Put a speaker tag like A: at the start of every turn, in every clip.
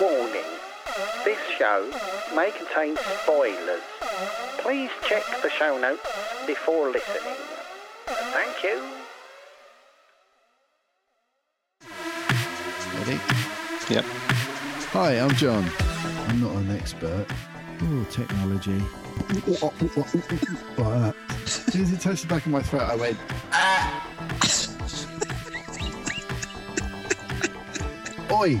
A: Warning This show may contain spoilers. Please check the show notes before listening. Thank you.
B: Ready?
C: Yep.
B: Hi, I'm John. I'm not an expert. Oh, technology. Like that. As soon as it touched the back of my throat, I went, ah! Oi!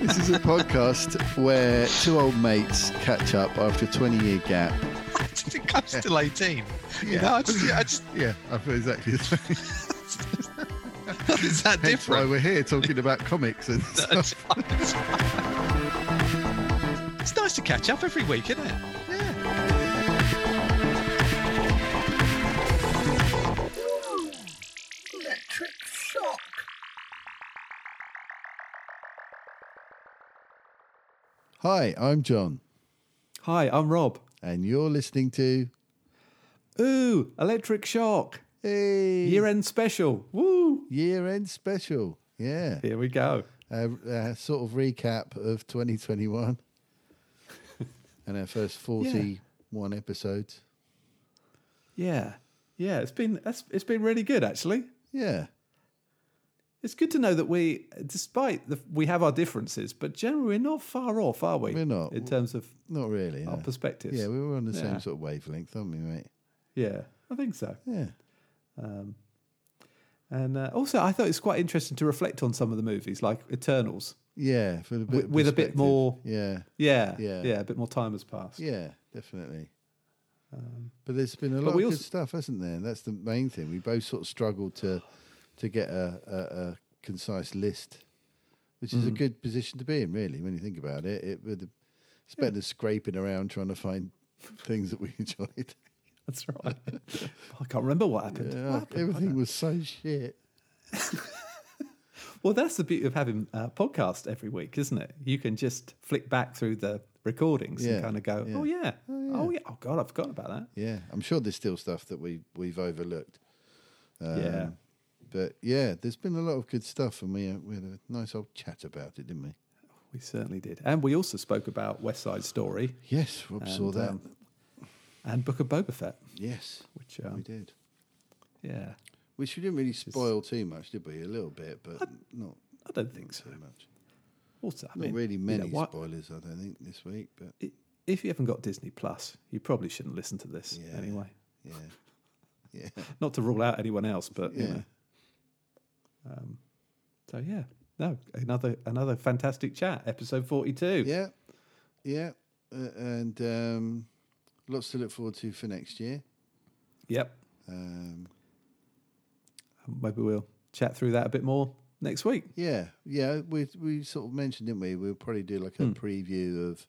B: This is a podcast where two old mates catch up after a 20 year gap.
C: I think I'm still 18. You
B: Yeah.
C: know, I just, I just,
B: Yeah, I feel exactly the same.
C: it's that
B: That's why
C: different.
B: we're here talking about comics and stuff.
C: it's nice to catch up every week, isn't it?
B: Yeah.
A: Electric shock.
B: Hi, I'm John.
D: Hi, I'm Rob.
B: And you're listening to.
D: Ooh, Electric Shock.
B: Hey!
D: Year end special. Woo!
B: Year end special. Yeah.
D: Here we go.
B: A, a sort of recap of 2021 and our first 41 episodes.
D: Yeah. Yeah, it's been that's, it's been really good actually.
B: Yeah.
D: It's good to know that we despite the we have our differences, but generally we're not far off, are we?
B: We're not.
D: In terms of
B: Not really.
D: our
B: no.
D: perspectives.
B: Yeah, we were on the
D: Yeah.
B: same sort of wavelength, aren't we, mate?
D: Yeah, I think so. Um,
B: Yeah.
D: And uh, also I thought it's quite interesting to reflect on some of the movies like Eternals.
B: Yeah. For a bit of
D: with a bit
B: perspective.
D: more-
B: Yeah.
D: Yeah.
B: Yeah.
D: Yeah, a bit more time has passed.
B: Yeah, definitely. Um, but there's been a lot of
D: we
B: good
D: also-
B: stuff, hasn't there? And that's the main thing. We both sort of struggled to to get a, a, a concise list, which is a good position to be in, really, when you think about it. it would, it's better than scraping around trying to find things that we enjoyed.
D: That's right. I can't remember what happened.
B: Yeah,
D: What happened? I
B: everything was so shit.
D: Well, that's the beauty of having a podcast every week, isn't it? You can just flick back through the recordings
B: Yeah,
D: and kind of go,
B: yeah.
D: oh, yeah.
B: Oh, yeah.
D: oh, yeah. Oh, God, I forgot about that.
B: Yeah, I'm sure there's still stuff that we we've overlooked.
D: Yeah.
B: Um, But yeah, there's been a lot of good stuff, and we, uh, we had a nice old chat about it, didn't we?
D: We certainly did. And we also spoke about West Side Story
B: Yes, Rob saw
D: And,
B: that.
D: um, and Book of Boba Fett,
B: yes,
D: which,
B: we
D: um,
B: did.
D: yeah,
B: Which we didn't really spoil too much, did we? A little bit, but not
D: I don't think so.
B: too much.
D: Also, I
B: Not
D: mean,
B: really
D: you know,
B: many
D: why-
B: spoilers, I don't think, this week. But
D: i- If you haven't got Disney Plus, you probably shouldn't listen to this
B: Yeah.
D: anyway.
B: yeah, yeah,
D: Not to rule out anyone else, but, you
B: Yeah.
D: know. Um, so, yeah. No, another another fantastic chat, episode 42.
B: yeah, yeah, uh, and um, lots to look forward to for next year.
D: Yep.
B: Um,
D: maybe we'll chat through that a bit more next week.
B: yeah, yeah, we we sort of mentioned, didn't we? We'll probably do like a
D: Hmm.
B: preview of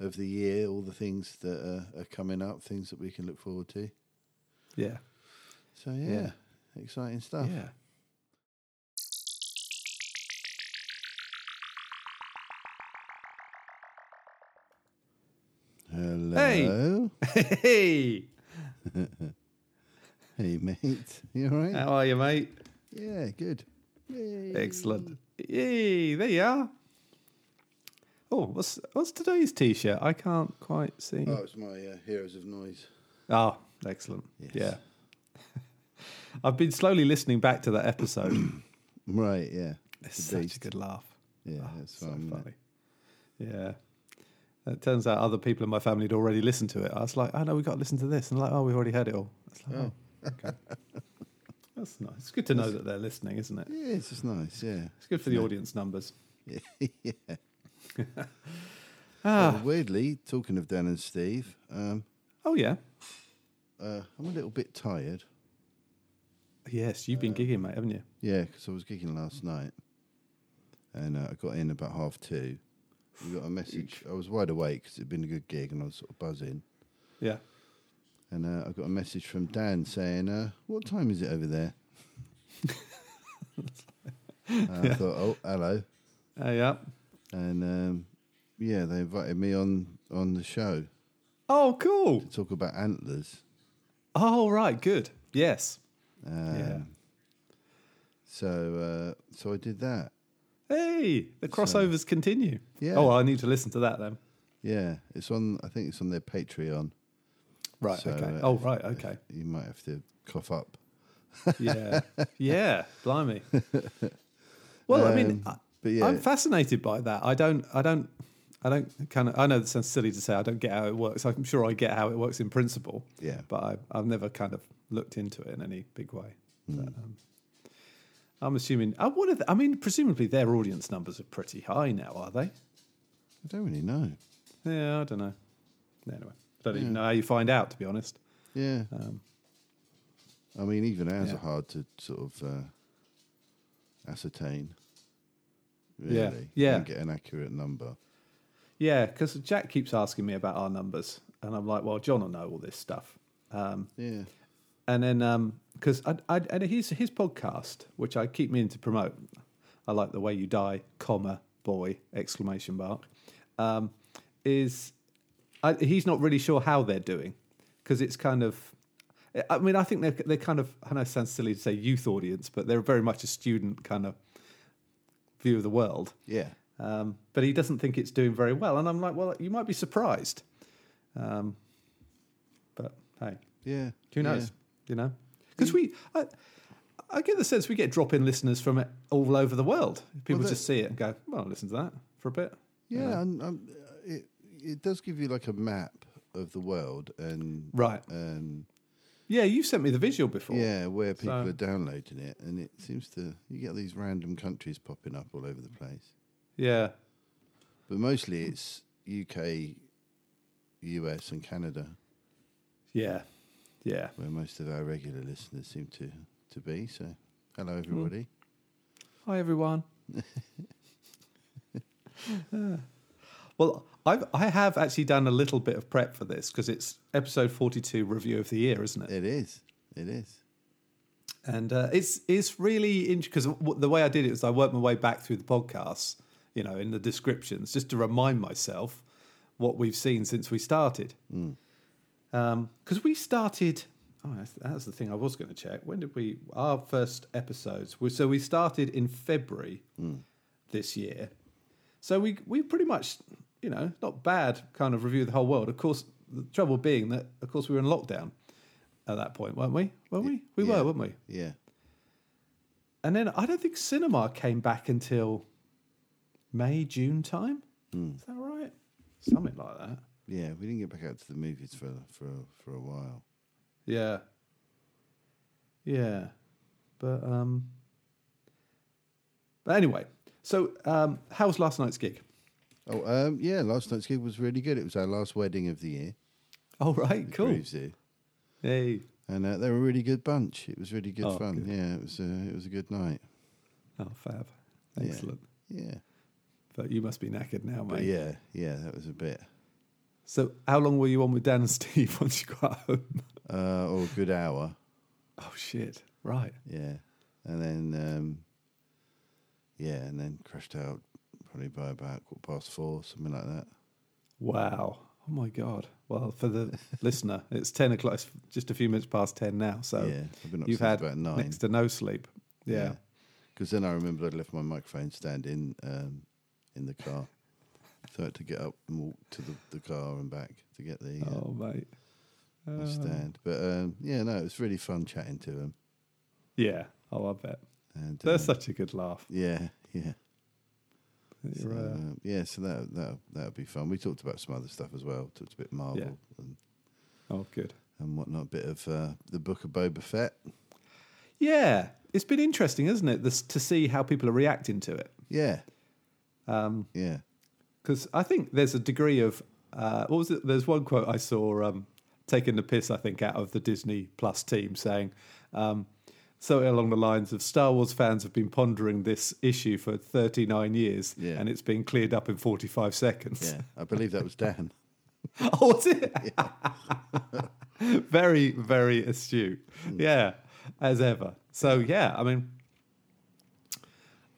B: of the year, all the things that are, are coming up, things that we can look forward to.
D: Yeah.
B: So yeah, exciting stuff.
D: Yeah.
B: Hello.
D: Hey.
B: Hey mate, you all right?
D: How are you, mate?
B: Yeah, good. Yay.
D: Excellent. Yay, there you are. Oh, what's what's today's t shirt? I can't quite see.
B: Oh,
D: Oh,
B: it's my uh, Heroes of Noise.
D: excellent.
B: Yes.
D: Yeah. I've been slowly listening back to that episode.
B: Right, yeah. It's
D: it's
B: a
D: such
B: beast.
D: a good laugh.
B: Yeah,
D: Oh,
B: that's
D: so
B: fun.
D: funny. Yeah. It turns out other people in my family had already listened to it. I was like, oh no, we've got to listen to this. And like, oh, we've already heard it all. It's like, oh, okay. That's nice. It's good to know that they're listening, isn't it?
B: Yeah, it's just nice, yeah.
D: It's good for the audience numbers.
B: yeah.
D: Ah,
B: Well, weirdly, talking of Dan and Steve, um,
D: oh yeah.
B: uh, I'm a little bit tired.
D: Yes, you've been gigging, mate, haven't you?
B: Yeah, because I was gigging last night and uh, I got in about half two. We got a message. I was wide awake because it'd been a good gig and I was sort of buzzing.
D: Yeah.
B: And uh, I got a message from Dan saying, uh, "What time is it over there?" uh, I thought, "Oh, hello."
D: Uh, yeah.
B: And um, yeah, they invited me on on the show
D: Oh, cool.
B: to talk about antlers.
D: Oh, right. Good. Yes.
B: Um,
D: Yeah.
B: So uh, so I did that.
D: Hey, the crossovers continue.
B: Yeah.
D: Oh, I need to listen to that then.
B: Yeah, it's on. I think it's on their Patreon.
D: Right.
B: So,
D: okay.
B: uh,
D: oh, right. Okay.
B: You might have to cough up.
D: yeah. Yeah. Blimey. Well, I mean,
B: Um,
D: I,
B: but yeah.
D: I'm fascinated by that. I don't. I don't. I don't kind of. I know this sounds silly to say. I don't get how it works. I'm sure I get how it works in principle.
B: Yeah.
D: But I, I've never kind of looked into it in any big way. But, um, I'm assuming. I what are the- I mean, presumably their audience numbers are pretty high now, are they?
B: I don't really know.
D: Yeah, I don't know. Anyway, I don't even know how you find out, to be honest.
B: Yeah. I mean, even ours
D: yeah.
B: are hard to sort of uh, ascertain. Really.
D: Yeah,
B: You
D: yeah.
B: don't get an accurate number.
D: Yeah, because Jack keeps asking me about our numbers, and I'm like, well, John will know all this stuff. Um,
B: Yeah.
D: and then because I, I and his his podcast, which I keep meaning to promote. I like the way you die, comma boy exclamation mark. Um, is I, he's not really sure how they're doing because it's kind of. I mean, I think they're they're kind of. I know it sounds silly to say youth audience, but they're very much a student kind of view of the world
B: Yeah.
D: um, but he doesn't think it's doing very well. And I'm like, well, you might be surprised. Um, but hey,
B: Yeah.
D: who knows?
B: Yeah.
D: You know, because we, I, I get the sense we get drop in listeners from it all over the world. People
B: that-
D: just see it and go, well, I'll listen to that for a bit.
B: Yeah, and um, it it does give you like a map of the world and
D: Right.
B: and
D: Yeah, you sent me the visual before.
B: yeah, where people
D: So-
B: are downloading it, and it seems to you get these random countries popping up all over the place,
D: Yeah.
B: but mostly it's UK, US, and Canada
D: Yeah. Yeah.
B: where most of our regular listeners seem to to be. So,
D: Hmm.
B: hello everybody.
D: Hi, everyone. Uh. well, I've, I have actually done a little bit of prep for this because it's episode 42 review of the year, isn't it?
B: It is, it is.
D: and uh, it's it's really interesting because w- the way I did it was I worked my way back through the podcasts, you know, in the descriptions, just to remind myself what we've seen since we started.
B: Hmm.
D: Because we started, oh, that's, that's the thing I was going to check. When did we our first episodes? Were, so we started in February
B: Hmm.
D: this year. So we we pretty much, you know, not bad kind of review of the whole world. Of course, the trouble being that, of course, we were in lockdown at that point, weren't we? Weren't we? We
B: Yeah.
D: were, weren't we?
B: Yeah,
D: And then I don't think cinema came back until May, June time. Is that right? Something like that.
B: yeah. We didn't get back out to the movies for for for a while.
D: Yeah. Yeah. But um but anyway, so um how was last night's gig?
B: Oh, um, yeah. Last night's gig was really good. It was our last wedding of the year.
D: All right,
B: at
D: cool.
B: Grooves Zoo.
D: Hey.
B: and uh, they were a really good bunch. It was really good
D: Oh,
B: fun.
D: good.
B: Yeah, it was. A, it was a good night.
D: Oh fab.
B: Yeah.
D: Excellent.
B: Yeah,
D: But you must be knackered now,
B: but
D: mate.
B: yeah, yeah, that was a bit.
D: So how long were you on with Dan and Steve once you got home?
B: Uh, or a good hour.
D: Oh shit. Right.
B: Yeah, and then um, yeah, and then crashed out probably by about quarter past four, something like that.
D: Wow. Oh my God. Well, for the listener, it's 10 o'clock. It's just a few minutes past 10 now. So
B: yeah, I've been up
D: you've
B: since
D: had
B: about nine.
D: next to no sleep. Yeah.
B: because then I remembered I'd left my microphone stand in um, in the car, so I had to get up and walk to the, the car and back to get the uh,
D: Oh, mate.
B: my stand. But um, yeah, no, it was really fun chatting to him.
D: Yeah. Oh, I bet.
B: And
D: That's
B: um,
D: such a good laugh.
B: Yeah, yeah. So,
D: You're, uh,
B: um, yeah, so that that that'll be fun. We talked about some other stuff as well. Talked a bit Marvel and,
D: oh, good.
B: and whatnot. A bit of uh, the book of Boba Fett.
D: Yeah. It's been interesting, isn't it? This, to see how people are reacting to it.
B: Yeah. Um, yeah.
D: because I think there's a degree of uh, what was it? There's one quote I saw um, taking the piss, I think, out of the Disney Plus team saying um, something along the lines of Star Wars fans have been pondering this issue for 39 years
B: Yeah.
D: and it's been cleared up in 45 seconds.
B: Yeah, I believe that was Dan.
D: oh, was it? very, very astute.
B: Hmm.
D: Yeah, as ever. So, yeah, I mean,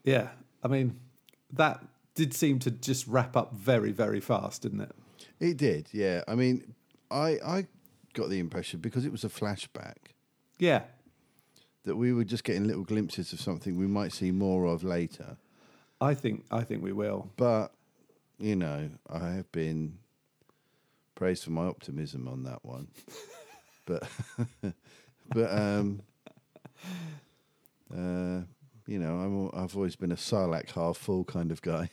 D: yeah, I mean, that did seem to just wrap up very, very fast, didn't it?
B: It did, yeah. I mean, I I got the impression because it was a flashback
D: Yeah.
B: that we were just getting little glimpses of something we might see more of later.
D: I think I think we will.
B: But you know, I have been praised for my optimism on that one. but but um uh you know, I'm al- I've always been a Sarlacc half full kind of guy.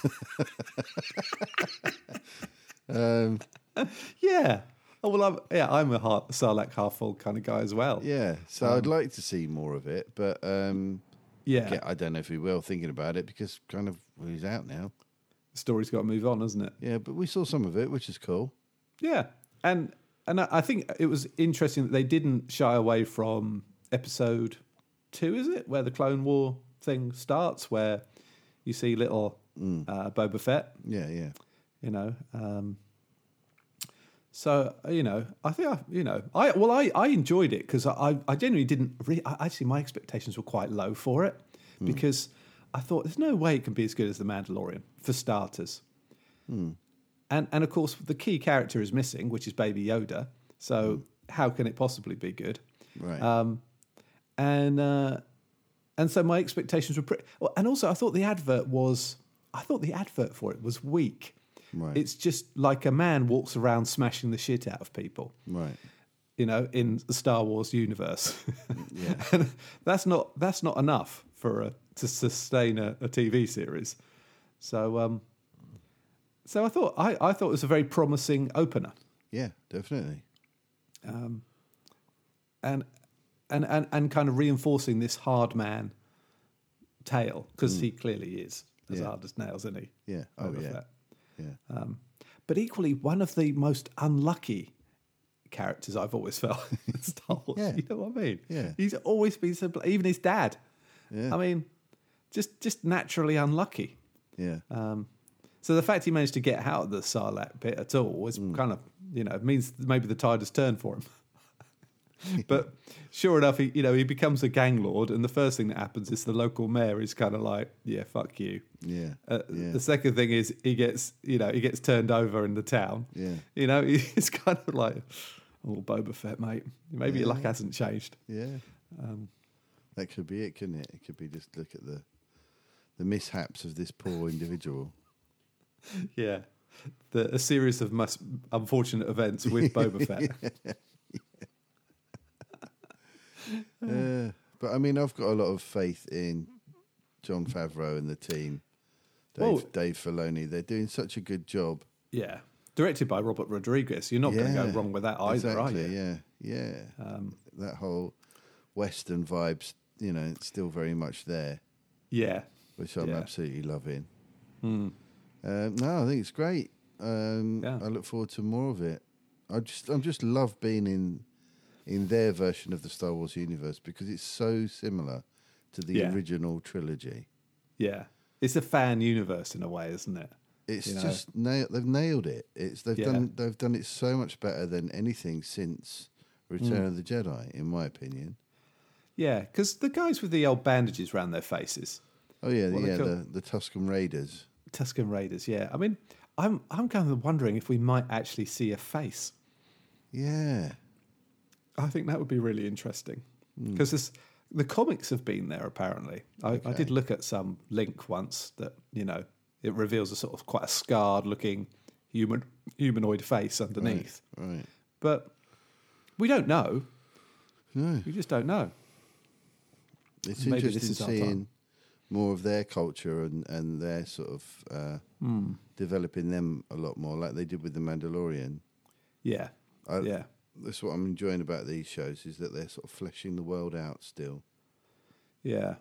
B: um
D: Yeah. Oh well, I'm yeah, I'm a heart, Sarlacc half full kind of guy as well.
B: yeah, so I'd like to see more of it, but um
D: yeah.
B: yeah, I don't know if we will thinking about it because kind of well, he's out now.
D: Story's got to move on, hasn't it?
B: Yeah, but we saw some of it, which is cool.
D: Yeah, and and I- I think it was interesting that they didn't shy away from episode two, is it, where the Clone War thing starts, where you see little uh, Boba Fett,
B: Yeah, yeah.
D: you know. Um, so you know, I think I, you know, I well, I, I enjoyed it because I, I I genuinely didn't. Re- I, actually, my expectations were quite low for it because I thought there's no way it can be as good as the Mandalorian for starters. And and of course, the key character is missing, which is Baby Yoda. So how can it possibly be good?
B: Right.
D: Um, and uh, and so my expectations were pretty. Well, and also, I thought the advert was. I thought the advert for it was weak.
B: Right.
D: It's just like a man walks around smashing the shit out of people.
B: right.
D: You know, in the Star Wars universe. And that's not that's not enough for a, to sustain a, a TV series. So um, so I thought I, I thought it was a very promising opener.
B: Yeah, definitely.
D: and and and, and kind of reinforcing this hard man tale because he clearly is as
B: Mm. Yeah.
D: hard as nails, isn't he?
B: Yeah. Oh,
D: Boba
B: yeah.
D: Fett.
B: Yeah.
D: Uh, But equally, one of the most unlucky characters I've always felt in Star Wars.
B: Yeah.
D: You know what I mean?
B: Yeah.
D: He's always been so bl- even his dad.
B: Yeah.
D: I mean, just just naturally unlucky.
B: yeah.
D: Um, so the fact he managed to get out of the Sarlacc pit at all is
B: Mm.
D: kind of, you know, it means maybe the tide has turned for him. but sure enough, he, you know, he becomes a gang lord, and the first thing that happens is the local mayor is kind of like, "Yeah, fuck you."
B: yeah.
D: Uh,
B: yeah.
D: The second thing is he gets, you know, he gets turned over in the town.
B: Yeah.
D: you know, it's kind of like, "Oh, Boba Fett, mate, maybe your luck hasn't changed."
B: yeah.
D: Um,
B: that could be it, couldn't it? It could be just look at the the mishaps of this poor individual.
D: Yeah. The, a series of must, unfortunate events with Boba Fett.
B: Yeah. But I mean, I've got a lot of faith in John Favreau and the team. Dave,
D: Well-
B: Dave Filoni, they're doing such a good job.
D: Yeah. Directed by Robert Rodriguez. You're not going to
B: Yeah,
D: go wrong with that either,
B: exactly,
D: are you?
B: Yeah, yeah.
D: Um,
B: that whole Western vibes, you know, it's still very much there.
D: Yeah.
B: which I'm
D: Yeah. Hmm.
B: absolutely loving. Um, no, I think it's great. Um,
D: Yeah.
B: I look forward to more of it. I just, I just love being in in their version of the Star Wars universe because it's so similar to the
D: Yeah.
B: original trilogy.
D: Yeah. It's a fan universe in a way, isn't it?
B: It's
D: You know.
B: just nailed, they've nailed it. It's they've
D: Yeah.
B: done they've done it so much better than anything since
D: Hmm.
B: Return of the Jedi, in my opinion.
D: Yeah. Because the guys with the old bandages around their faces,
B: Oh yeah,
D: What they
B: yeah,
D: call-
B: the, the Tuscan Raiders.
D: Tuscan Raiders, yeah. I mean, I'm, I'm kind of wondering if we might actually see a face.
B: Yeah,
D: I think that would be really interesting.
B: Hmm.
D: Because the comics have been there, apparently. I, I did look at some link once that, you know, it reveals a sort of quite a scarred looking human humanoid face underneath.
B: right.
D: But we don't know.
B: No.
D: We just don't know.
B: It's
D: Maybe this
B: interesting
D: is our time.
B: seeing more of their culture and, and their sort of uh,
D: Hmm.
B: developing them a lot more, like they did with the Mandalorian.
D: Yeah.
B: I-
D: yeah.
B: That's what I'm enjoying about these shows is that they're sort of fleshing the world out still.
D: Yeah.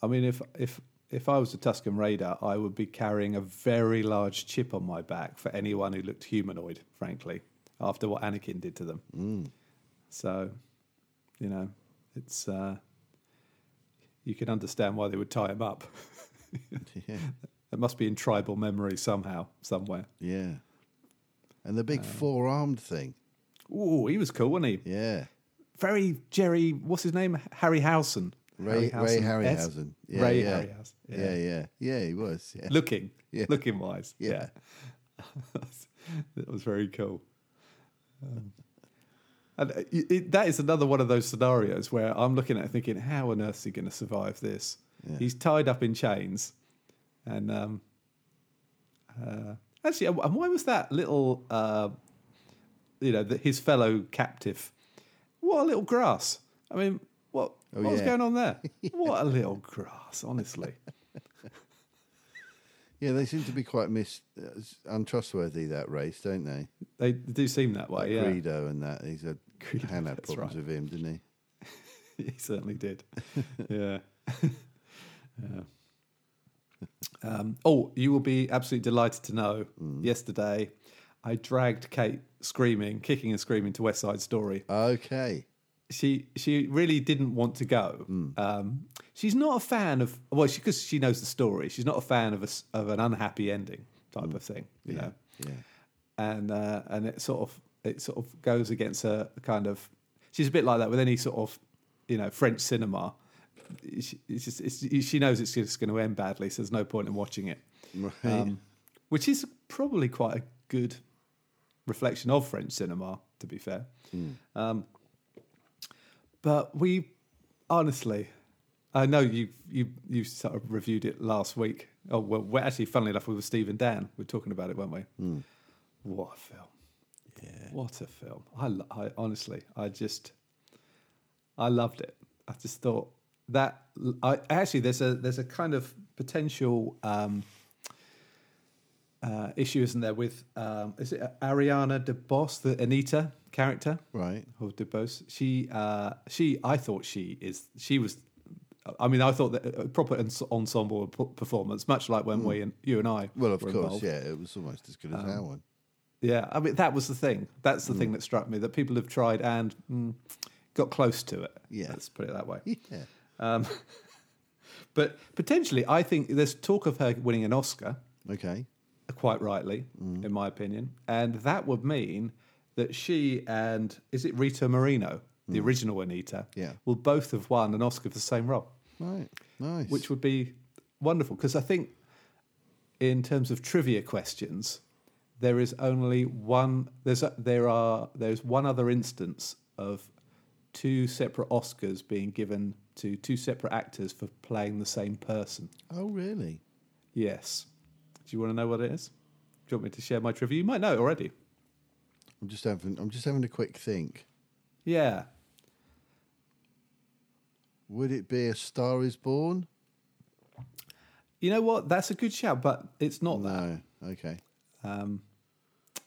D: I mean if if if I was a Tuscan Raider, I would be carrying a very large chip on my back for anyone who looked humanoid,
B: Mm.
D: frankly, after what Anakin did to them. So, you know, it's uh, you can understand why they would tie him up.
B: yeah.
D: It must be in tribal memory somehow, somewhere.
B: Yeah. And the
D: Uh,
B: big four armed thing.
D: Ooh, he was cool, wasn't he?
B: Yeah.
D: Very Jerry. What's his name? Harryhausen.
B: Ray Ray
D: Harryhausen-esque.
B: Harryhausen. Yeah,
D: Ray
B: yeah.
D: Harryhausen.
B: Yeah. yeah, yeah. he was. Yeah.
D: looking,
B: Yeah.
D: looking wise.
B: Yeah.
D: Yeah, that was very cool. Um, and uh, it, it- that is another one of those scenarios where I'm looking at it thinking, how on earth is he going to survive this?
B: Yeah.
D: He's tied up in chains, and um, uh, actually, and and why was that little, uh, you know, the, his fellow captive? What a little grass! I mean, what,
B: Oh,
D: what was
B: yeah.
D: going on there? What a little grass! Honestly,
B: Yeah, they seem to be quite mis- uh, untrustworthy that race, don't they?
D: they do seem that way. yeah,
B: Greedo and that. He's had Han had
D: that's
B: problems
D: right.
B: with him, didn't he?
D: he certainly did. yeah. yeah. Um, oh, you will be absolutely delighted to know. Yesterday, I dragged Kate screaming, kicking and screaming to West Side Story.
B: Okay.
D: She she really didn't want to go.
B: Hmm.
D: Um, she's not a fan of well, she because she knows the story. She's not a fan of a s of an unhappy ending type of thing. You know
B: Hmm. Yeah.
D: and uh, and it sort of it sort of goes against a kind of she's a bit like that with any sort of you know French cinema. She, it's just, it's, she knows it's just going to end badly, so there's no point in watching it.
B: Right.
D: Um, which is probably quite a good reflection of French cinema, to be fair. Um, but we, honestly, I know you you you sort of reviewed it last week. Oh well, we're actually, funnily enough, we were Steve and Dan. We were talking about it, weren't we? What a film! Yeah, what a film! I, lo- I honestly, I just, I loved it. I just thought that I actually there's a there's a kind of potential. Um, uh, issue, isn't there, with um, is it Ariana DeBose, the Anita character
B: right.
D: or DeBose? She, uh, she, I thought she is. She was. I mean, I thought that a proper ens- ensemble p- performance, much like when we and you and I.
B: Mm. Well, of
D: were
B: course,
D: involved. Um,
B: yeah. It was almost as good as our one.
D: Yeah, I mean, that was the thing. That's the
B: Mm.
D: thing that struck me that people have tried and mm, got close to it.
B: Yeah.
D: let's put it that way.
B: Yeah.
D: But potentially, I think there's talk of her winning an Oscar.
B: Okay.
D: quite rightly,
B: Mm.
D: in my opinion. And that would mean that she and is it Rita Moreno, the original Anita,
B: Mm. Yeah.
D: will both have won an Oscar for the same role,
B: Right. Nice.
D: which would be wonderful because I think in terms of trivia questions, there is only one. There's a- there are there's one other instance of two separate Oscars being given to two separate actors for playing the same person.
B: Oh, really?
D: Yes. Do you want to know what it is? Do you want me to share my trivia? You might know it already.
B: I'm just having. I'm just having a quick think.
D: Yeah.
B: Would it be a Star Is Born?
D: You know what? That's a good shout, but it's not that.
B: No. Okay.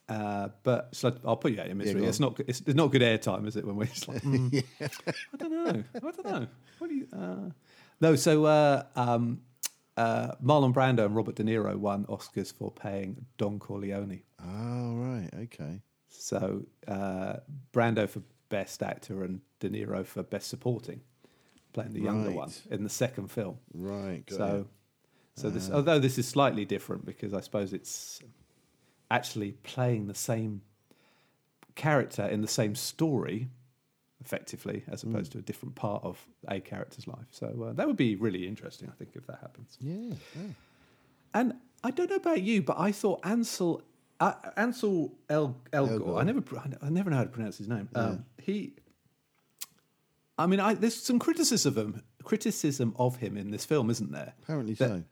D: Uh, but shall I, will put you out of your misery.
B: go
D: it's not. It's, it's not good airtime, is it? When we're just like, hmm, I don't know. I don't know. What do you? Uh... No. So uh, um, uh, Marlon Brando and Robert De Niro won Oscars for playing Don Corleone.
B: Oh, right. Okay.
D: So uh, Brando for best actor and De Niro for best supporting, playing the younger
B: Right.
D: one in the second film.
B: Right. Got
D: so,
B: it.
D: so this although this is slightly different because I suppose it's actually playing the same character in the same story, effectively, as opposed to a different part of a character's life. So uh, that would be really interesting, I think, if that happens.
B: Yeah. yeah.
D: And I don't know about you, but I thought Ansel uh, Ansel El Elgor. I never pr- I never know how to pronounce his name. Um, he, I mean, I, there's some criticism of him, criticism of him in this film, isn't there?
B: Apparently
D: That-
B: so.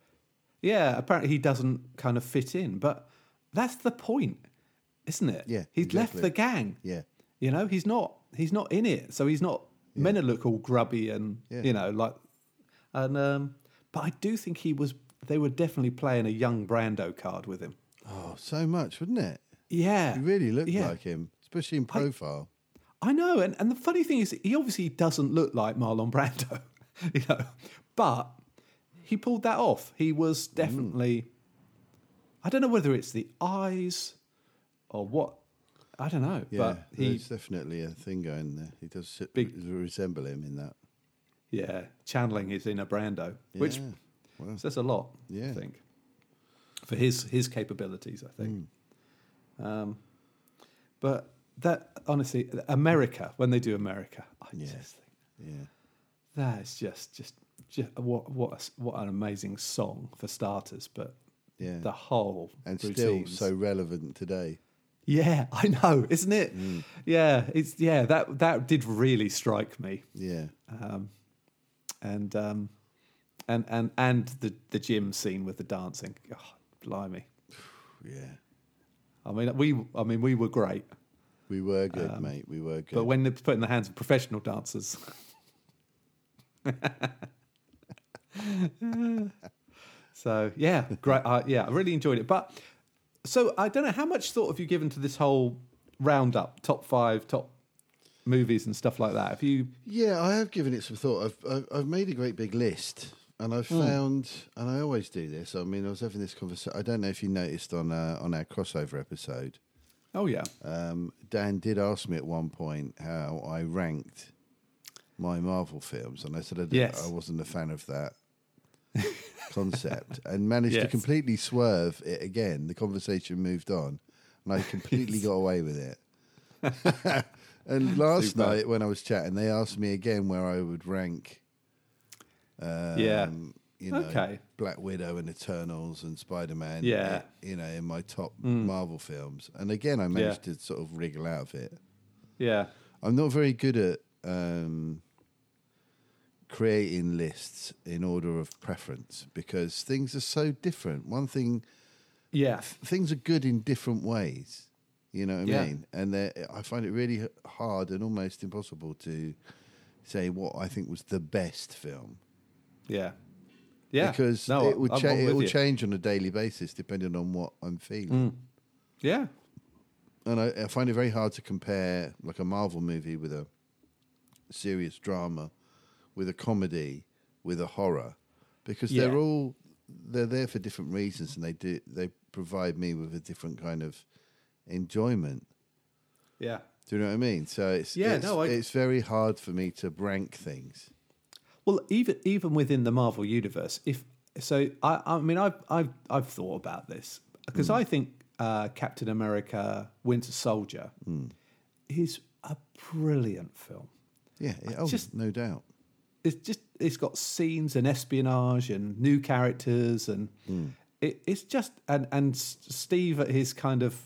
D: Yeah, apparently he doesn't kind of fit in, but that's the point, isn't it?
B: Yeah,
D: he's
B: exactly.
D: left the gang.
B: Yeah.
D: You know, he's not he's not in it, so he's not meant to look all grubby and
B: Yeah.
D: you know like, and um, but I do think he was. They were definitely playing a young Brando card with him.
B: Oh, so much, wouldn't it?
D: Yeah,
B: He really looked
D: yeah.
B: like him, especially in profile.
D: I know, and, and the funny thing is, he obviously doesn't look like Marlon Brando, you know, but he pulled that off. He was
B: Mm.
D: definitely. I don't know whether it's the eyes or what. I don't know,
B: yeah.
D: but he
B: There's definitely a thing going there. He does sit,
D: Big-
B: resemble him in that.
D: yeah, channeling his inner Brando, which
B: Yeah. Wow.
D: says a lot.
B: Yeah.
D: I think for his his capabilities, I think.
B: Mm.
D: Um, but that honestly, America when they do America, I
B: Yeah.
D: just think
B: Yeah.
D: that is just just. ju- What what a s what an amazing song for starters, but
B: Yeah.
D: the whole
B: and
D: routines.
B: still so relevant today.
D: yeah I know isn't it
B: Mm.
D: yeah it's yeah that that did really strike me
B: Yeah.
D: and um, and and and the the gym scene with the dancing. Oh, blimey!
B: Yeah.
D: I mean, we I mean we were great,
B: We were good, mate. We were good.
D: Um, but when they put in the hands of professional dancers, so yeah, great. Uh, yeah, I really enjoyed it. But so I don't know how much thought have you given to this whole roundup, top five, top movies and stuff like that. Have you?
B: Yeah, I have given it some thought. I've I've, I've made a great big list, and I've
D: Hmm.
B: found, and I always do this. I mean, I was having this conversation. I don't know if you noticed on uh, on our crossover episode,
D: Oh yeah,
B: um, Dan did ask me at one point how I ranked my Marvel films, and I said I, didn't-
D: Yes.
B: I wasn't a fan of that concept, and managed to
D: Yes.
B: completely swerve it again. The conversation moved on, and I completely got away with it. and last
D: Super.
B: night when I was chatting, they asked me again where I would rank. Um,
D: Yeah.
B: You know,
D: Okay.
B: Black Widow and Eternals and Spider Man.
D: Yeah. Mm.
B: You know, in my top Marvel films, and again, I managed to sort of wriggle out of it.
D: yeah,
B: I'm not very good at um, creating lists in order of preference because things are so different. One thing
D: yeah.
B: things are good in different ways. You know what I
D: Yeah.
B: mean? And they're- I find it really h- hard and almost impossible to say what I think was the best film
D: Yeah. Yeah.
B: because
D: No,
B: it would
D: I'm-
B: cha-
D: I'm
B: it
D: with
B: will
D: you. Mm.
B: change on a daily basis depending on what I'm feeling.
D: Yeah.
B: And I, I find it very hard to compare like a Marvel movie with a serious drama, with a comedy, with a horror, because
D: Yeah.
B: they're all they're there for different reasons and they do they provide me with a different kind of enjoyment.
D: Yeah.
B: Do you know what I mean? So it's
D: Yeah,
B: it's,
D: no, I-
B: it's very hard for me to rank things.
D: Well, even even within the Marvel universe, if so, I I mean, I've I've I've thought about this because
B: Mm.
D: I think uh, Captain America: Winter Soldier
B: Mm.
D: is a brilliant film.
B: Yeah, it- oh,
D: just-
B: no doubt.
D: It's just it's got scenes and espionage and new characters and
B: Mm.
D: it, it's just and and S- Steve at his kind of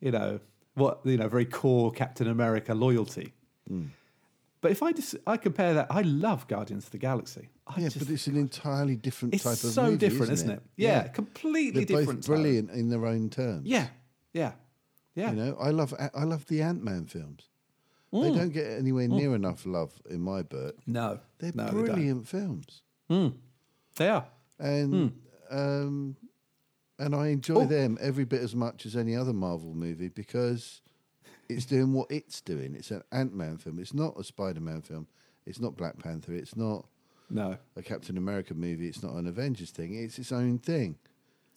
D: you know what you know very core Captain America loyalty.
B: Mm.
D: But if I just I compare that, I love Guardians of the Galaxy. I
B: Yeah,
D: just
B: but it's an entirely different
D: It's
B: type of
D: so
B: movie,
D: different,
B: isn't
D: isn't it? Yeah, completely
B: They're both
D: different. type.
B: brilliant in their own terms.
D: Yeah, yeah, yeah. Mm.
B: You know, I love I love the Ant Man films. They don't get anywhere near enough love in my book.
D: No,
B: They're
D: no, they don't.
B: brilliant films,
D: They are.
B: and um, and I enjoy
D: Hmm. Oh.
B: them every bit as much as any other Marvel movie because it's doing what it's doing. It's an Ant Man film. It's not a Spider Man film. It's not Black Panther. It's not
D: No,
B: a Captain America movie. It's not an Avengers thing. It's its own thing.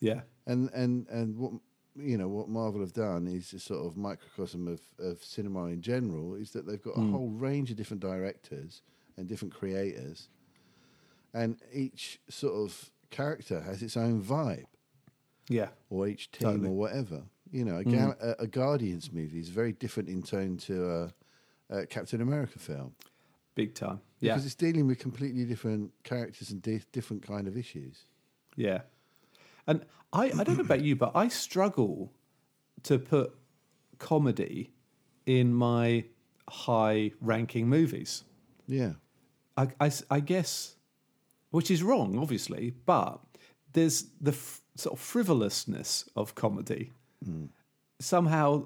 D: yeah,
B: and and and what you know what Marvel have done is a sort of microcosm of, of cinema in general is that they've got
D: Hmm.
B: a whole range of different directors and different creators, and each sort of character has its own vibe
D: yeah,
B: or each team
D: Totally. Hmm.
B: or whatever. You know, a, Gal- a, a Guardians movie is very different in tone to a, a Captain America film
D: big time. Yeah,
B: because it's dealing with completely different characters and di- different kind of issues.
D: yeah. And I, I don't know about you, but I struggle to put comedy in my high-ranking movies.
B: Yeah,
D: I, I s- I guess, which is wrong, obviously, but there's the f- sort of frivolousness of comedy. Somehow,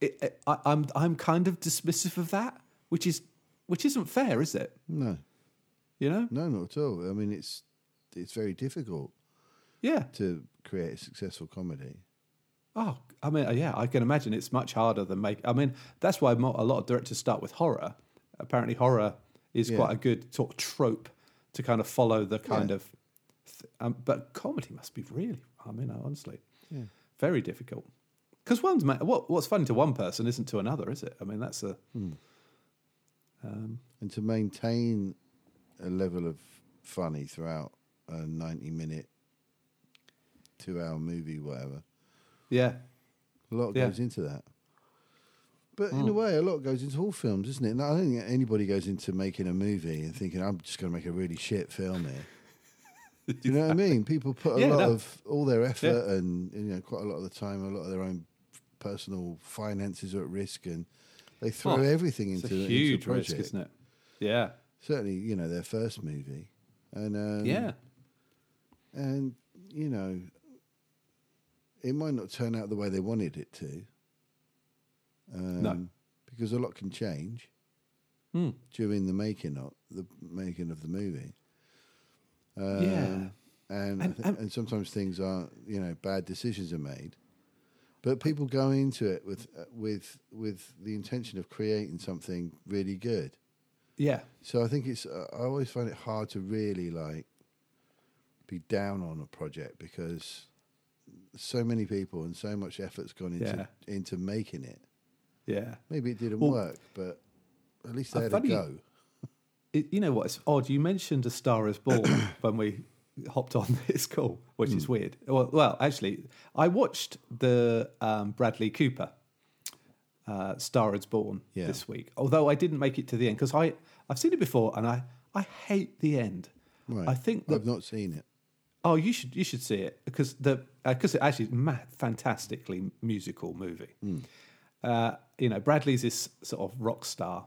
D: it, it- I, I'm I'm kind of dismissive of that, which is which isn't fair, is it?
B: no,
D: You know?
B: no, not at all. I mean, it's it's very difficult.
D: Yeah.
B: to create a successful comedy.
D: Oh, I mean, yeah, I can imagine it's much harder than make. I mean, that's why mo- a lot of directors start with horror. Apparently, horror is
B: Yeah.
D: quite a good sort of trope to kind of follow the kind
B: Yeah.
D: of. Th- um, but comedy must be really. I mean, uh, honestly,
B: Yeah.
D: very difficult. Because one's ma- what what's funny to one person isn't to another, is it? I mean, that's a
B: And to maintain a level of funny throughout a 90 minute, two hour movie, whatever.
D: Yeah.
B: A lot
D: Yeah. Hmm.
B: goes into that. But in a way, a lot goes into all films, isn't it? And I don't think anybody goes into making a movie and thinking, I'm just going to make a really shit film here. Do you know what I mean? People put a
D: Yeah,
B: lot
D: no.
B: of all their effort and, and, you know, quite a lot of the time, a lot of their own personal finances are at risk and they throw
D: Oh,
B: everything
D: It's
B: into,
D: a
B: into
D: huge
B: a
D: risk,
B: project.
D: isn't it? Yeah.
B: Certainly, you know, their first movie. And um,
D: yeah.
B: and you know, it might not turn out the way they wanted it to. Um, because a lot can change
D: Hmm.
B: during the making of the making of the movie. Um,
D: Yeah.
B: and I
D: And-
B: thi-
D: and-
B: and sometimes things are you know bad decisions are made, but people go into it with uh, with with the intention of creating something really good.
D: Yeah.
B: So I think it's. uh, I always find it hard to really like be down on a project because so many people and so much effort's gone into into making it.
D: Yeah.
B: Maybe it didn't
D: Well,
B: work, but at least they
D: a
B: had a
D: funny-
B: go.
D: It, you know what? It's odd. You mentioned A Star Is Born when we hopped on this call, which
B: Hmm.
D: is weird. Well, well, actually, I watched the um, Bradley Cooper uh, Star Is Born
B: Yeah.
D: this week, although I didn't make it to the end because I I've seen it before and I I hate the end.
B: Right.
D: I think that
B: I've not seen it.
D: Oh, you should you should see it because the because it actually is ma- fantastically musical movie. Uh, you know, Bradley's this sort of rock star,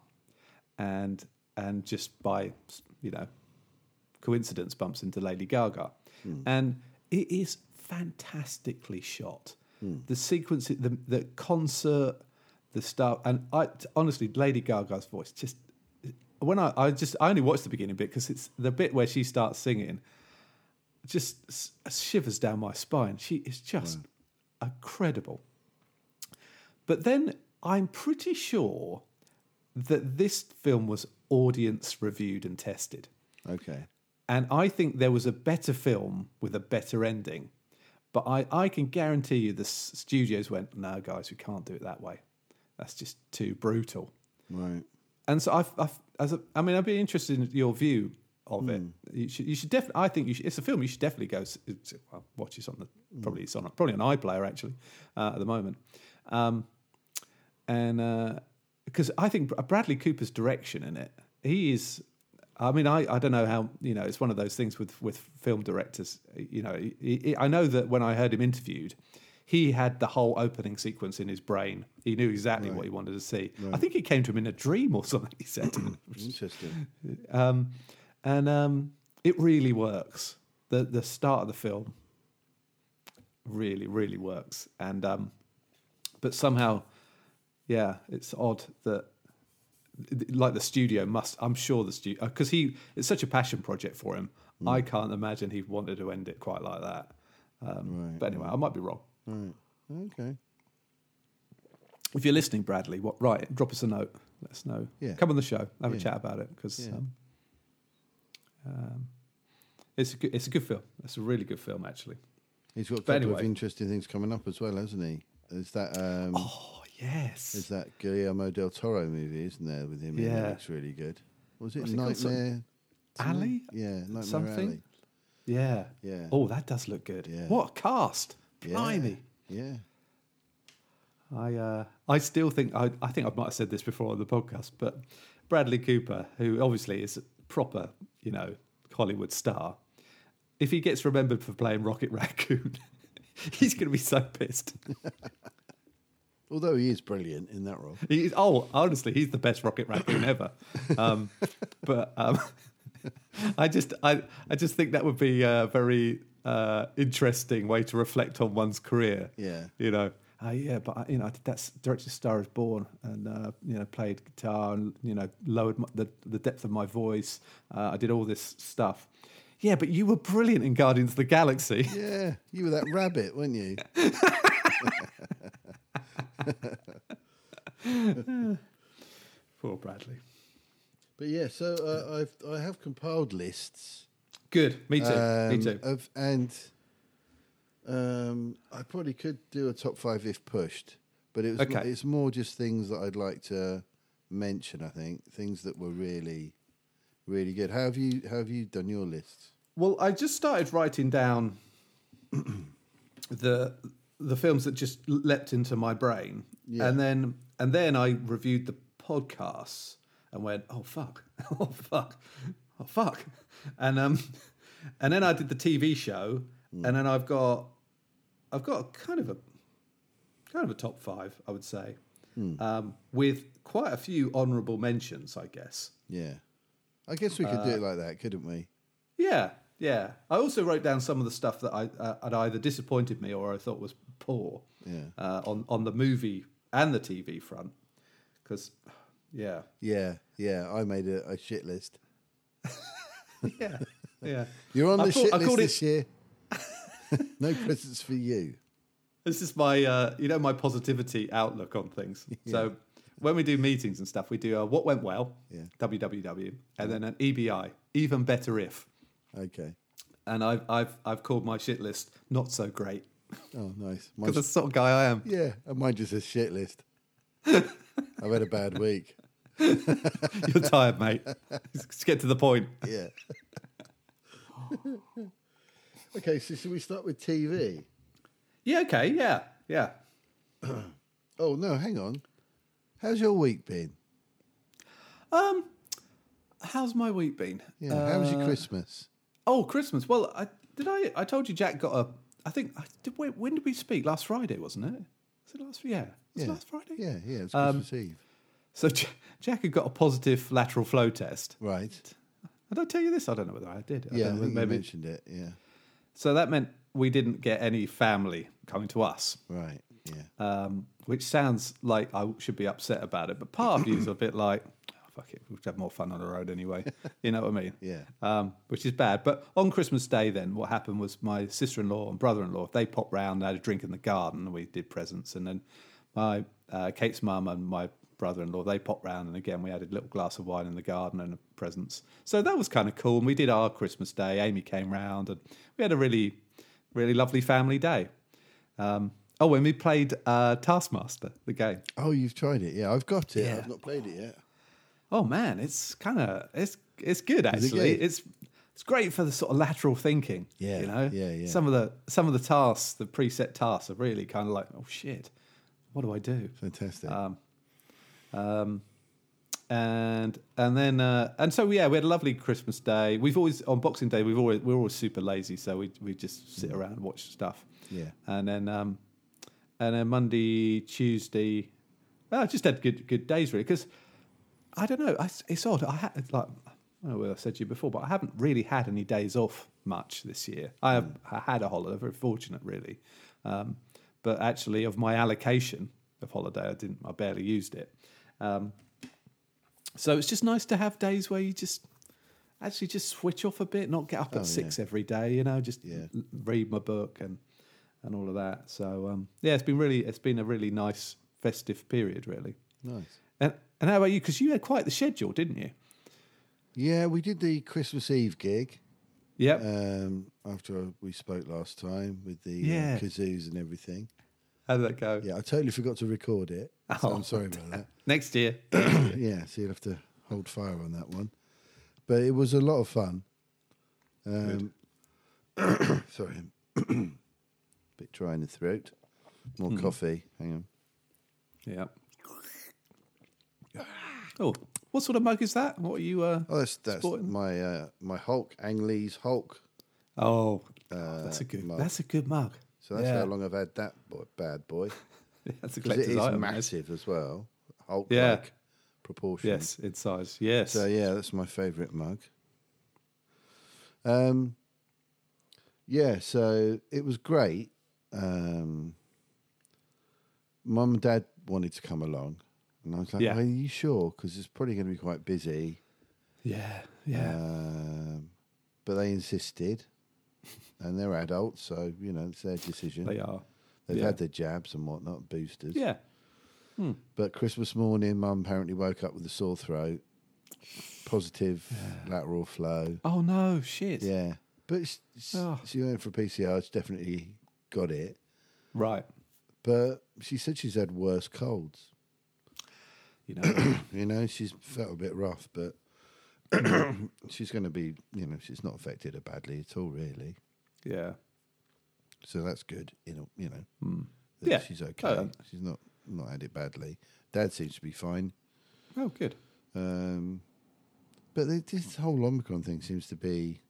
D: and and just by you know coincidence bumps into Lady Gaga, and it is fantastically shot. The sequence, the the concert, the stuff, and I honestly, Lady Gaga's voice just when I, I just I only watched the beginning bit because it's the bit where she starts singing just s- shivers down my spine. She is just incredible. But then I'm pretty sure that this film was audience reviewed and tested.
B: Okay.
D: And I think there was a better film with a better ending. But I, I can guarantee you the s- studios went, no, guys, we can't do it that way. That's just too brutal.
B: Right.
D: And so I've, I've as a, I mean, I'd be interested in your view of it. You should, you should definitely. I think you should, it's a film you should definitely go s- s- well, watch. It's on the probably it's on probably on iPlayer actually uh, at the moment, um, and because I think Br- Bradley Cooper's direction in it, he is. I mean, I, I don't know how you know. It's one of those things with with film directors. You know, he, he, I know that when I heard him interviewed. He had the whole opening sequence in his brain. He knew exactly what he wanted to see. I think it came to him in a dream or something. He said,
B: Interesting.
D: um, and um, it really works. The the start of the film really really works, and um, but somehow, yeah, it's odd that like the studio must. I'm sure the studio because he it's such a passion project for him.
B: Mm.
D: I can't imagine he wanted to end it quite like that. Um,
B: Right,
D: but anyway, I might be wrong.
B: right. Okay.
D: If you're listening, Bradley, what right? Drop us a note. Let us know.
B: Yeah.
D: Come on the show. Have a
B: Yeah.
D: chat about it because
B: Yeah.
D: um, um, it's a good, it's a good film. It's a really good film, actually.
B: He's got a
D: But
B: couple of
D: anyway.
B: interesting things coming up as well, hasn't he? Is that um,
D: Oh yes.
B: is that Guillermo del Toro movie, isn't there, with him? in it?
D: Yeah.
B: It looks really good. Was it
D: What's it called? Some-
B: Nightmare?
D: Alley?
B: Yeah, Nightmare
D: Something?
B: Alley.
D: yeah.
B: Yeah.
D: Oh, that does look good.
B: Yeah.
D: What a cast!
B: Yeah.
D: Blimey.
B: Yeah.
D: I uh, I still think I I think I might have said this before on the podcast, but Bradley Cooper, who obviously is a proper you know Hollywood star, if he gets remembered for playing Rocket Raccoon, he's going to be so pissed.
B: Although he is brilliant in that role.
D: He's oh, honestly, he's the best Rocket Raccoon ever. Um, but um, I just I I just think that would be a very uh, interesting way to reflect on one's career.
B: Yeah.
D: you know. Oh yeah, but I, you know, I did that directed Star is Born, and uh, you know, played guitar, and you know, lowered my, the the depth of my voice. Uh, I did all this stuff. Yeah, but you were brilliant in Guardians of the Galaxy.
B: Yeah. You were that rabbit, weren't you?
D: Poor Bradley.
B: But yeah, so uh, I've I have compiled lists.
D: Good. Me too. me
B: um,
D: too.
B: Of, and um, I probably could do a top five if pushed, but it was
D: Okay.
B: it's more just things that I'd like to mention. I think things that were really Really good. How have you how have you done your list?
D: Well, I just started writing down the the films that just leapt into my brain,
B: Yeah.
D: and then and then I reviewed the podcasts and went, "Oh fuck! Oh fuck! Oh fuck!" And um, and then I did the TV show, and then I've got I've got kind of a kind of a top five, I would say, um, with quite a few honourable mentions, I guess.
B: Yeah. I guess we could do it
D: Uh,
B: like that, couldn't we?
D: Yeah, yeah. I also wrote down some of the stuff that I uh, had either disappointed me or I thought was poor
B: Yeah.
D: uh, on on the movie and the TV front. Because, yeah,
B: Yeah, yeah. I made a, a shit list.
D: yeah, yeah.
B: You're on
D: I
B: the
D: call-
B: shit
D: I
B: list
D: called it-
B: this year. no presents for you.
D: This is my, uh, you know, my positivity outlook on things. So when we do meetings and stuff, we do uh, what went well,
B: Yeah.
D: WWW, and then an EBI, even better if.
B: Okay.
D: And I've I've I've called my shit list not so great
B: Oh, nice.
D: because
B: Mine's,
D: that's the sort of guy I am.
B: yeah, and mine just says shit list. I've had a bad week.
D: You're tired, mate. Just get to the point.
B: Yeah. okay, so should we start with TV?
D: Yeah, okay, yeah, yeah.
B: Oh no, hang on. How's your week been?
D: How's my week been?
B: Yeah. how was
D: Uh,
B: your Christmas?
D: Oh, Christmas. Well, I did I I told you Jack got a I think I did when, when did we speak? Last Friday, wasn't it? Was it last yeah. Was
B: Yeah.
D: it last Friday? Um,
B: Yeah, yeah. It's Christmas Eve.
D: So J- Jack had got a positive lateral flow test.
B: Right.
D: Did I tell you this? I don't know whether I did. I
B: Yeah, I
D: don't know,
B: think you
D: maybe.
B: mentioned it. Yeah.
D: So that meant we didn't get any family coming to us.
B: Right. Yeah.
D: um, which sounds like I should be upset about it, but part of you is a bit like, oh, fuck it, we'll have more fun on the road anyway. You know what I mean?
B: Yeah.
D: Um, which is bad. But on Christmas Day, then, what happened was my sister in law and brother in law, they popped round, they had a drink in the garden, and we did presents. And then my uh, Kate's mum and my brother in law, they popped round, and again, we had a little glass of wine in the garden and presents. So that was kind of cool. And we did our Christmas Day. Amy came round, and we had a really, really lovely family day. Um, oh, when we played uh, Taskmaster, the game.
B: Oh, you've tried it. Yeah, I've got it.
D: Yeah.
B: I've not played it yet.
D: Oh man, it's kind of it's it's good
B: it
D: actually.
B: good?
D: It's it's great for the sort of lateral thinking.
B: Yeah,
D: you know,
B: yeah, yeah.
D: Some of the some of the tasks, the preset tasks, are really kind of like, oh shit, what do I do?
B: Fantastic.
D: Um, and and then uh, and so yeah, we had a lovely Christmas day. We've always on Boxing Day we've always we're always super lazy, so we we just sit around and watch stuff.
B: Yeah.
D: and then um, and then Monday, Tuesday, well, I just had good good days really because I don't know, I, it's odd. I had it's like I don't know whether I said to you before, but I haven't really had any days off much this year. I have I had a holiday, very fortunate really, um, but actually of my allocation of holiday, I didn't, I barely used it. Um, So it's just nice to have days where you just actually just switch off a bit, not get up at six every day, you know, just
B: Oh, Yeah.
D: l- read my book and and all of that. So um, yeah, it's been really it's been a really nice festive period, really.
B: nice.
D: And and how about you? Because you had quite the schedule, didn't you?
B: Yeah, we did the Christmas Eve gig
D: Yep.
B: um, after we spoke last time with the uh,
D: Yeah.
B: kazoos and everything.
D: how did that go?
B: Yeah, I totally forgot to record it. so
D: Oh.
B: I'm sorry about that.
D: Next year.
B: yeah, so you'll have to hold fire on that one. But it was a lot of fun. Um, sorry, bit dry in the throat. More
D: Hmm.
B: coffee. Hang on.
D: yeah. Oh, what sort of mug is that? What are you? Uh,
B: Oh, that's that's
D: Sporting.
B: my uh, my Hulk Angley's Hulk.
D: oh,
B: Uh,
D: that's a good.
B: mug.
D: That's a good mug.
B: So that's
D: Yeah.
B: how long I've had that boy, bad boy. 'Cause
D: That's a
B: it
D: collector's
B: is
D: item. that is.
B: massive as well. Hulk like
D: Yeah.
B: proportions.
D: Yes, in size. Yes.
B: So yeah, that's my favourite mug. Um, yeah, so it was great. Um, Mum and Dad wanted to come along, and I was like,
D: Yeah.
B: "Are you sure? Because it's probably going to be quite busy."
D: yeah. Yeah.
B: Um, but they insisted, and they're adults, so you know it's their decision.
D: They are.
B: They've
D: yeah.
B: had their jabs and whatnot, boosters.
D: Yeah.
B: But Christmas morning, Mum apparently woke up with a sore throat, positive lateral flow.
D: Oh no, shit.
B: Yeah, but it's, it's-
D: Oh.
B: she went for a PCR. She's definitely got it,
D: Right.
B: but she said she's had worse colds.
D: You know.
B: You know, she's felt a bit rough, but she's going to be, you know, she's not affected her badly at all, really.
D: Yeah.
B: So that's good. In a, you know, that
D: Yeah.
B: she's
D: Oh,
B: okay. she's not not had it badly. Dad seems to be fine.
D: Oh, good.
B: Um, but the- this whole Omicron thing seems to be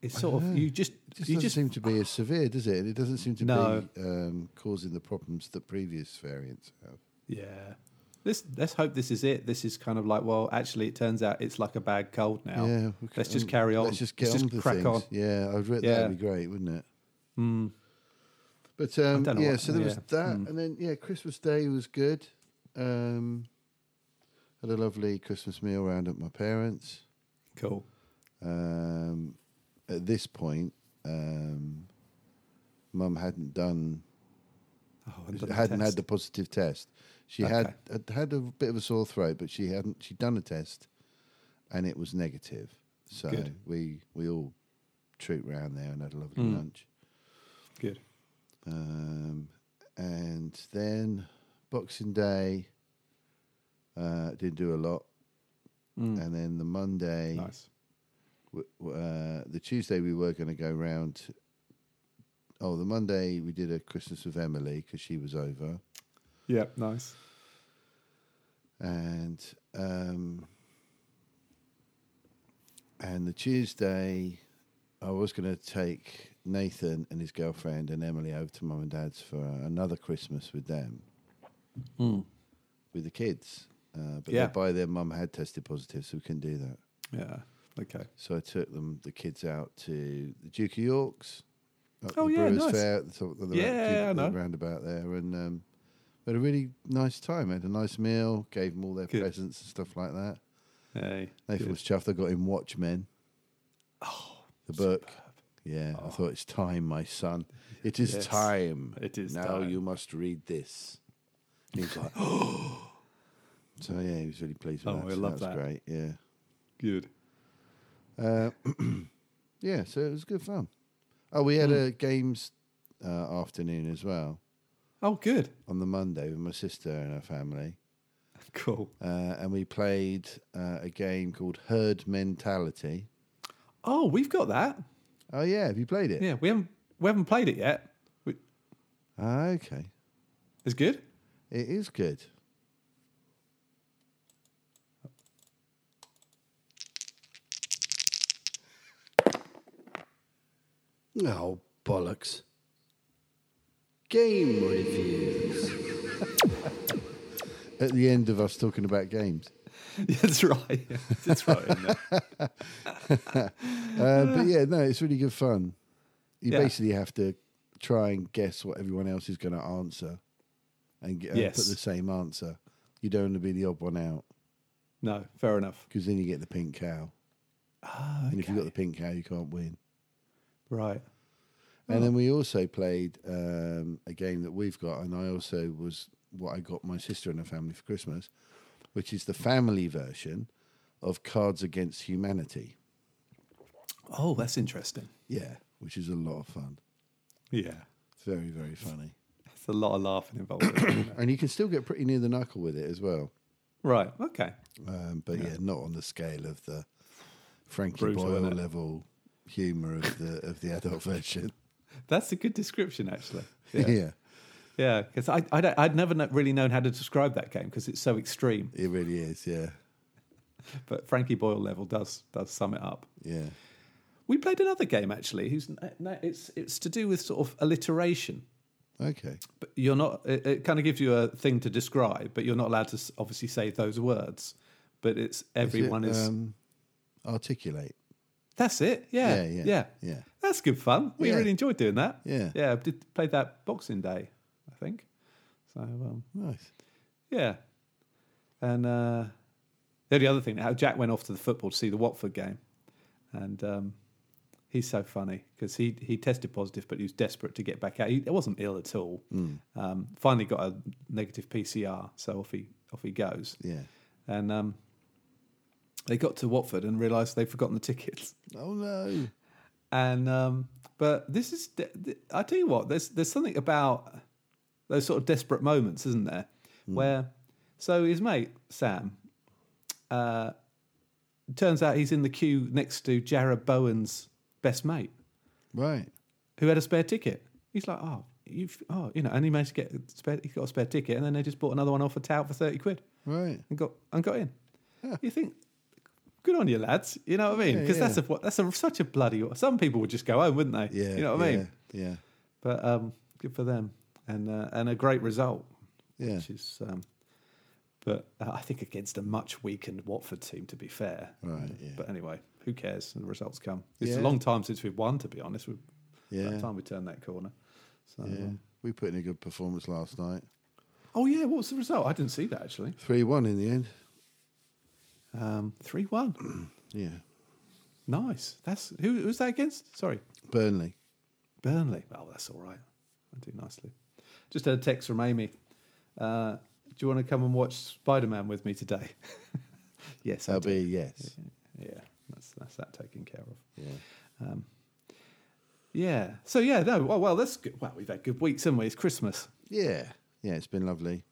D: It's sort of you just,
B: it just
D: you
B: doesn't
D: just
B: seem to be as severe, does it? It doesn't seem to
D: No.
B: be um, causing the problems that previous variants have.
D: yeah. This let's hope this is it. This is kind of like well, actually, it turns out it's like a bad cold now.
B: Yeah, we
D: let's
B: c-
D: just
B: um,
D: carry on.
B: Let's just get on with
D: crack
B: things.
D: on. Hmm.
B: Yeah, I'd read
D: Yeah.
B: that'd be great, wouldn't it? But um,
D: don't know
B: yeah,
D: what- Hmm.
B: so there was
D: yeah.
B: that, and then yeah, Christmas Day was good. Um, had a lovely Christmas meal round at my parents.
D: Cool.
B: Um, at this point, um, Mum hadn't done
D: Oh, and the
B: hadn't
D: test.
B: had the positive test. She had had had a bit of a sore throat, but she hadn't. She'd done a test, and it was negative. So
D: Good. Hmm.
B: we we all trooped round there and had a lovely lunch.
D: good.
B: Um, and then Boxing Day uh, didn't do a lot,
D: Hmm.
B: and then the Monday,
D: Nice.
B: w- w- uh, the Tuesday we were going to go round. Oh, the Monday we did a Christmas with Emily because she was over.
D: Yeah, nice.
B: and um, and the Tuesday, I was going to take Nathan and his girlfriend and Emily over to mum and dad's for another Christmas with them, Hmm. with the kids. Uh, but
D: Yeah.
B: by then, mum had tested positive, so we couldn't do that.
D: Yeah. Okay.
B: So I took them, the kids, out to the Duke of York's. Up
D: Oh,
B: the
D: yeah,
B: Brewers
D: nice.
B: Fair, at the, top of the, ra-
D: Yeah,
B: Duke-
D: I
B: the
D: know.
B: roundabout there, and um, we had a really nice time. Had a nice meal, gave them all their
D: Good.
B: presents and stuff like that.
D: Hey.
B: Nathan
D: good.
B: was chuffed. I got him Watchmen, oh, the book. Yeah, I thought it's time, my son. It is
D: Oh. Yes,
B: time.
D: it is
B: now.
D: time."
B: You must read this. And he was like, oh. So yeah, he was really pleased with
D: Oh,
B: that.
D: I
B: so
D: love
B: that was
D: that.
B: great. Yeah. Uh,
D: Good.
B: Yeah, so it was good fun. Oh, we had
D: Hmm.
B: a games uh, afternoon as well
D: Oh, good.
B: on the Monday with my sister and her family,
D: Cool.
B: uh, and we played uh, a game called Herd Mentality.
D: Oh, we've got that.
B: Oh yeah, have you played it?
D: Yeah, we haven't we haven't played it yet. We-
B: Ah, okay,
D: It's good.
B: it is good.
E: Oh, bollocks. Game reviews.
B: At the end of us talking about games,
D: That's right. That's right. isn't it?
B: uh, but yeah, no, it's really good fun. You
D: Yeah.
B: basically have to try and guess what everyone else is going to answer, and get, uh, put
D: Yes.
B: the same answer. You don't want to be the odd one out.
D: No, fair enough.
B: because then you get the pink cow. And if you've got the pink cow, you can't win.
D: Right.
B: And then we also played um, a game that we've got, and I also was what I got my sister and her family for Christmas, which is the family version of Cards Against Humanity.
D: Oh, that's interesting.
B: Yeah, which is a lot of fun.
D: Yeah.
B: It's very, very funny.
D: That's a lot of laughing involved. isn't it?
B: And you can still get pretty near the knuckle with it as well.
D: right. Okay.
B: Um, but yeah. not on the scale of the Frankie
D: Brutal,
B: Boyle
D: innit?
B: level humour of the of the adult version.
D: That's a good description, actually.
B: Yeah.
D: Yeah. yeah. Because I, I don't- I'd never kno- really known how to describe that game because it's so extreme.
B: It really is, yeah.
D: But Frankie Boyle level does does sum it up.
B: Yeah.
D: We played another game actually. Who's uh, it's it's to do with sort of alliteration.
B: Okay.
D: but you're not it, it kind of gives you a thing to describe but you're not allowed to s- obviously say those words but it's everyone is,
B: um, articulate.
D: that's it yeah
B: yeah, yeah,
D: yeah,
B: yeah.
D: that's good fun we
B: Yeah.
D: really enjoyed doing that
B: Yeah.
D: yeah I did, played that boxing day i think so um,
B: Nice.
D: yeah and uh the only other thing how jack went off to the football to see the watford game and um He's so funny because he, he tested positive, but he was desperate to get back out. He wasn't ill at all. Um, finally got a negative PCR, so off he off he goes.
B: Yeah.
D: And um, they got to Watford and realised they'd forgotten the tickets.
B: Oh no.
D: And um, but this is I tell you what, there's there's something about those sort of desperate moments, isn't there? Where so his mate Sam Uh, turns out he's in the queue next to Jared Bowen's best mate,
B: Right.
D: who had a spare ticket. He's like, oh, you've, oh, you know, and he managed to get a spare. He got a spare ticket, and then they just bought another one off a tout for thirty quid
B: Right.
D: and got and got in. You think, good on you lads. You know what I mean?
B: Yeah,
D: Because
B: yeah.
D: that's a that's a, such a bloody. Some people would just go home, wouldn't they?
B: Yeah.
D: You know what I mean?
B: Yeah. Yeah.
D: But um, good for them, and uh, and a great result.
B: Yeah.
D: Which is, um, but uh, I think against a much weakened Watford team, to be fair.
B: Right, Oh, yeah.
D: But anyway, who cares? The results come. It's
B: Yeah.
D: a long time since we've won, to be honest. We,
B: Yeah.
D: That time we turned that corner. So,
B: Yeah.
D: um,
B: We put in a good performance last night.
D: oh yeah, what was the result? I didn't see that actually.
B: Three one in the end.
D: Um, Three one.
B: Yeah.
D: nice. That's who who's that against? Sorry,
B: Burnley.
D: Burnley. Oh, that's all right. I do nicely. Just had a text from Amy. Uh, do you want to come and watch Spider Man with me today? yes, I
B: That'll
D: do.
B: be yes.
D: Yeah, that's that's that taken care of.
B: Yeah.
D: Yeah. So yeah, no. oh, Well, well that's good. Well, we've had good weeks, haven't we? It's Christmas.
B: Yeah. Yeah. It's been lovely.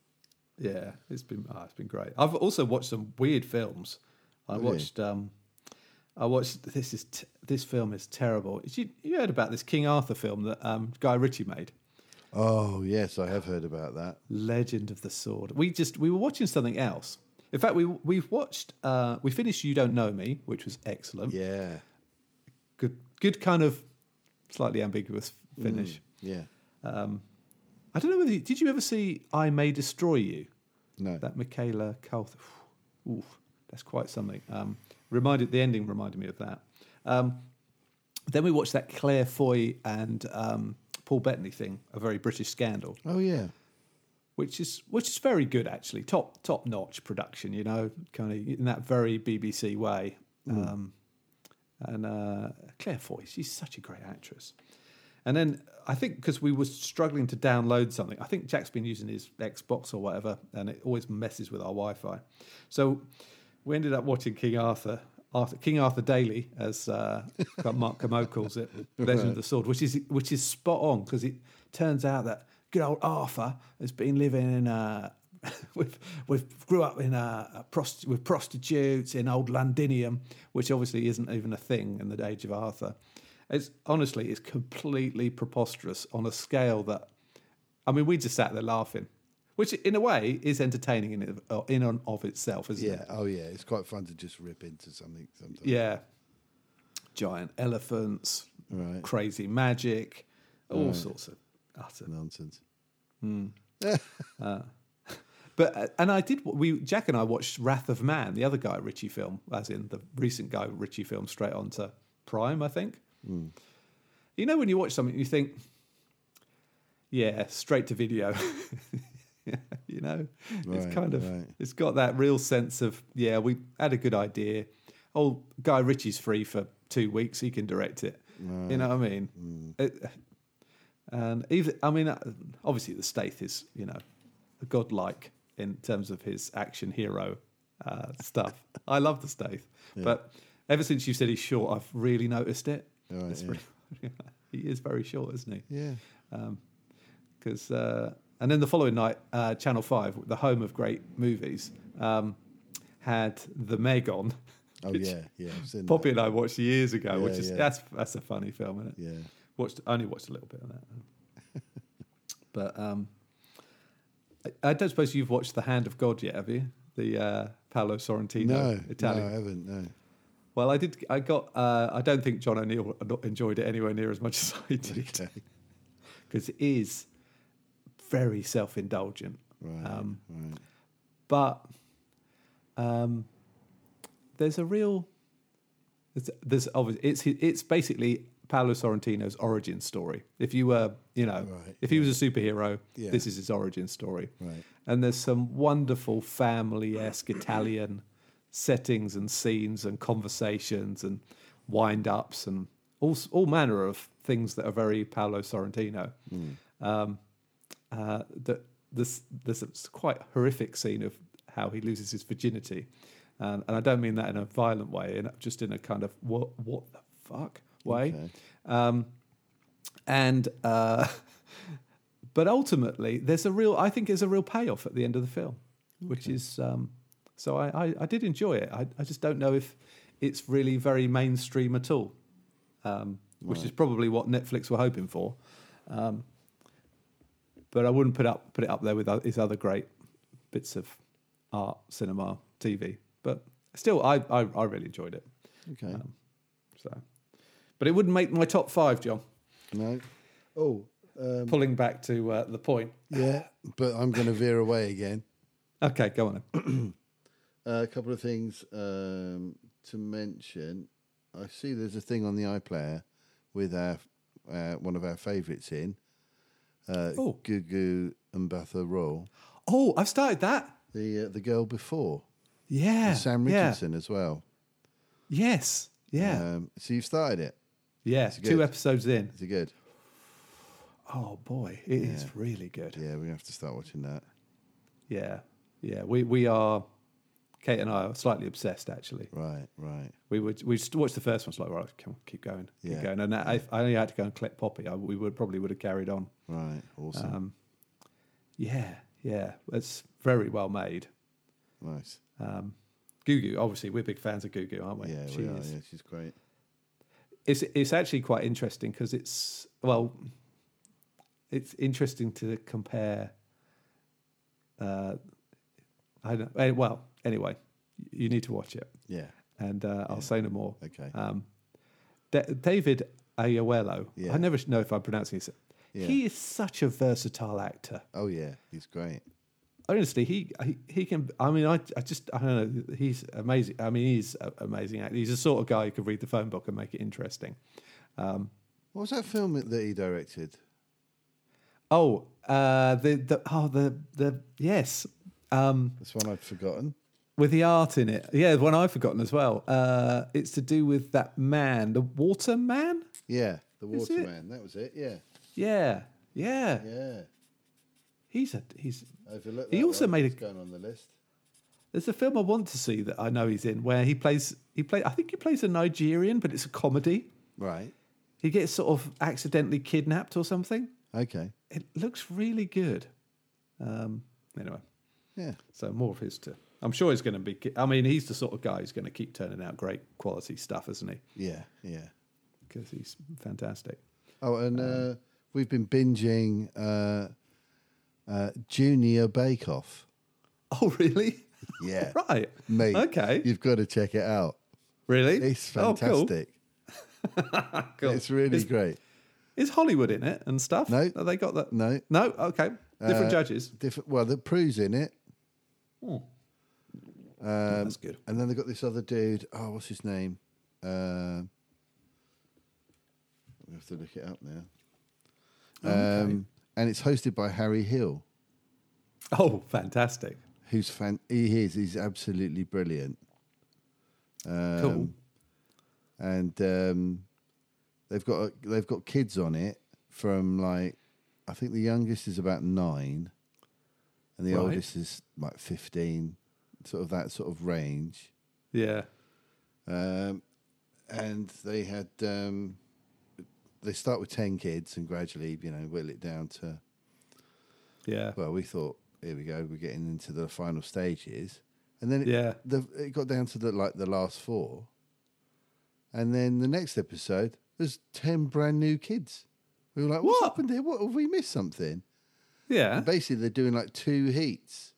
D: Yeah, it's been ah, it's been great. I've also watched some weird films. I
B: Really?
D: watched um, I watched this is t- this film is terrible. You, you heard about this King Arthur film that um, Guy Ritchie made,
B: Oh yes, I have heard about that.
D: Legend of the Sword. We just we were watching something else. In fact, we we've watched uh, we finished You Don't Know Me, which was excellent.
B: Yeah.
D: Good good kind of slightly ambiguous finish.
B: Mm. Yeah.
D: I don't know whether you, did you ever see I May Destroy You?
B: No.
D: That Michaela Calth. Oof, that's quite something. Um, reminded the ending reminded me of that. Um, then we watched that Claire Foy and um, Paul Bettany thing, a very British scandal,
B: Oh yeah.
D: which is which is very good actually, top top notch production. You know, kind of in that very BBC way. Um, and uh, Claire Foy, she's such a great actress. And then I think because we were struggling to download something, I think Jack's been using his Xbox or whatever, and it always messes with our Wi-Fi. So we ended up watching King Arthur, Arthur King Arthur Daily, as uh, Mark Camo calls it, Legend of the Sword, which is which is spot on because it turns out that good old Arthur has been living in a with with grew up in a, a prosti- with prostitutes in old Londinium, which obviously isn't even a thing in the age of Arthur. It's honestly, it's completely preposterous on a scale that, I mean, we just sat there laughing, which in a way is entertaining in of- in and of itself, isn't
B: Yeah.
D: it?
B: Oh yeah. It's quite fun to just rip into something sometimes.
D: Yeah. Giant elephants,
B: Right.
D: crazy magic, all sorts of utter
B: Nonsense.
D: But uh, and I did. We Jack and I watched Wrath of Man, the other Guy Ritchie film, as in the recent Guy Ritchie film, straight onto Prime, I think.
B: Hmm.
D: You know, when you watch something, you think, yeah, straight to video. you know,
B: Right,
D: it's kind of
B: right.
D: it's got that real sense of yeah, we had a good idea. Oh, Guy Ritchie's free for two weeks; he can direct it. You know what I mean?
B: Hmm.
D: It- and even I mean, uh, obviously the Staith is you know godlike in terms of his action hero uh, stuff. I love the Staith, but ever since you said he's short, I've really noticed it.
B: Right,
D: It's
B: Oh, yeah.
D: really- he is very short, isn't he?
B: Yeah.
D: because uh, and then the following night, uh, Channel Five, the home of great movies, um, had the Meg on.
B: Oh
D: which
B: yeah. Yeah. I've seen
D: Poppy and I watched years ago, which
B: Yeah,
D: is
B: yeah.
D: that's that's a funny film, isn't it?
B: that. Yeah.
D: Watched only watched a little bit of that, but um, I, I don't suppose you've watched The Hand of God yet, have you? The uh, Paolo Sorrentino
B: No.
D: Italian
B: No, I haven't. No.
D: well, I did. I got. Uh, I don't think John O'Neill enjoyed it anywhere near as much as I did,
B: Okay.
D: because it is very self-indulgent.
B: Right.
D: Um,
B: right.
D: But um, there's a real. It's, there's obviously it's it's basically Paolo Sorrentino's origin story. If you were, you know,
B: Right,
D: if he was a superhero,
B: Yeah.
D: this is his origin story.
B: Right.
D: And there's some wonderful family-esque Italian settings and scenes and conversations and wind-ups and all all manner of things that are very Paolo Sorrentino.
B: Hmm.
D: Um, uh, that this there's a quite horrific scene of how he loses his virginity, um, and I don't mean that in a violent way, in a- just in a kind of what what the fuck way,
B: Okay.
D: um, and. Uh, But ultimately, there's a real. I think there's a real payoff at the end of the film, which is um, So I, I, I did enjoy it. I, I just don't know if it's really very mainstream at all, um, which is probably what Netflix were hoping for. Um, but I wouldn't put up put it up there with o- his other great bits of art, cinema, TV. But still, I I, I really enjoyed it.
B: Okay.
D: Um, So, but it wouldn't make my top five, John.
B: no. Oh, um,
D: Pulling back to uh, the point.
B: yeah. But I'm going to veer away again.
D: Okay, go on. Then.
B: Uh, a couple of things um, to mention. I see there's a thing on the iPlayer with our uh, one of our favourites in, uh,
D: Oh.
B: Gugu Mbatha Roll,
D: Oh, I've started that.
B: the uh, the girl before,
D: Yeah.
B: Sam
D: yeah.
B: Richardson as well.
D: Yes. Yeah.
B: Um, so you've started it.
D: yeah.
B: good.
D: Two episodes in.
B: Is it good?
D: Oh boy, it is really good.
B: Yeah, we have to start watching that.
D: Yeah. Yeah. We we are. Kate and I are slightly obsessed, actually.
B: Right, right.
D: We would we just watched the first one. It's like, right, come on, keep going,
B: Yeah.
D: keep going. And I, if I only had to go and clip Poppy, I, we would probably would have carried on.
B: Right, awesome,
D: Um, yeah, yeah, it's very well made.
B: nice.
D: Um, Gugu, obviously, we're big fans of Gugu, aren't we?
B: Yeah,
D: She
B: we are.
D: is-
B: Yeah, she's great.
D: It's it's actually quite interesting because it's well, it's interesting to compare. Uh, I don't. eh, Well, anyway, you need to watch it,
B: Yeah,
D: and uh, I'll say no more.
B: okay.
D: Um, Da David Ayuelo.
B: Yeah.
D: I never sh- know if I'm pronouncing this.
B: Yeah.
D: He is such a versatile actor.
B: oh yeah, he's great.
D: Honestly, he he, he can. I mean, I, I just I don't know. He's amazing. I mean, he's a, amazing actor. He's the sort of guy who could read the phone book and make it interesting.
B: What was that film that he directed?
D: Oh, uh, the the oh the the yes, um,
B: That's one I'd forgotten.
D: with the art in it. Yeah, the one I've forgotten as well. Uh, it's to do with that man, the water man.
B: Yeah, The
D: Is it?
B: Waterman. That was it. Yeah,
D: Yeah, yeah.
B: yeah.
D: He's a he's
B: Overlooked.
D: He
B: that
D: also
B: one.
D: made a-
B: It's going on the list.
D: There's a film I want to see that I know he's in where he plays he play I think he plays a Nigerian, but it's a comedy.
B: Right.
D: He gets sort of accidentally kidnapped or something.
B: Okay.
D: It looks really good. Um, anyway,
B: Yeah.
D: so more of his to. I'm sure he's going to be. I mean, he's the sort of guy who's going to keep turning out great quality stuff, isn't he?
B: Yeah. Yeah.
D: Because he's fantastic.
B: Oh, and
D: Um,
B: uh, we've been binging uh, uh, Junior Bake Off.
D: Oh, really?
B: Yeah.
D: right.
B: Mate.
D: Okay.
B: You've got to check it out.
D: Really?
B: It's
D: Oh, cool.
B: fantastic.
D: Cool.
B: It's really
D: Is-
B: great.
D: Is Hollywood in it and stuff?
B: No.
D: Have they got that?
B: No.
D: No. Okay. Different
B: Uh,
D: judges. Oh.
B: Different. Well, the Prue's in it. Um,
D: That's good.
B: And then they got this other dude. Oh, what's his name? Um, we have to look it up now. Um, and it's hosted by Harry Hill,
D: Oh, fantastic.
B: who's fan. He is. He's absolutely brilliant. Um,
D: Cool.
B: And um, they've got a, they've got kids on it from like I think the youngest is about nine, and the
D: Right.
B: oldest is like fifteen, sort of that sort of range.
D: Yeah.
B: Um, and they had um, they start with ten kids and gradually, you know, whittle it down to.
D: Yeah.
B: Well, we thought here we go, we're getting into the final stages, and then it,
D: Yeah.
B: the, it got down to the like the last four, and then the next episode there's ten brand new kids. We were like, "What's
D: What?
B: happened here? What have we missed something?"
D: Yeah.
B: Basically, they're doing like two heats,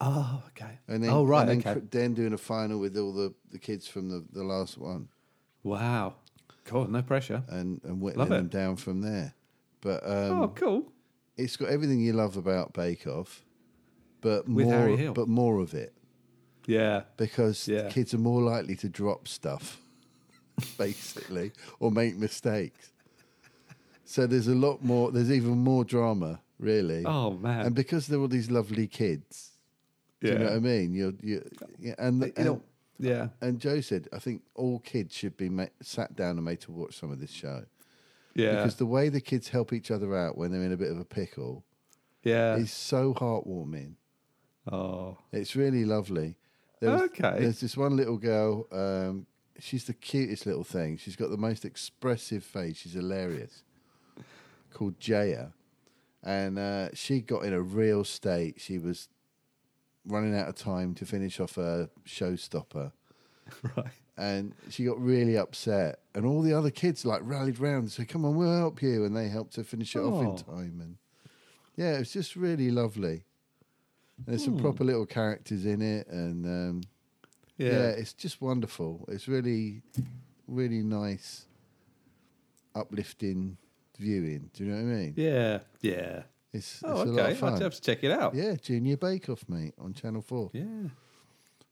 D: Oh, okay.
B: and then
D: oh, right.
B: and then,
D: okay.
B: cr- then doing a final with all the, the kids from the, the last one.
D: Wow. Cool. No pressure.
B: and and whittling
D: it.
B: them down from there. But um,
D: oh, cool.
B: it's got everything you love about Bake Off, but
D: With
B: more,
D: Harry Hill.
B: but more of it
D: Yeah.
B: because
D: Yeah.
B: kids are more likely to drop stuff, basically, or make mistakes. So there's a lot more. There's even more drama, really.
D: Oh man.
B: and because they're all these lovely kids, do
D: yeah.
B: you know um, what I mean? You're, you, yeah, and
D: You
B: and,
D: know, yeah.
B: and Joe said, I think all kids should be ma- sat down and made to watch some of this show.
D: Yeah.
B: because the way the kids help each other out when they're in a bit of a pickle
D: yeah.
B: is so heartwarming.
D: Oh.
B: It's really lovely. There was-
D: Okay.
B: There's this one little girl. Um, she's the cutest little thing. She's got the most expressive face. She's hilarious. Called Jaya, and uh, she got in a real state. She was running out of time to finish off a showstopper.
D: Right.
B: And she got really upset, and all the other kids like rallied round and said, "Come on, we'll help you!" And they helped her finish it
D: Oh.
B: off in time. And yeah, it was just really lovely. And there's
D: Hmm.
B: some proper little characters in it, and um,
D: Yeah.
B: yeah, it's just wonderful. It's really, really nice, uplifting viewing. Do you know what I mean?
D: Yeah. Yeah.
B: It's,
D: Oh,
B: it's a lot
D: okay.
B: of
D: I'll
B: fun.
D: have to check it out.
B: Yeah, Junior Bake Off, mate, on Channel 4.
D: Yeah.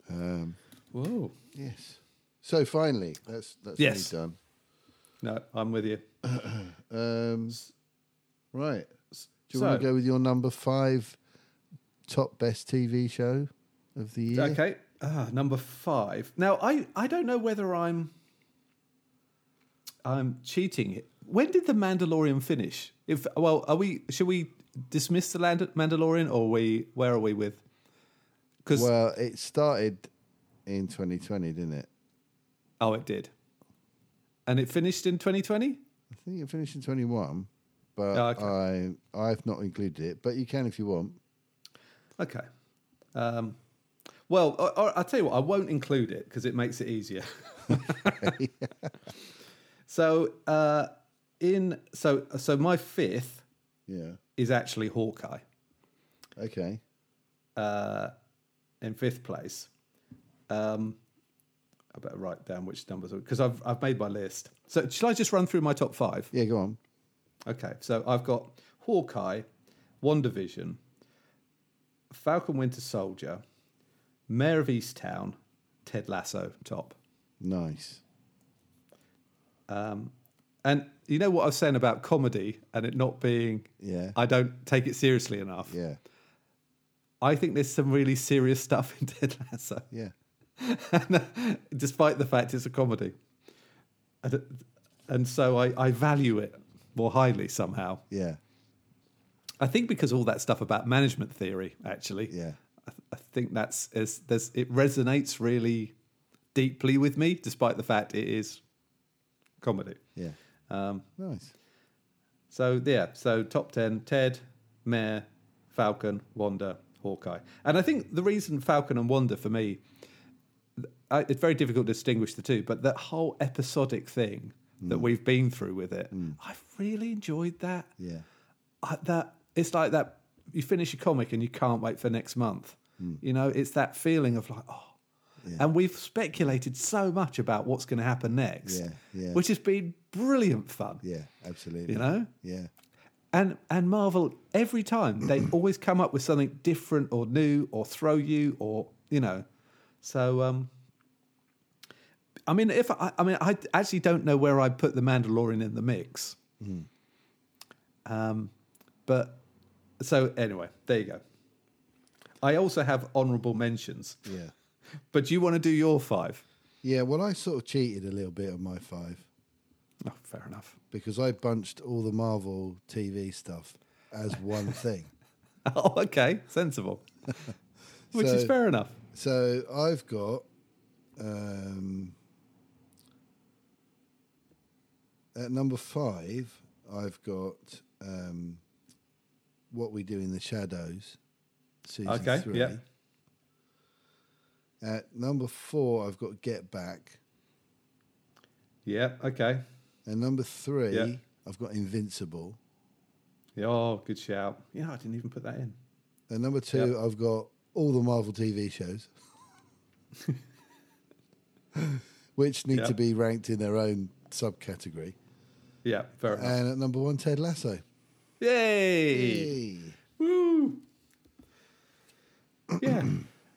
B: Um,
D: Whoa.
B: yes. So finally, that's that's
D: Yes.
B: nearly done.
D: No, I'm with you.
B: Um, right. Do you
D: so-
B: want to go with your number five top best TV show of the year?
D: Okay. Ah, number five. Now, I, I don't know whether I'm I'm cheating. When did the Mandalorian finish? If well, are we? Should we dismiss the Land- Mandalorian, or we? Where are we with? Because
B: Well, it started in 2020, didn't it?
D: oh, it did, and it finished in 2020.
B: I think it finished in 21, but
D: Oh, okay.
B: I I've not included it. But you can if you want.
D: Okay. Um, well, I- I, I'll tell you what, I won't include it because it makes it easier. so, uh, in so so my fifth
B: Yeah.
D: is actually Hawkeye
B: Okay.
D: uh, in fifth place. Um, I better write down which numbers because I've I've made my list. So shall I just run through my top five?
B: Yeah, go on.
D: Okay, so I've got Hawkeye, WandaVision, Falcon Winter Soldier, Mayor of Easttown, Ted Lasso, top.
B: Nice.
D: And you know what I was saying about comedy and it not being,
B: Yeah.
D: I don't take it seriously enough.
B: Yeah.
D: I think there's some really serious stuff in Ted Lasso,
B: Yeah.
D: despite the fact it's a comedy. And, and so I, I value it more highly somehow.
B: Yeah.
D: I think because all that stuff about management theory, actually,
B: Yeah.
D: I, th- I think that's is there's it resonates really deeply with me, despite the fact it is comedy.
B: Yeah.
D: Um,
B: Nice.
D: so yeah, so top ten: Ted, Mare, Falcon, Wanda, Hawkeye, and I think the reason Falcon and Wanda for me, I, it's very difficult to distinguish the two, but that whole episodic thing that we've been through with it, I've really enjoyed that.
B: Yeah.
D: I, that it's like that you finish a comic and you can't wait for next month.
B: Hmm.
D: You know, it's that feeling of like, oh, and we've speculated so much about what's going to happen next,
B: Yeah, yeah.
D: which has been brilliant fun.
B: Yeah. Absolutely.
D: You know,
B: Yeah.
D: and and Marvel every time they always come up with something different or new or throw you or you know, so um. I mean, if I, I mean, I actually don't know where I put the Mandalorian in the mix.
B: Hmm.
D: Um, but so anyway, there you go. I also have honourable mentions,
B: Yeah.
D: but do you want to do your five?
B: Yeah. Well, I sort of cheated a little bit on my five
D: Oh, fair enough.
B: because I bunched all the Marvel TV stuff as one thing.
D: Oh, okay, sensible, which is
B: So-
D: fair enough.
B: So I've got um, at number five, I've got um, what we do in the shadows, season
D: Okay,
B: three.
D: yeah.
B: At number four, I've got Get Back,
D: Yeah. Okay.
B: and number three,
D: Yeah.
B: I've got Invincible,
D: Yeah, Oh, good shout. Yeah, I didn't even put that in.
B: and number two, I've got all the Marvel TV shows. Which need
D: Yeah.
B: to be ranked in their own subcategory.
D: Yeah, fair enough.
B: And at number one, Ted Lasso.
D: Yay!
B: Hey.
D: Woo! Yeah.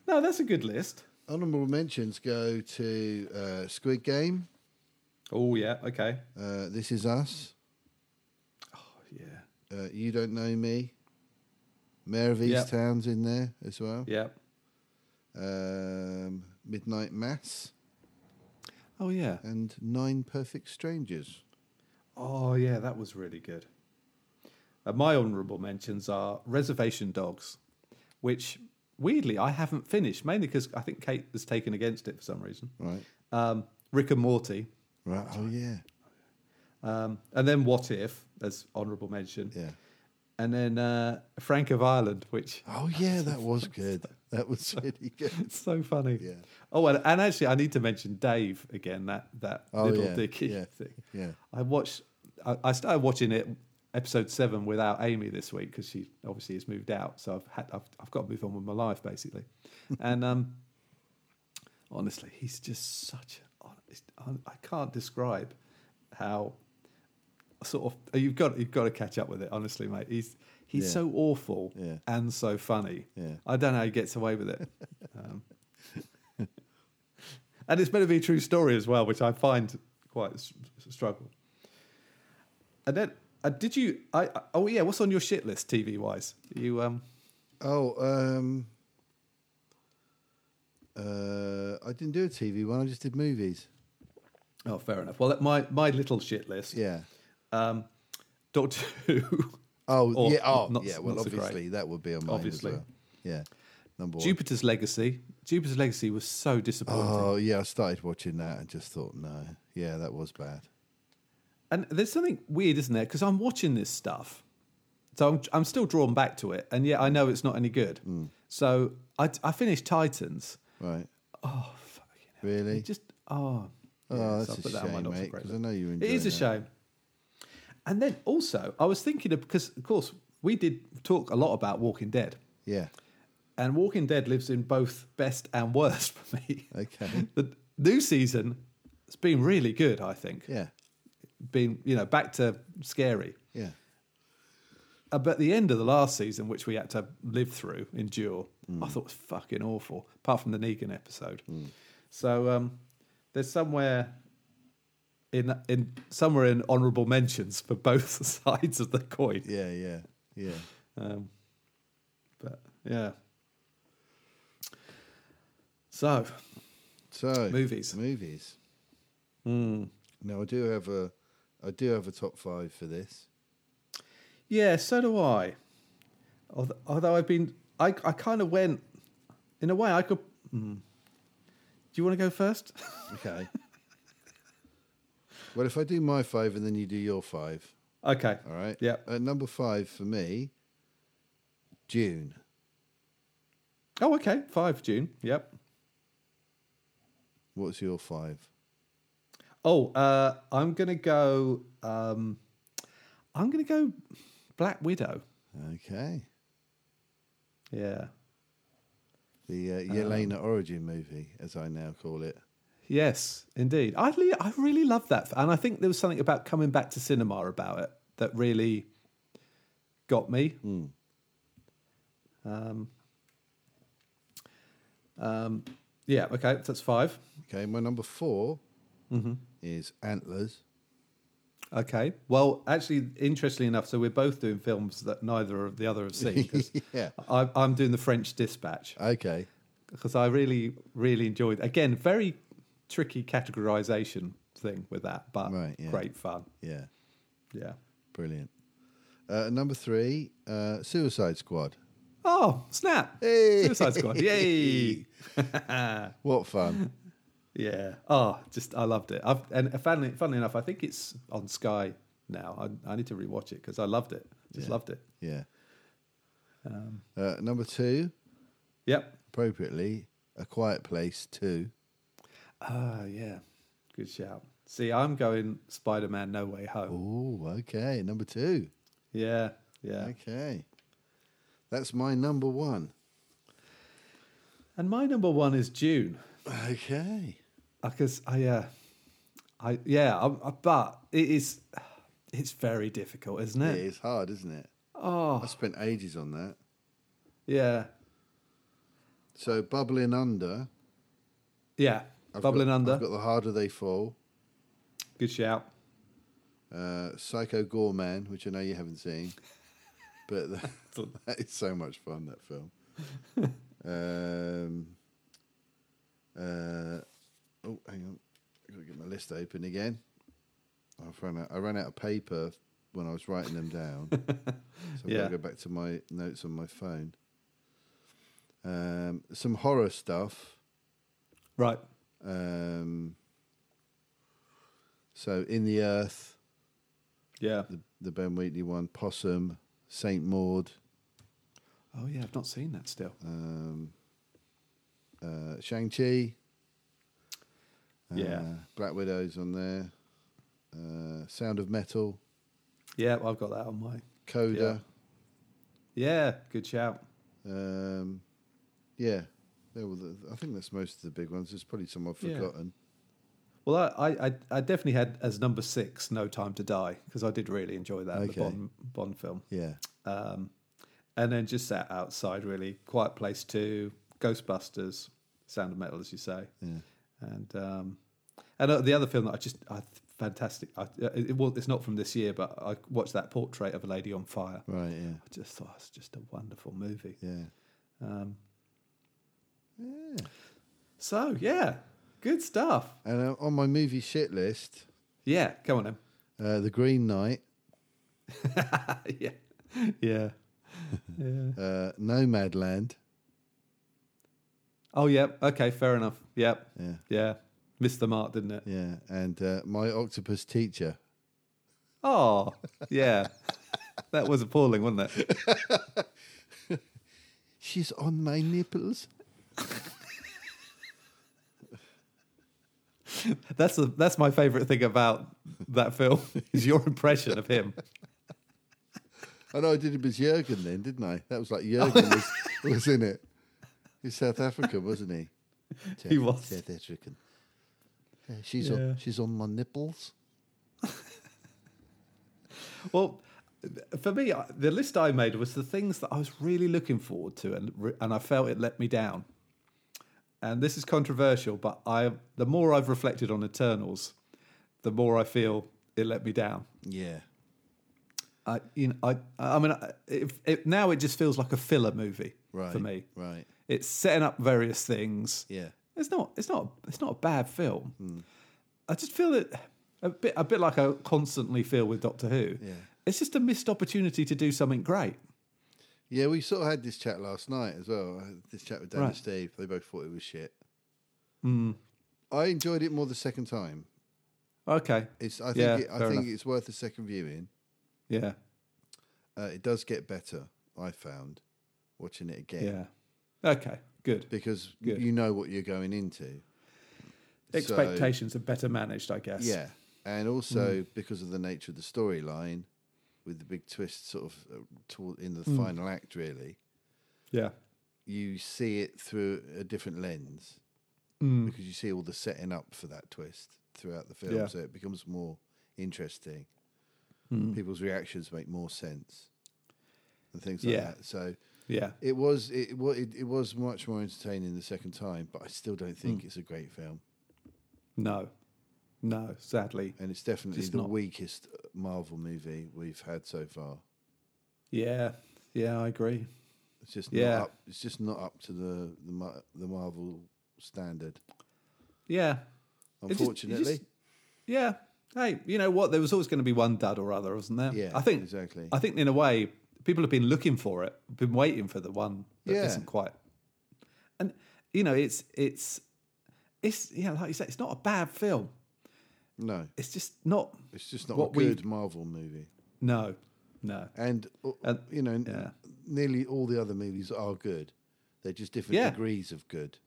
D: no, that's a good list.
B: Honorable mentions go to uh, Squid Game,
D: Oh, yeah. Okay.
B: uh, This Is Us,
D: Oh, yeah.
B: uh, You Don't Know Me, Mayor of
D: Yeah.
B: East Town's in there as well,
D: Yeah.
B: um, Midnight Mass,
D: Oh, yeah.
B: and Nine Perfect Strangers.
D: Oh, yeah. That was really good. Uh, my honourable mentions are Reservation Dogs, which weirdly I haven't finished, mainly because I think Kate has taken against it for some reason.
B: Right,
D: Um, Rick and Morty,
B: right. Oh, yeah.
D: um, and then What If as honourable mention.
B: Yeah.
D: and then uh, Frank of Ireland, which
B: Oh, yeah, that was good. That was really good.
D: It's so funny.
B: Yeah.
D: Oh, and, and actually, I need to mention Dave again. That that
B: Oh,
D: little
B: yeah,
D: Dicky
B: yeah,
D: thing.
B: yeah.
D: I watched. I, I started watching it episode seven without Amy this week because she obviously has moved out. So I've had I've, I've got to move on with my life basically. and um, honestly, he's just such. an honest- I I can't describe how sort of you've got you've got to catch up with it. Honestly, mate, he's he's
B: Yeah.
D: so awful
B: Yeah.
D: and so funny.
B: Yeah.
D: I don't know how he gets away with it. Um, and it's meant to be a true story as well, which I find quite s- s- struggle. And then, uh, did you? I, I oh yeah, what's on your shit list TV wise? You um
B: Oh, um, uh, I didn't do a TV one. I just did movies.
D: oh fair enough. Well, my my little shit list.
B: Yeah.
D: Um, Doctor Who,
B: Oh,
D: Or-
B: yeah. Oh,
D: not-
B: yeah. Well,
D: not so great.
B: obviously that would be on mine.
D: Obviously.
B: Obviously. Yeah. Number one.
D: Jupiter's Legacy. Jupiter's Legacy was so disappointing.
B: Oh, yeah. I started watching that and just thought, no. Yeah, that was bad.
D: And there's something weird, isn't there? Because I'm watching this stuff, so I'm, I'm still drawn back to it, and yet I know it's not any good.
B: Hmm.
D: So I, I finished Titans.
B: Right.
D: Oh, fucking hell.
B: Really?
D: It just oh,
B: Oh,
D: yeah,
B: that's
D: so I
B: a
D: put that on my
B: shame,
D: not so
B: mate,
D: great
B: 'cause
D: list.
B: I know you
D: It is a
B: enjoy that.
D: shame. And then also, I was thinking of because of course we did talk a lot about Walking Dead,
B: Yeah.
D: and Walking Dead lives in both best and worst for me.
B: Okay.
D: the new season has been really good, I think.
B: Yeah.
D: Been you know back to scary.
B: Yeah.
D: Uh, but the end of the last season, which we had to live through, endure, I thought was fucking awful, apart from the Negan episode. So um, there's somewhere in in somewhere in honourable mentions for both sides of the coin.
B: Yeah. Yeah. Yeah.
D: Um, but yeah. So
B: So
D: Movies.
B: movies. Now I do have a, I do have a top five for this.
D: yeah, so do I. Although, although I've been, I I kind of went in a way. I could. hmm. Do you want to go first?
B: Okay. well, if I do my five and then you do your five,
D: okay.
B: all right?
D: Yeah.
B: At number five for me, June.
D: Oh, okay. 5 June. Yep.
B: What's your five?
D: Oh, uh, I'm going to go. Um, I'm going to go Black Widow.
B: Okay.
D: Yeah.
B: The uh, Yelena origin movie, as I now call it.
D: Yes, indeed. I, really- I really love that. And I think there was something about coming back to cinema about it that really got me. Um, um, yeah, okay. That's five.
B: Okay. My number 4 is Antlers.
D: Okay. Well, actually, interestingly enough, so we're both doing films that neither of the other have seen. 'cause
B: Yeah.
D: I, I'm doing The French Dispatch
B: Okay.
D: because I really, really enjoyed. Again, very tricky categorization thing with that, but
B: Right, yeah.
D: great fun.
B: Yeah.
D: Yeah.
B: Brilliant. Uh, number three, uh, Suicide Squad.
D: Oh, snap!
B: Hey.
D: Suicide Squad! Yay!
B: What fun.
D: Yeah. Oh, just I loved it. I've, and funnily, funnily enough, I think it's on Sky now. I, I need to rewatch it because I loved it. Just
B: Yeah.
D: loved it.
B: yeah.
D: Um.
B: uh, number two,
D: Yep.
B: appropriately, A Quiet Place 2.
D: Ah, yeah. Good shout. See, I'm going Spider Man No Way Home.
B: Oh, okay. Number two.
D: Yeah, yeah.
B: Okay. That's my number one.
D: And my number one is June.
B: Okay.
D: Because I, uh, I, yeah, I, I, but it is, it's very difficult, isn't
B: It
D: it?
B: is hard, isn't it?
D: Oh,
B: I spent ages on that.
D: yeah,
B: So, Bubbling Under.
D: yeah.
B: I've
D: Bubbling
B: got-
D: under.
B: I've got The Harder They Fall.
D: Good shout.
B: Uh, Psycho Goreman, which I know you haven't seen, but that, that is so much fun, that film. Um, uh, oh, hang on. I've got to get my list open again. I've run out, I ran out of paper when I was writing them down. so I've
D: Yeah.
B: got to go back to my notes on my phone. Um, some horror stuff.
D: Right.
B: Um, so, In the Earth.
D: Yeah.
B: the, the Ben Wheatley one, Possum, Saint Maud,
D: Oh yeah, I've not seen that still.
B: um, uh, Shang Chi.
D: Yeah.
B: Black Widow's on there. Uh, Sound of Metal,
D: Yeah, I've got that on my.
B: Coda.
D: Yeah, good shout.
B: Yeah, um, yeah. They were the, I think that's most of the big ones. There's probably some I've
D: Yeah.
B: forgotten.
D: Well, I, I, I- I definitely had as number six No Time to Die because I did really enjoy that
B: Okay.
D: the Bond Bond film, Um,
B: Yeah,
D: and then just sat outside really Quiet Place Two, Ghostbusters, Sound of Metal, as you say,
B: yeah,
D: and um, and uh, the other film that I just I, fantastic. I, it, it was it's not from this year, but I watched that Portrait of a Lady on Fire.
B: right, yeah,
D: I just thought it's just a wonderful movie. Um,
B: yeah.
D: So yeah, good stuff.
B: And uh, on my movie shit list,
D: Yeah, come on then.
B: uh, The Green Knight,
D: yeah, yeah, yeah.
B: uh, Nomadland.
D: Oh yeah, okay, fair enough. Yep.
B: Yeah,
D: Yeah. Missed the mark, didn't it?
B: yeah. And uh, My Octopus Teacher.
D: Oh, yeah. that was appalling, wasn't it?
B: She's on my nipples.
D: That's the that's my favourite thing about that film is your impression of him.
B: I know I did it with Jurgen then, didn't I? That was like
D: Oh.
B: Jurgen was, was in it. He's South African, wasn't he?
D: He was.
B: South African. Uh, she's on. She's on my nipples.
D: Well, for me, I- the list I made was the things that I was really looking forward to, and re- and I felt it let me down. And this is controversial, but I the more I've reflected on Eternals, the more I feel it let me down.
B: Yeah.
D: I you know I I mean I- if it, now it just feels like a filler movie
B: Right.
D: for me.
B: Right.
D: It's setting up various things.
B: Yeah.
D: It's not it's not it's not a bad film.
B: Hmm.
D: I just feel it a bit a bit like I constantly feel with Doctor Who.
B: Yeah.
D: It's just a missed opportunity to do something great.
B: Yeah. We sort of had this chat last night as well. I had this chat with Dan
D: Right. Mm.
B: and Steve. They both thought it was shit. I enjoyed it more the second time.
D: Okay.
B: It's. I think.
D: Yeah,
B: it, I
D: fair
B: think
D: enough.
B: it's worth a second viewing.
D: Yeah.
B: Uh, it does get better. I found watching it again
D: Yeah. Okay. Good.
B: because
D: Good.
B: you know what you're going into. so-
D: Expectations are better managed, I guess.
B: Yeah, and also
D: Mm.
B: because of the nature of the storyline, with the big twist sort of uh, toward in the
D: Mm.
B: final act, really,
D: Yeah.
B: you see it through a different lens because you see all the setting up for that twist throughout the film,
D: Mm. Yeah.
B: so it becomes more interesting.
D: Mm.
B: People's reactions make more sense, and things like
D: Yeah.
B: that. So
D: Yeah.
B: it was it, wa- it it was much more entertaining the second time, but I still don't
D: Mm.
B: think it's a great film,
D: No. No, sadly.
B: and it's definitely
D: Just
B: the
D: not-
B: weakest Marvel movie we've had so far.
D: Yeah. Yeah, I agree.
B: It's just
D: Yeah.
B: not up, it's just not up to the the, Mar- the Marvel standard,
D: Yeah. It just- it
B: unfortunately.
D: just- yeah. Hey, you know what? There was always going to be one dud or other, wasn't there?
B: Yeah,
D: I think
B: exactly.
D: I think in a way, people have been looking for it, been waiting for the one that
B: Yeah.
D: not quite. And you know, it's it's it's yeah, like you said, it's not a bad film.
B: no,
D: It's just not.
B: it's just not
D: what
B: a
D: we-
B: good Marvel movie.
D: No, no.
B: And uh,
D: And-
B: you know, n-
D: yeah.
B: nearly all the other movies are good. They're just different
D: Yeah. Mm.
B: degrees of good.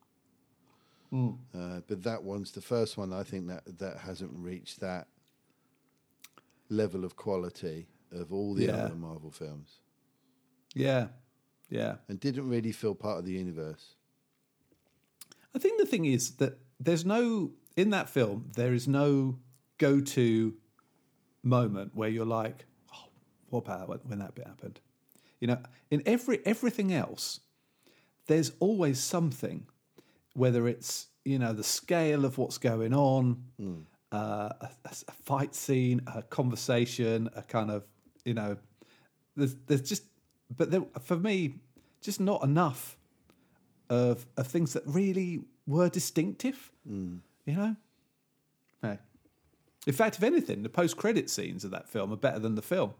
B: Uh, but that one's the first one I think that that hasn't reached that level of quality of all the
D: Yeah.
B: other Marvel films,
D: Yeah, yeah.
B: and didn't really feel part of the universe.
D: I think the thing is that there's no in that film there is no go-to moment where you're like, oh, what about that, when that bit happened? You know, in every everything else, there's always something, whether it's you know the scale of what's going on, uh, a, a s- a fight scene, a conversation, a kind of you know, there's there's just but there, for me, just not enough of of things that really were distinctive.
B: Mm.
D: You know, no. In fact, if anything, the post credit scenes of that film are better than the film.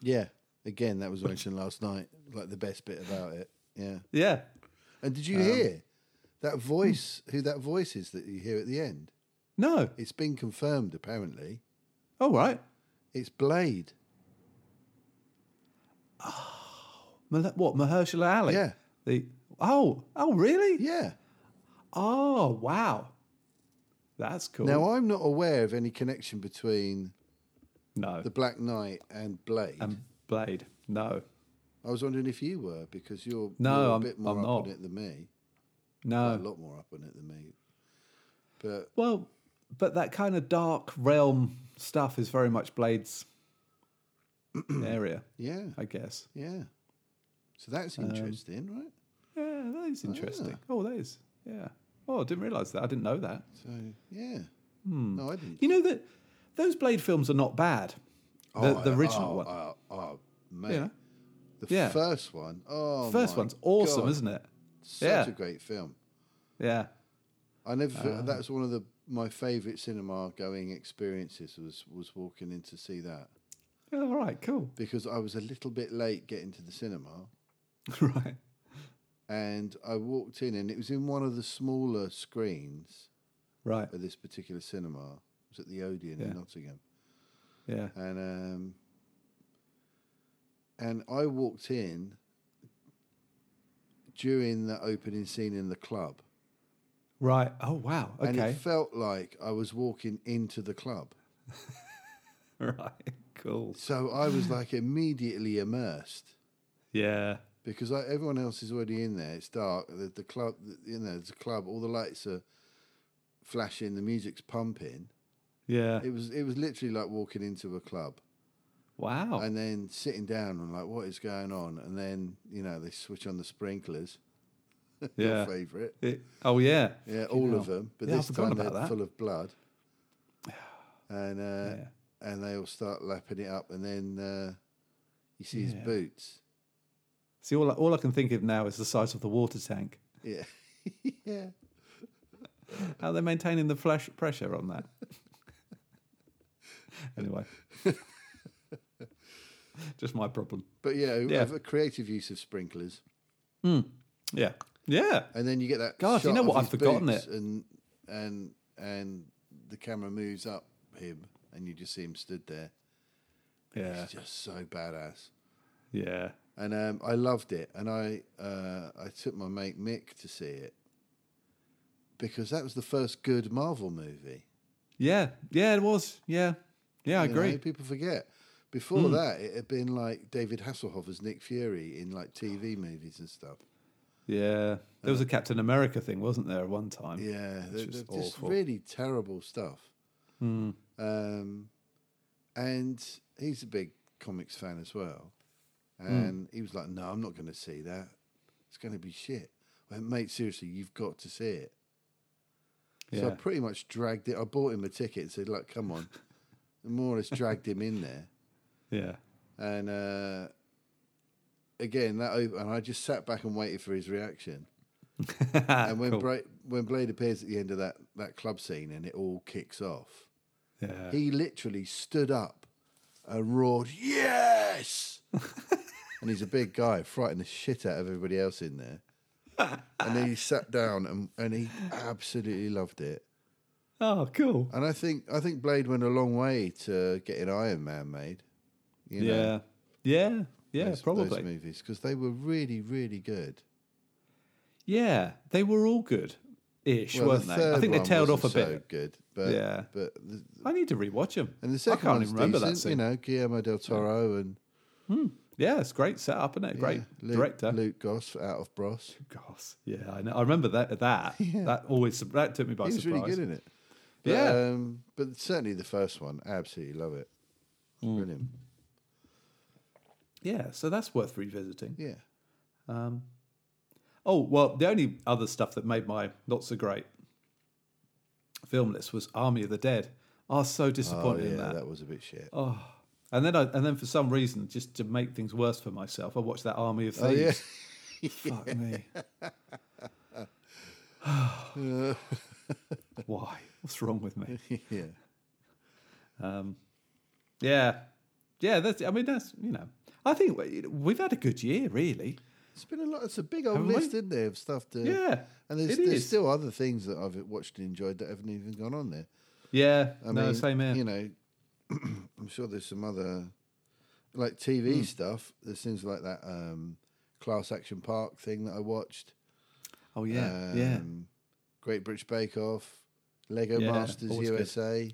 B: Yeah. Again, that was mentioned last night. Like the best bit about it. Yeah.
D: Yeah,
B: And did you
D: Um,
B: hear that voice? Who that voice is that you hear at the end?
D: no,
B: It's been confirmed. Apparently,
D: all right.
B: it's Blade.
D: Mal- what Mahershala Ali?
B: Yeah.
D: The oh oh really?
B: Yeah.
D: Oh, wow. That's cool.
B: Now, I'm not aware of any connection between
D: no.
B: the Black Knight and Blade.
D: and Blade. No.
B: I was wondering if you were because you're,
D: No,
B: you're a
D: I'm-
B: bit more
D: I'm
B: up
D: not.
B: on it than me.
D: No.
B: a lot more up on it than me. But
D: Well, but that kind of dark realm stuff is very much Blade's area,
B: yeah,
D: I guess.
B: yeah. So that's interesting,
D: Um,
B: right?
D: Yeah, that is interesting. Oh, that is. Yeah. Oh, I didn't realize that. I didn't know that.
B: So yeah.
D: Hmm.
B: No, I didn't.
D: You know that those Blade films are not bad. The, the
B: I-
D: original
B: oh,
D: one.
B: Oh, oh, mate.
D: you know,
B: The
D: yeah.
B: first one. Oh,
D: first
B: my
D: one's awesome,
B: God.
D: isn't it?
B: Such
D: Yeah. Uh.
B: a great film.
D: Yeah.
B: I never. for- that's one of the my favourite cinema going experiences was was walking in to see that
D: Yeah, All right. Cool.
B: because I was a little bit late getting to the cinema
D: right.
B: and I walked in and it was in one of the smaller screens
D: Right.
B: at this particular cinema. It was at the Odeon
D: Yeah.
B: in Nottingham.
D: Yeah.
B: and um, and I walked in during the opening scene in the club,
D: Right. Oh wow.
B: and
D: Okay.
B: it felt like I was walking into the club.
D: right. Cool.
B: So I was like immediately immersed
D: Yeah.
B: because I, everyone else is already in there. It's dark. The, the club, you know, there's a club. All the lights are flashing. The music's pumping.
D: Yeah.
B: It was it was literally like walking into a club.
D: wow.
B: and then sitting down and like, what is going on? And then you know they switch on the sprinklers.
D: Yeah.
B: Your favourite,
D: It- oh yeah.
B: yeah, all of
D: hell.
B: them. But
D: Yeah, I
B: this
D: forgot
B: time
D: about
B: they're
D: that.
B: full of blood, and uh,
D: Yeah.
B: and they all start lapping it up, and then uh, you see his
D: Yeah.
B: boots.
D: See, all I, all I can think of now is the size of the water tank.
B: Yeah, yeah.
D: How are they maintaining the flash pressure on that? anyway, just my problem.
B: But yeah,
D: Yeah.
B: have a creative use of sprinklers,
D: Yeah, yeah,
B: and then you get that.
D: Gosh, you
B: shot
D: know
B: of
D: what?
B: his
D: I've forgotten
B: boots
D: it.
B: And and and the camera moves up him, and you just see him stood there.
D: yeah,
B: It's just so badass.
D: yeah.
B: and um, I loved it. And I uh, I took my mate Mick to see it because that was the first good Marvel movie.
D: Yeah, yeah, it was. Yeah, yeah, I
B: You know,
D: agree. Hmm.
B: people forget. Before that, it had been like David Hasselhoff as Nick Fury in like TV movies and stuff.
D: Yeah, there was a Captain America thing, wasn't there, at one time?
B: Yeah,
D: Which
B: they're,
D: was
B: they're just
D: awful.
B: really terrible stuff.
D: Hmm.
B: Um, and he's a big comics fan as well.
D: Hmm.
B: And he was like, "No, I'm not going to see that. It's going to be shit." I went, mate, seriously, you've got to see it. So I
D: Yeah.
B: pretty much dragged it. I bought him a ticket and said, "Like, come on," and more or less dragged him in there.
D: yeah,
B: And uh, again, that op- and I just sat back and waited for his reaction. and when
D: Cool.
B: Bra- when Blade appears at the end of that that club scene and it all kicks off,
D: yeah.
B: he literally stood up and roared, "Yes!" and he's a big guy, frightened the shit out of everybody else in there. and then he sat down and, and he absolutely loved it.
D: Oh, cool.
B: And I think I think Blade went a long way to getting Iron Man made. You know,
D: Yeah, yeah, yeah.
B: those-
D: probably.
B: those movies because they were really really good.
D: Yeah, they were all good ish,
B: Well,
D: weren't
B: the
D: they?
B: third
D: I think they
B: one
D: tailed off
B: wasn't
D: a
B: so
D: bit.
B: Good, but
D: Yeah.
B: but the,
D: I need to rewatch them.
B: and the
D: I
B: second
D: can't
B: one's
D: even remember
B: decent,
D: that scene.
B: You know, Guillermo del Toro and
D: Yeah, it's great setup, isn't it? Great
B: yeah, Luke,
D: director.
B: Luke Goss out of Bros.
D: Goss. Yeah, I know. I remember that. That
B: Yeah.
D: that always that took me by
B: He was
D: surprise.
B: really good in it. But,
D: Yeah.
B: um, but certainly the first one, I absolutely love it. It's
D: Hmm.
B: Brilliant.
D: Yeah, so that's worth revisiting.
B: Yeah.
D: Oh well, the only other stuff that made my not so great film list was Army of the Dead. I was so
B: Oh
D: disappointed
B: yeah,
D: in that. Oh,
B: that. was a bit shit.
D: And then I, and then for some reason, just to make things worse for myself, I watched that Army of Thieves.
B: oh yeah.
D: Fuck me. Why? What's wrong with me?
B: yeah.
D: Um, Yeah, yeah. That's. I mean, that's. You know, I think we- we've had a good year, really.
B: It's been a lot. It's a big old
D: Haven't we?
B: list, isn't there, of stuff to.
D: Yeah,
B: And there's,
D: it
B: there's
D: is.
B: still other things that I've watched and enjoyed that haven't even gone on there.
D: Yeah.
B: I
D: no,
B: mean,
D: same here.
B: You know, I'm sure there's some other like
D: Hmm.
B: TV stuff. There's things like that um, class action park thing that I watched.
D: oh yeah, yeah.
B: Um, Great British Bake Off, Lego
D: Yeah,
B: Masters
D: always good.
B: USA.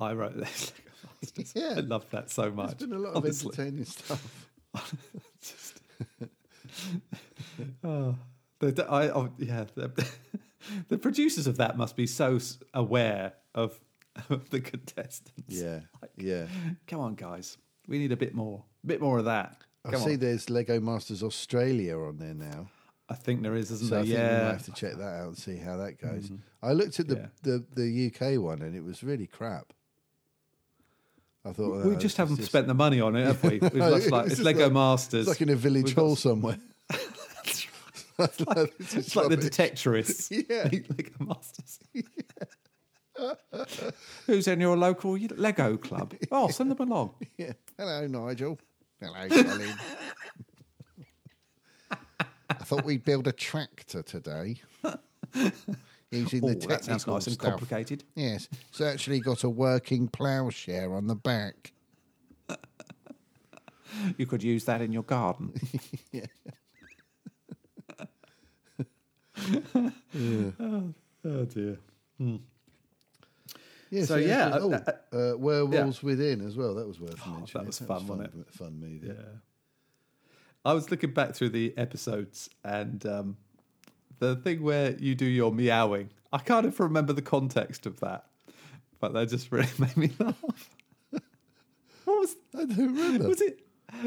D: I wrote this. Like,
B: Yeah.
D: I love that so much.
B: There's been a lot of
D: honestly.
B: entertaining stuff.
D: Just- oh, the, the- I, oh, yeah, the, the producers of that must be so s- aware of, of the contestants.
B: Yeah, yeah.
D: Come on, guys. We need a bit more. A bit more of that.
B: I
D: Come
B: see
D: on.
B: there's Lego Masters Australia on there now.
D: I think there is, isn't
B: So I think we
D: there?
B: might
D: Yeah. Mm-hmm.
B: have to check that out and see how that goes. I looked at the,
D: Yeah.
B: the, the UK one and it was really crap. I thought "Oh,
D: We just
B: this is
D: haven't spent the money on it, have we? We've
B: No,
D: lost like
B: it's
D: it's
B: just
D: Lego
B: like-
D: Masters.
B: It's like in a village
D: We've got-
B: hall somewhere. It's like,
D: It's like the detectorists.
B: Yeah.
D: Lego Masters. Who's in your local Lego club? Oh, send them along.
B: Yeah. Hello, Nigel. Hello, Colin. I thought we'd build a tractor today using
D: Oh,
B: the technical
D: that sounds nice and
B: stuff.
D: complicated.
B: Yes, it's actually got a working ploughshare on the back.
D: You could use that in your garden. oh, oh dear.
B: Yeah,
D: So, yeah,
B: that's
D: uh, Oh,
B: good. oh, uh, werewolves within as well. That was worth mentioning.
D: that was fun, wasn't
B: fun, Fun movie.
D: I was looking back through the episodes and um, the thing where you do your meowing. I can't even remember the context of that, but that just really made me laugh. what was
B: I don't remember.
D: was it?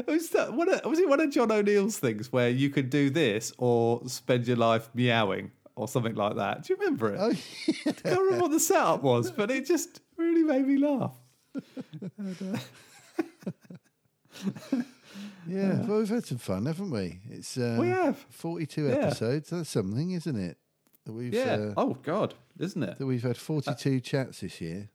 D: Was that one? Of, was it one of John O'Neill's things where you could do this or spend your life meowing or something like that? Do you remember it?
B: Oh, yeah.
D: I can't remember what the setup was, but it just really made me laugh.
B: Yeah, well, we've had some fun, haven't we? It's uh,
D: We have.
B: forty-two
D: Yeah.
B: episodes. That's something, isn't it? That we've
D: Yeah.
B: uh,
D: oh God, isn't it?
B: that we've had forty-two chats this year.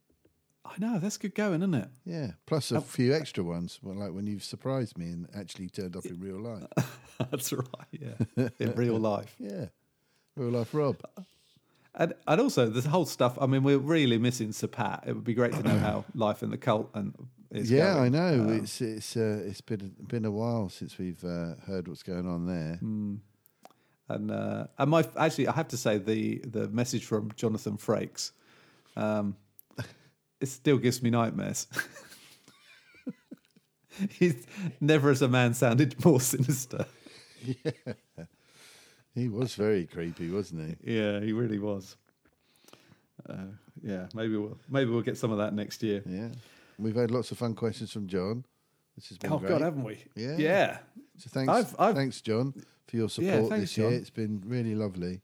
D: I know that's good going, isn't it?
B: Yeah, plus
D: Oh.
B: a few extra ones, well, like when you've surprised me and actually turned up in real life.
D: That's right. Yeah, in real life,
B: Yeah, real life, Rob.
D: and and also this whole stuff. I mean, we're really missing Sir Pat. It would be great to know how life in the cult and is
B: yeah,
D: going.
B: I know. it's it's uh, it's been been a while since we've uh, heard what's going on there.
D: And uh, and my actually, I have to say the the message from Jonathan Frakes, um, it still gives me nightmares. He's never as a man sounded more sinister.
B: He was very creepy, wasn't he?
D: Yeah, he really was. Uh, yeah, maybe we'll maybe we'll get some of that next year.
B: Yeah, we've had lots of fun questions from John. This has been
D: Oh
B: great.
D: God, haven't we?
B: Yeah.
D: yeah.
B: So thanks,
D: I've- I've-
B: thanks, John, for your support
D: Yeah, thanks,
B: this year.
D: John.
B: It's been really lovely.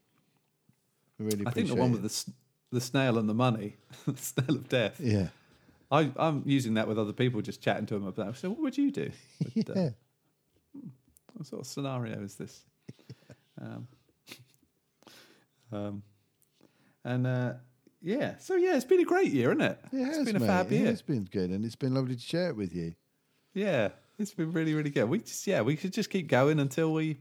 B: We really
D: I
B: appreciate
D: think the one
B: it.
D: with the s- the snail and the money, the snail of death.
B: yeah,
D: I, I'm using that with other people, just chatting to them about. So, what would you do? But, uh,
B: yeah.
D: What sort of scenario is this? Um, um, and uh, yeah, so yeah, it's been a great year, isn't it?
B: It has,
D: it's been
B: mate.
D: a fab
B: It
D: year.
B: has been good, and it's been lovely to share it with you.
D: Yeah, it's been really, really good. We just yeah, we should just keep going until we.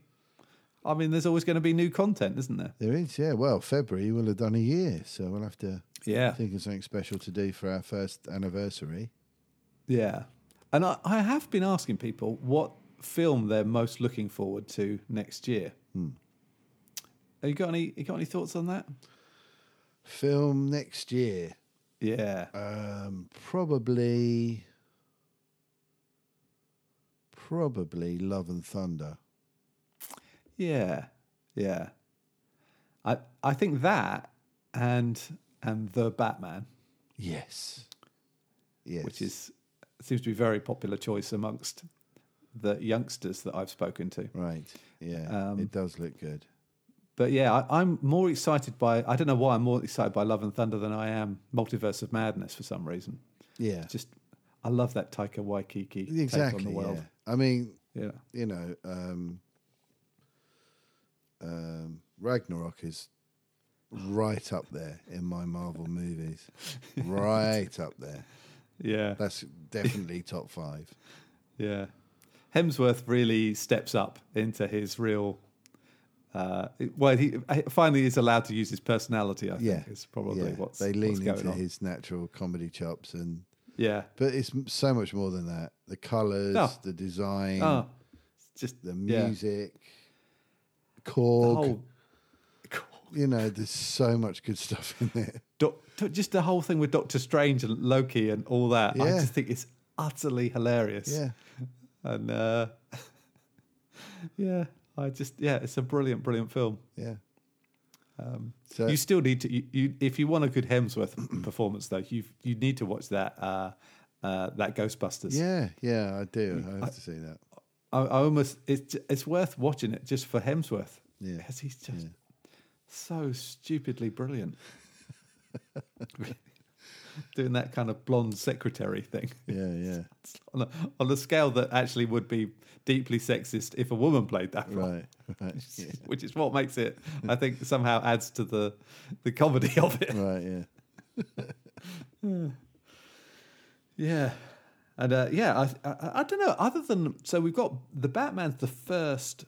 D: I mean, there's always going to be new content, isn't there?
B: There is, yeah. Well, February will have done a year, so we'll have to
D: Yeah,
B: think of something special to do for our first anniversary.
D: yeah. And I, I have been asking people what film they're most looking forward to next year. Have you got any? You got any thoughts on that?
B: Film next year,
D: Yeah.
B: um, probably, probably Love and Thunder.
D: Yeah, yeah. I I think that and and the Batman,
B: Yes, yes,
D: which is seems to be a very popular choice amongst the youngsters that I've spoken to.
B: right. Yeah,
D: Um,
B: it does look good.
D: But yeah, I, I'm more excited by I don't know why I'm more excited by Love and Thunder than I am Multiverse of Madness for some reason.
B: Yeah,
D: Just I love that Taika Waikiki take
B: exactly.
D: on the world.
B: yeah. I mean,
D: Yeah.
B: you know, um, um, Ragnarok is right up there in my Marvel movies. right up there.
D: Yeah.
B: That's definitely top five.
D: Yeah. Hemsworth really steps up into his real. Uh, well, he finally is allowed to use his personality. I think
B: Yeah,
D: is probably
B: yeah.
D: what's
B: they lean
D: what's going
B: into
D: on.
B: his natural comedy chops, and
D: Yeah.
B: but it's m- so much more than that. The colors,
D: Oh.
B: the design,
D: Oh, it's just
B: the
D: yeah.
B: music,
D: The
B: Korg.
D: whole-
B: you know, there's so much good stuff in there.
D: Doc, just the whole thing with Doctor Strange and Loki and all that. I
B: Yeah.
D: just think it's utterly hilarious.
B: Yeah.
D: And uh, yeah, I just yeah, it's a brilliant, brilliant film.
B: Yeah. so
D: Um, you still need to you, you if you want a good Hemsworth performance though, you you need to watch that uh, uh, that Ghostbusters.
B: yeah, yeah, I do. I have to say that.
D: I, I almost it's j- it's worth watching it just for Hemsworth.
B: Yeah.
D: because he's just so stupidly brilliant. Doing that kind of blonde secretary thing
B: Yeah, yeah,
D: on a, on a scale that actually would be deeply sexist if a woman played that role,
B: right, right, yeah,
D: which is what makes it, I think, somehow adds to the the comedy of it.
B: right, yeah.
D: Yeah. And uh, yeah, I, I I don't know. Other than so, we've got the Batman's the first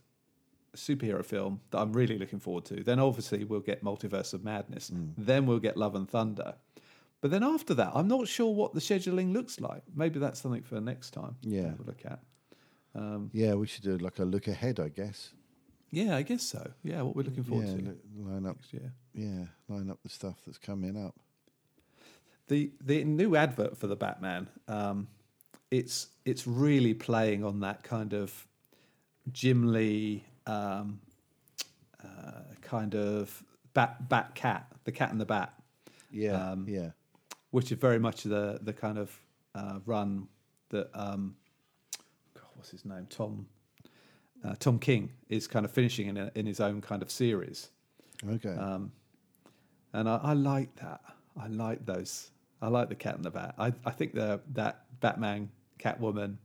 D: superhero film that I'm really looking forward to. Then obviously we'll get Multiverse of Madness.
B: Hmm.
D: Then we'll get Love and Thunder. But then after that, I'm not sure what the scheduling looks like. Maybe that's something for next time. to
B: Yeah.
D: have a look at.
B: Yeah, we should do like a look ahead, I guess.
D: Yeah, I guess so. Yeah, what we're looking
B: Yeah,
D: forward to
B: look, line up.
D: next year.
B: Yeah, line up the stuff that's coming up.
D: the the new advert for the Batman, um, it's it's really playing on that kind of Jim Lee um, uh, kind of bat bat cat, the cat and the bat,
B: Yeah,
D: Um,
B: yeah,
D: which is very much the the kind of uh, run that um, God, what's his name Tom uh, Tom King is kind of finishing in a, in his own kind of series Um,
B: okay.
D: and I, I like that. I like those. I like the Cat and the Bat. I, I think the that Batman Catwoman,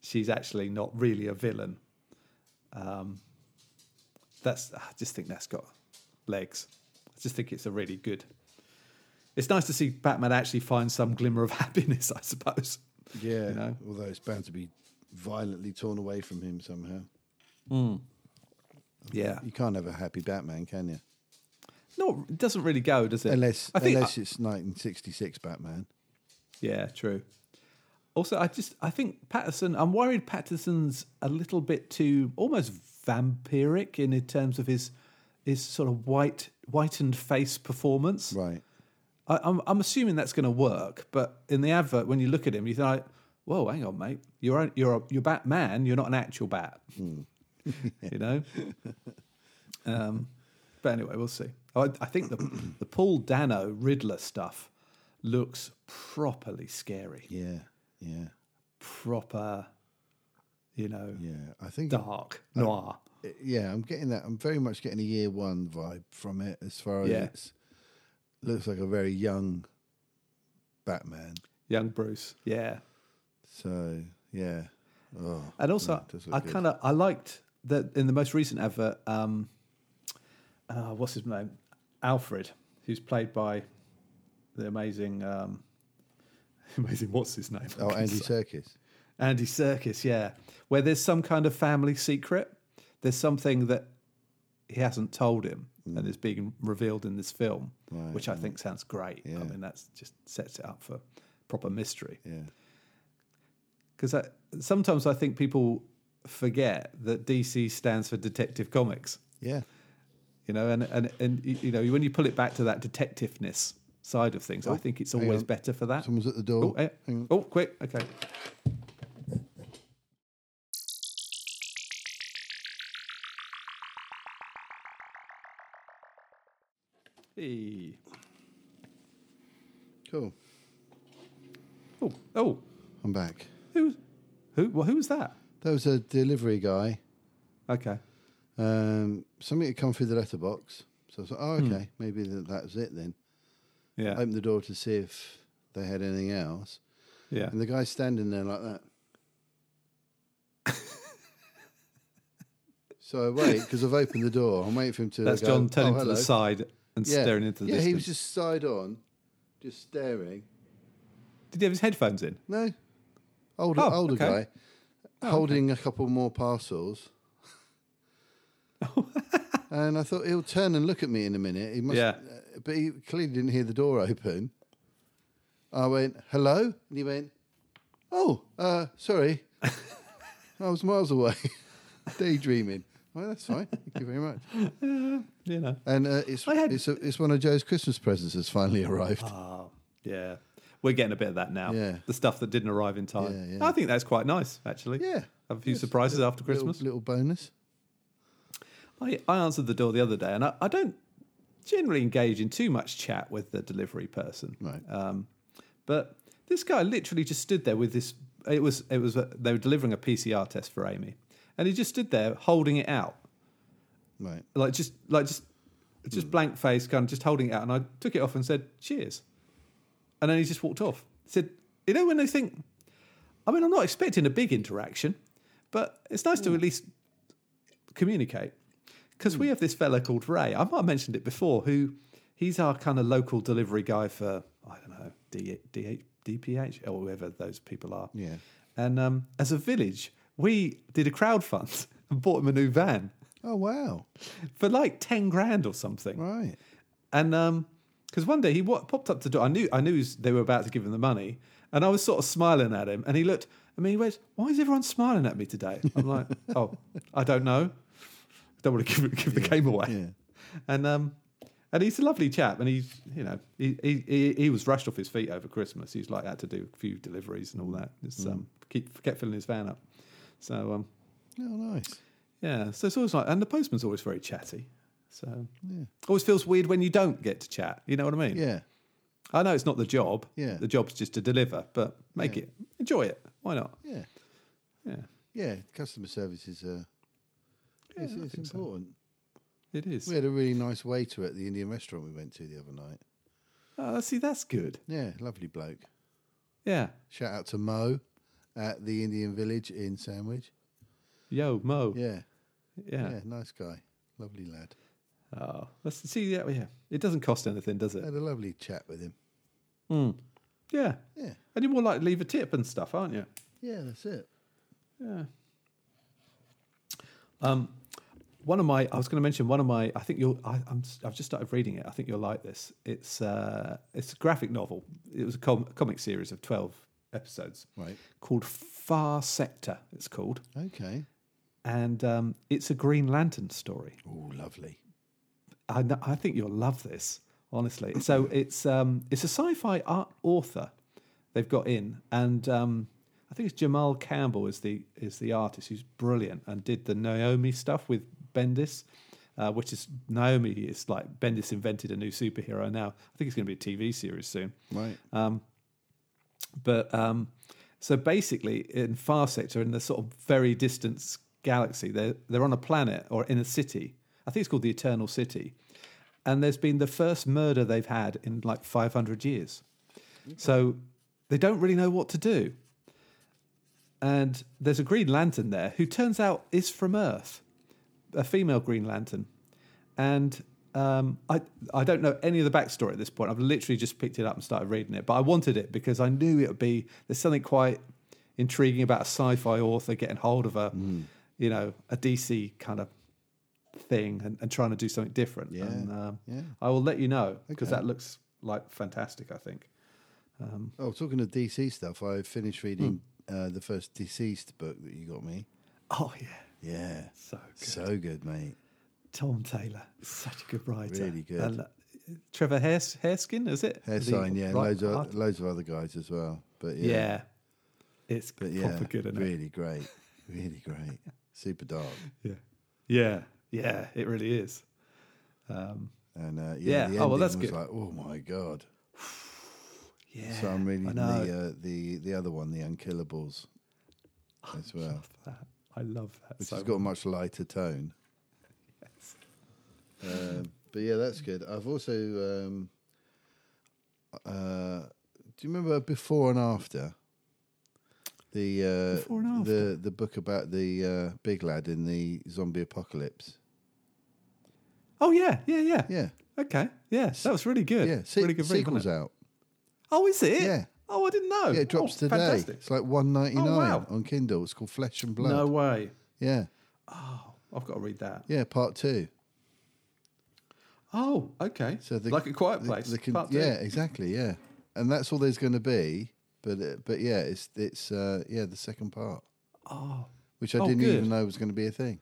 D: she's actually not really a villain. Um, that's I just think that's got legs. I just think it's a really good. It's nice to see Batman actually find some glimmer of happiness. I suppose.
B: yeah,
D: you know.
B: although it's bound to be violently torn away from him somehow.
D: Yeah.
B: You can't have a happy Batman, can you?
D: No, it doesn't really go, does it?
B: Unless,
D: I think
B: unless it's 1966 Batman.
D: Yeah, true. Also, I just I think Patterson. I'm worried Patterson's a little bit too almost vampiric in terms of his his sort of white whitened face performance.
B: Right.
D: I, I'm I'm assuming that's going to work, but in the advert, when you look at him, you think, "Whoa, hang on, mate. You're on- you're a, you're Batman. You're not an actual bat." you know. Um, but anyway, we'll see. I, I think the the Paul Dano Riddler stuff looks properly scary,
B: Yeah, yeah,
D: proper, you know,
B: yeah. I think eh,
D: dark noir.
B: yeah, I'm getting that. I'm very much getting a year one vibe from it as far as
D: Yeah.
B: it's looks like a very young Batman.
D: Young Bruce, yeah.
B: So yeah, oh,
D: And also,
B: does look
D: I
B: good.
D: kind of I liked that in the most recent advert. Um, uh, what's his name? Alfred, who's played by the amazing, um, amazing. What's his name?
B: oh Andy Serkis.
D: Andy Circus, yeah. Where there's some kind of family secret. There's something that he hasn't told him
B: Mm.
D: and is being revealed in this film, which I think sounds great. I mean, that's just sets it up for proper mystery.
B: Yeah,
D: Because sometimes I think people forget that DC stands for Detective Comics,
B: yeah,
D: you know, and, and, and y- you know, when you pull it back to that detectiveness side of things, I think it's always
B: on.
D: better for that.
B: someone's at the door.
D: Oh, eh, oh, quick. Okay. Hey.
B: Cool,
D: Oh, oh,
B: I'm back.
D: who, who, well, who was that?
B: There was a delivery guy.
D: Okay.
B: Um, something had come through the letterbox. So I was like, oh, okay, maybe that, that was it then.
D: Hmm. Yeah.
B: Opened the door to see if they had anything else.
D: yeah.
B: And the guy's standing there like that. so I wait because I've opened the door. I'm waiting for him to.
D: That's
B: go,
D: John turning
B: "Oh,
D: to the
B: hello."
D: side and
B: Yeah.
D: staring into the
B: Yeah,
D: distance.
B: he was just side on, just staring.
D: Did he have his headphones in?
B: No, older
D: Oh,
B: older
D: okay.
B: guy, holding a couple more parcels. and I thought he'll turn and look at me in a minute. He must,
D: Yeah.
B: uh, but he clearly didn't hear the door open. I went hello, and he went, "Oh, uh, sorry, I was miles away, daydreaming." Well, that's fine. Thank you very much.
D: You know.
B: And uh, it's
D: I had- Ah.
B: it's, a, it's one of Joe's Christmas presents has finally arrived.
D: Yeah. We're getting a bit of that now.
B: Yeah.
D: The stuff that didn't arrive in time.
B: Yeah, yeah.
D: I think that's quite nice, actually.
B: yeah,
D: Have a few
B: Yes,
D: surprises
B: little-
D: after Christmas.
B: Little, little bonus.
D: I, I answered the door the other day, and I, I don't generally engage in too much chat with the delivery person.
B: Right.
D: Um, but this guy literally just stood there with this. It was it was a, they were delivering a PCR test for Amy, and he just stood there holding it out,
B: Right.
D: like just like just just blank face, kind of just holding it out. And I took it off and said cheers, and then he just walked off. said, you know, when they think, I mean, I'm not expecting a big interaction, but it's nice to at least communicate because we have this fella called Ray. I might have mentioned it before. Who he's our kind of local delivery guy for I don't know D, D, DPH or whoever those people are.
B: Yeah.
D: And um, as a village, we did a crowdfund and bought him a new van
B: Oh wow.
D: for like ten grand or something.
B: Right.
D: And um 'cause because one day he wa popped up to do, I knew I knew they were about to give him the money, and I was sort of smiling at him, and he looked at me. He went, "Why is everyone smiling at me today?" I'm like, "Oh, I don't know. Don't want to give give the game away." And um, and he's a lovely chap, and he's you know he he he, he was rushed off his feet over Christmas. He's like had to do a few deliveries and all that. It's, um, keep kept filling his van up. So um,
B: Oh nice.
D: yeah, so it's always like, and the postman's always very chatty. So always feels weird when you don't get to chat. You know what I mean?
B: Yeah.
D: I know it's not the job.
B: Yeah.
D: The job's just to deliver, but make
B: Yeah.
D: it enjoy it. Why not?
B: Yeah.
D: Yeah,
B: Yeah. Customer service is uh, it's,
D: I
B: it's
D: think so.
B: important.
D: it is.
B: We had a really nice waiter at the Indian restaurant we went to the other night.
D: Oh, see, that's good.
B: Yeah, lovely bloke.
D: Yeah.
B: Shout out to Mo at the Indian Village in Sandwich.
D: Yo, Mo. Yeah.
B: Yeah,
D: yeah.
B: yeah, nice guy, lovely lad.
D: Oh, let's see. Yeah, yeah. It doesn't cost anything, does it?
B: Had a lovely chat with him.
D: Yeah.
B: Yeah,
D: And you're more likely to leave a tip and stuff, aren't you?
B: yeah, that's it.
D: Yeah. Um, one of my, I was going to mention one of my. I think you'll. I, I'm. I've just started reading it. I think you'll like this. It's. Uh, it's a graphic novel. It was a com- comic series of twelve episodes.
B: Right.
D: Called Far Sector. It's called,
B: Okay.
D: and um, it's a Green Lantern story.
B: Oh, lovely.
D: I, kn- I think you'll love this, honestly. So it's um, it's a sci-fi art author they've got in, and um, I think it's Jamal Campbell is the is the artist who's brilliant and did the Naomi stuff with Bendis, uh, which is Naomi is like Bendis invented a new superhero now. I think it's going to be a TV series soon.
B: Right.
D: Uh, But um, so basically, in Far Sector, in the sort of very distant galaxy, they're they're on a planet or in a city. I think it's called the Eternal City, and there's been the first murder they've had in like 500 years. So they don't really know what to do. And there's a Green Lantern there who turns out is from Earth, a female Green Lantern. And um, I, I don't know any of the backstory at this point. I've literally just picked it up and started reading it. But I wanted it because I knew it would be, there's something quite intriguing about a sci fi author getting hold of a, you know, a DC kind of thing and, and trying to do something different.
B: Yeah,
D: And, um,
B: yeah.
D: I will let you know because
B: Okay.
D: that looks like fantastic, I think.
B: Oh, talking of DC stuff, I finished reading
D: Hmm.
B: uh, the first deceased book that you got me.
D: Oh yeah,
B: Yeah,
D: so good.
B: so good, mate.
D: Tom Taylor, such a good writer.
B: Really good.
D: uh, Trevor Hairs, Hairskin, is it?
B: Hair
D: Is he
B: sign, yeah,
D: right-
B: loads of
D: art-
B: loads of other guys as well. But
D: yeah.
B: yeah,
D: It's
B: but
D: proper
B: yeah,
D: good, isn't it?
B: really great, really great, super dark.
D: Yeah, yeah, yeah. It really is.
B: And uh, yeah,
D: Yeah,
B: the ending
D: oh, well, that's
B: was
D: good.
B: like, oh my god.
D: Yeah,
B: So I'm reading
D: I
B: the
D: know.
B: uh, the the other one, the Unkillables, as
D: I
B: well,
D: love that. I love that.
B: uh, which
D: so
B: has got a much lighter tone. Um, but yeah, that's good. I've also, um, uh, do you remember before and after the uh,
D: Before and
B: the the book about the uh, big lad in the zombie apocalypse?
D: Oh yeah, yeah, yeah,
B: Yeah,
D: Okay, yeah, that was really good.
B: yeah. Se-
D: really good. read, wasn't
B: sequels
D: it?
B: out.
D: Oh, is it?
B: Yeah.
D: Oh, I didn't know.
B: Yeah, it drops
D: oh,
B: today.
D: Fantastic.
B: It's like one ninety nine
D: Oh, wow.
B: on Kindle. It's called Flesh and Blood.
D: No way.
B: Yeah,
D: I've got to read that.
B: yeah. Part two.
D: Oh, okay.
B: So the,
D: like a quiet
B: the-
D: place.
B: the con-
D: part two.
B: yeah, exactly. Yeah, and that's all there's going to be. But uh, but yeah, it's it's uh, yeah the second part,
D: Oh,
B: which I
D: Oh,
B: didn't
D: good.
B: even know was going to be a thing.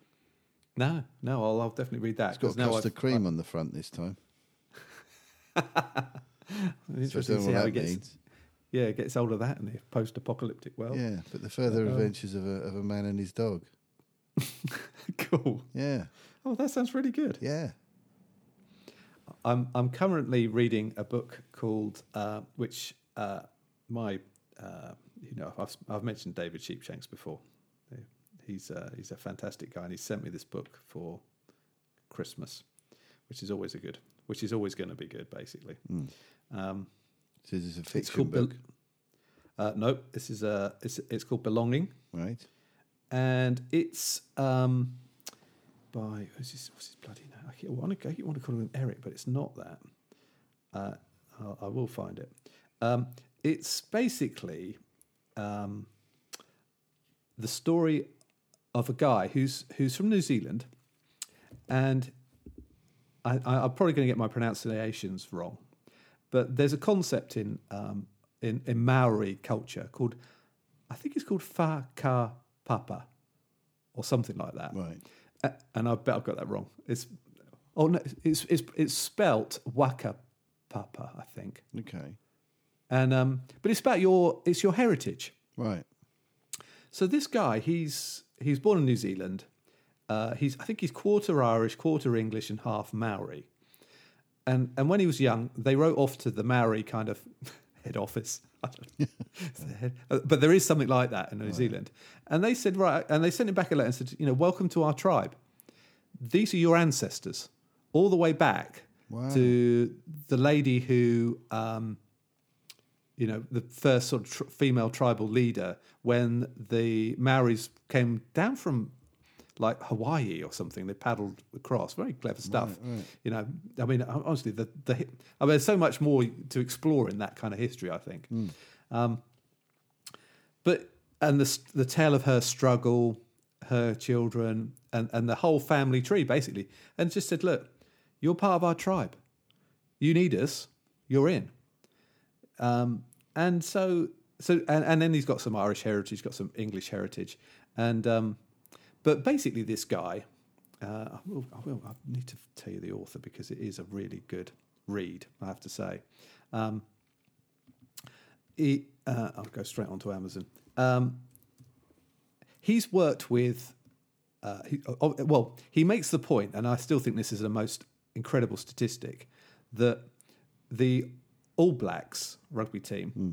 D: No, no, I'll, I'll definitely read that.
B: It's got
D: 'cause now
B: custard
D: I've-
B: cream on the front this time.
D: I'm
B: So I
D: interested
B: don't
D: to
B: know
D: see
B: what
D: how it
B: that
D: gets.
B: means.
D: Yeah, it gets older that in the post-apocalyptic world.
B: Yeah, but the further
D: uh,
B: adventures of a, of a man and his dog.
D: cool.
B: Yeah,
D: Oh, that sounds really good.
B: yeah.
D: I'm I'm currently reading a book called uh, which uh, my uh, you know I've I've mentioned David Sheepshanks before. He's uh, he's a fantastic guy, and he sent me this book for Christmas, which is always a good, which is always going to be good, basically.
B: Hmm.
D: Um,
B: So this is a
D: it's
B: fiction
D: called Bel-
B: book,
D: uh, nope. This is a it's it's called Belonging
B: right?
D: and it's um, by who's his, what's his bloody name? I keep- I want to I keep want to call him Eric, but it's not that. Uh, I'll, I will find it. Um, it's basically um, the story of a guy who's who's from New Zealand, and I, I, I'm probably going to get my pronunciations wrong, but there's a concept in um, in, in Maori culture called, I think it's called fa ka papa, or something like that.
B: Right.
D: A- and I bet I've got that wrong. It's oh no, it's it's it's spelt waka papa, I think.
B: Okay.
D: And um, but it's about your it's your heritage.
B: Right.
D: So this guy, he's he's born in New Zealand. Uh, he's I think he's quarter Irish, quarter English, and half Maori. And and when he was young, they wrote off to the Maori kind of head office. I don't know. It's the head- uh, but there is something like that in New Zealand. And they said right, and they sent him back a letter and said, you know, welcome to our tribe. These are your ancestors, all the way back
B: Wow.
D: to the lady who. Um, you know, the first sort of tr- female tribal leader when the Maoris came down from like Hawaii or something. They paddled across. Very clever stuff. You know, I mean, hon- honestly, the, the hi- I mean, there's so much more to explore in that kind of history. I think, um, but and the s- the tale of her struggle, her children, and and the whole family tree basically, and just said, look, you're part of our tribe. You need us. You're in and so so and, and then he's got some Irish heritage, got some English heritage, and um, but basically this guy, uh, I will I will I need to tell you the author because it is a really good read, I have to say. Um, he, uh, I'll go straight onto Amazon. Um, he's worked with uh, he, oh, oh, well, he makes the point, and I still think this is the most incredible statistic, that the All Blacks rugby team
B: Hmm.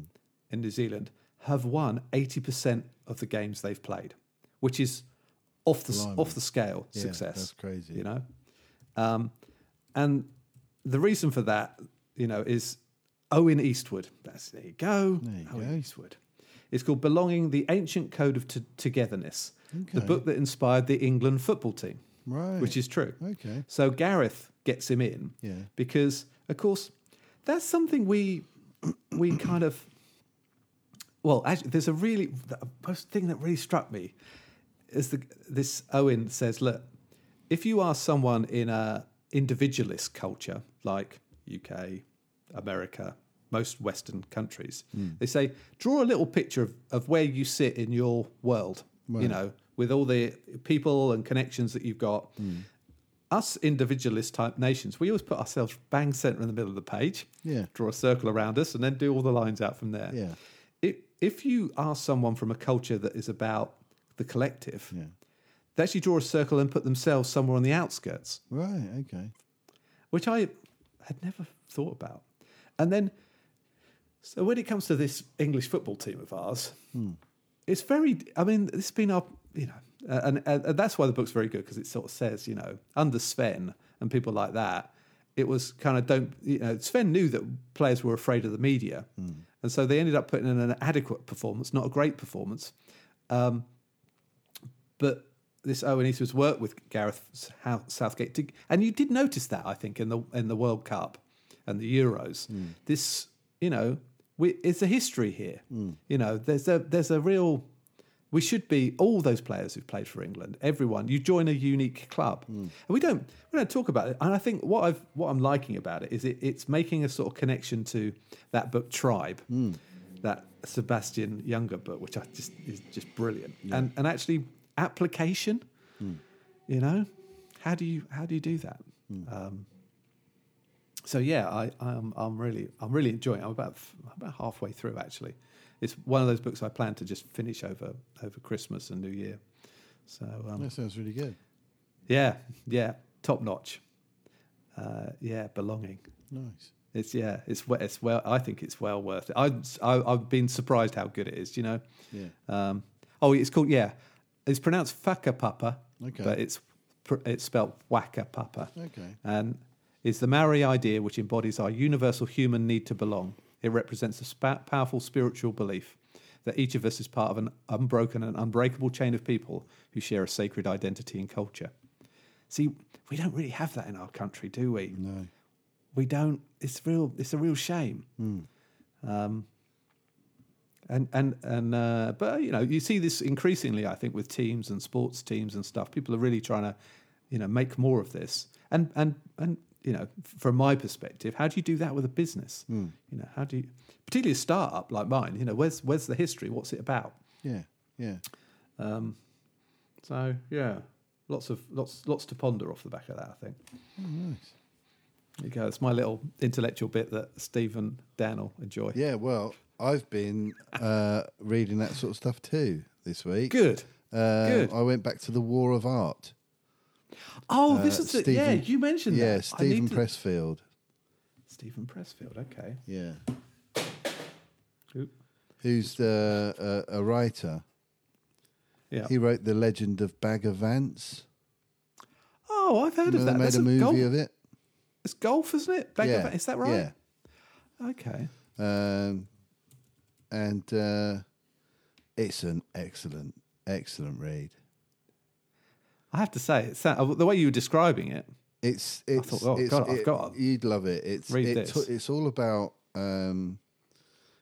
D: in New Zealand have won 80% of the games they've played, which is off the, s- off the scale
B: Yeah,
D: success.
B: that's crazy.
D: You know? Um, and the reason for that, you know, is Owen Eastwood. That's there you go.
B: There you
D: Owen
B: go.
D: Eastwood. It's called "Belonging: The Ancient Code of T- Togetherness," the book that inspired the England football team,
B: Right.
D: which is true.
B: Okay.
D: So Gareth gets him in,
B: Yeah.
D: because of course that's something we we kind of well, actually, there's a really the most thing that really struck me is the this Owen says, look, if you are someone in a individualist culture like UK, America, most Western countries,
B: Hmm.
D: they say draw a little picture of, of where you sit in your world, you know, with all the people and connections that you've got.
B: Hmm.
D: Us individualist type nations, we always put ourselves bang center in the middle of the page,
B: Yeah.
D: draw a circle around us, and then do all the lines out from there
B: Yeah.
D: if if you are someone from a culture that is about the collective,
B: Yeah.
D: they actually draw a circle and put themselves somewhere on the outskirts,
B: Right. Okay.
D: which I had never thought about. And then, so when it comes to this English football team of ours, it's very. I mean, it's been our you know, uh, and, and, and that's why the book's very good because it sort of says you know under Sven and people like that, it was kind of don't you know Sven knew that players were afraid of the media, and so they ended up putting in an adequate performance, not a great performance, but this oh, Owen Eastwood's work with Gareth Sou- Southgate, to, and you did notice that I think in the in the World Cup and the Euros. This, you know, we, it's a history here. You know, there's a there's a real. We should be all those players who've played for England. Everyone, you join a unique club, and we don't we don't talk about it. And I think what I've what I'm liking about it is it, it's making a sort of connection to that book Tribe that Sebastian Younger book, which I just is just brilliant, and and actually application, you know, how do you how do you do that? Um, so yeah, I I'm, I'm really I'm really enjoying. It. I'm about f- I'm about halfway through actually. It's one of those books I plan to just finish over over Christmas and New Year. So um,
B: That sounds really good.
D: yeah, yeah, top notch. Uh, yeah, belonging.
B: Nice.
D: It's yeah, it's we- it's well. I think it's well worth it. I, I I've been surprised how good it is. You know.
B: Yeah.
D: Um, oh, it's called yeah. It's pronounced Faka Papa,
B: Okay.
D: but it's pr- it's spelled Waka Papa.
B: Okay.
D: And it's the Maori idea which embodies our universal human need to belong. It represents a spa- powerful spiritual belief that each of us is part of an unbroken and unbreakable chain of people who share a sacred identity and culture. See, we don't really have that in our country, do we?
B: No.
D: we don't it's real it's a real shame um and and and uh but you know you see this increasingly i think with teams and sports teams and stuff people are really trying to you know make more of this and and and you know from my perspective how do you do that with a business
B: Hmm.
D: you know how do you particularly a startup like mine you know where's where's the history what's it about
B: Yeah. Yeah.
D: so yeah lots of lots lots to ponder off the back of that i think
B: Oh, Nice.
D: there you go it's my little intellectual bit that steve and dan will enjoy
B: Yeah. Well, I've been uh, reading that sort of stuff too this week.
D: good
B: Um,
D: good.
B: I went back to the War of Art.
D: Oh,
B: Uh,
D: this is the,
B: Stephen-
D: yeah. You mentioned that.
B: Yeah,
D: I
B: Stephen
D: need to-
B: Pressfield.
D: Stephen Pressfield. Okay.
B: Yeah. Who's the uh, a writer?
D: Yeah.
B: He wrote the Legend of Bagger Vance.
D: oh, I've heard of
B: Remember
D: that.
B: They made
D: That's
B: a movie
D: golf,
B: of it.
D: It's golf, isn't it? Back
B: yeah.
D: of- is that right?
B: Yeah.
D: Okay.
B: Um, and uh, it's an excellent, excellent read.
D: I have to say, it's
B: uh,
D: the way you were describing it.
B: It's it's,
D: thought, oh,
B: it's
D: God, I've
B: it-
D: got to
B: you'd love it. It's
D: read
B: it,
D: this.
B: it's all about um,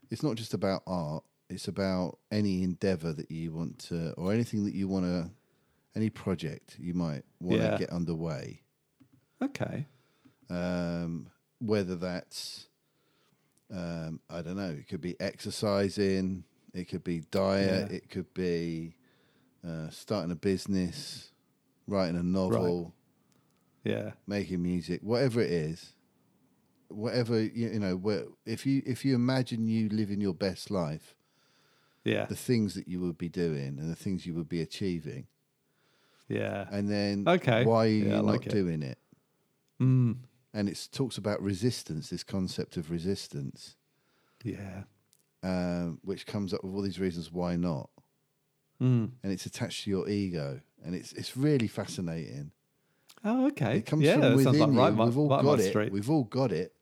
B: it's not just about art. It's about any endeavor that you want to, or anything that you want to, any project you might want to
D: Yeah.
B: get underway.
D: Okay.
B: um, whether that's um, I don't know, it could be exercising, it could be diet,
D: Yeah.
B: it could be uh, starting a business, writing a novel,
D: Yeah.
B: making music, whatever it is, whatever you, you know. where- If you if you imagine you living your best life,
D: Yeah.
B: the things that you would be doing and the things you would be achieving,
D: Yeah.
B: and then
D: Okay.
B: why are
D: Yeah,
B: you
D: I
B: not
D: like it.
B: doing it?
D: Mm.
B: And it talks about resistance, this concept of resistance.
D: Yeah.
B: um, which comes up with all these reasons why not,
D: Mm.
B: and it's attached to your ego, and it's it's really fascinating.
D: Oh, okay.
B: It comes
D: yeah,
B: from
D: that sounds
B: within
D: like
B: you.
D: right. my-
B: We've all
D: right my
B: got it.
D: street.
B: We've all got it,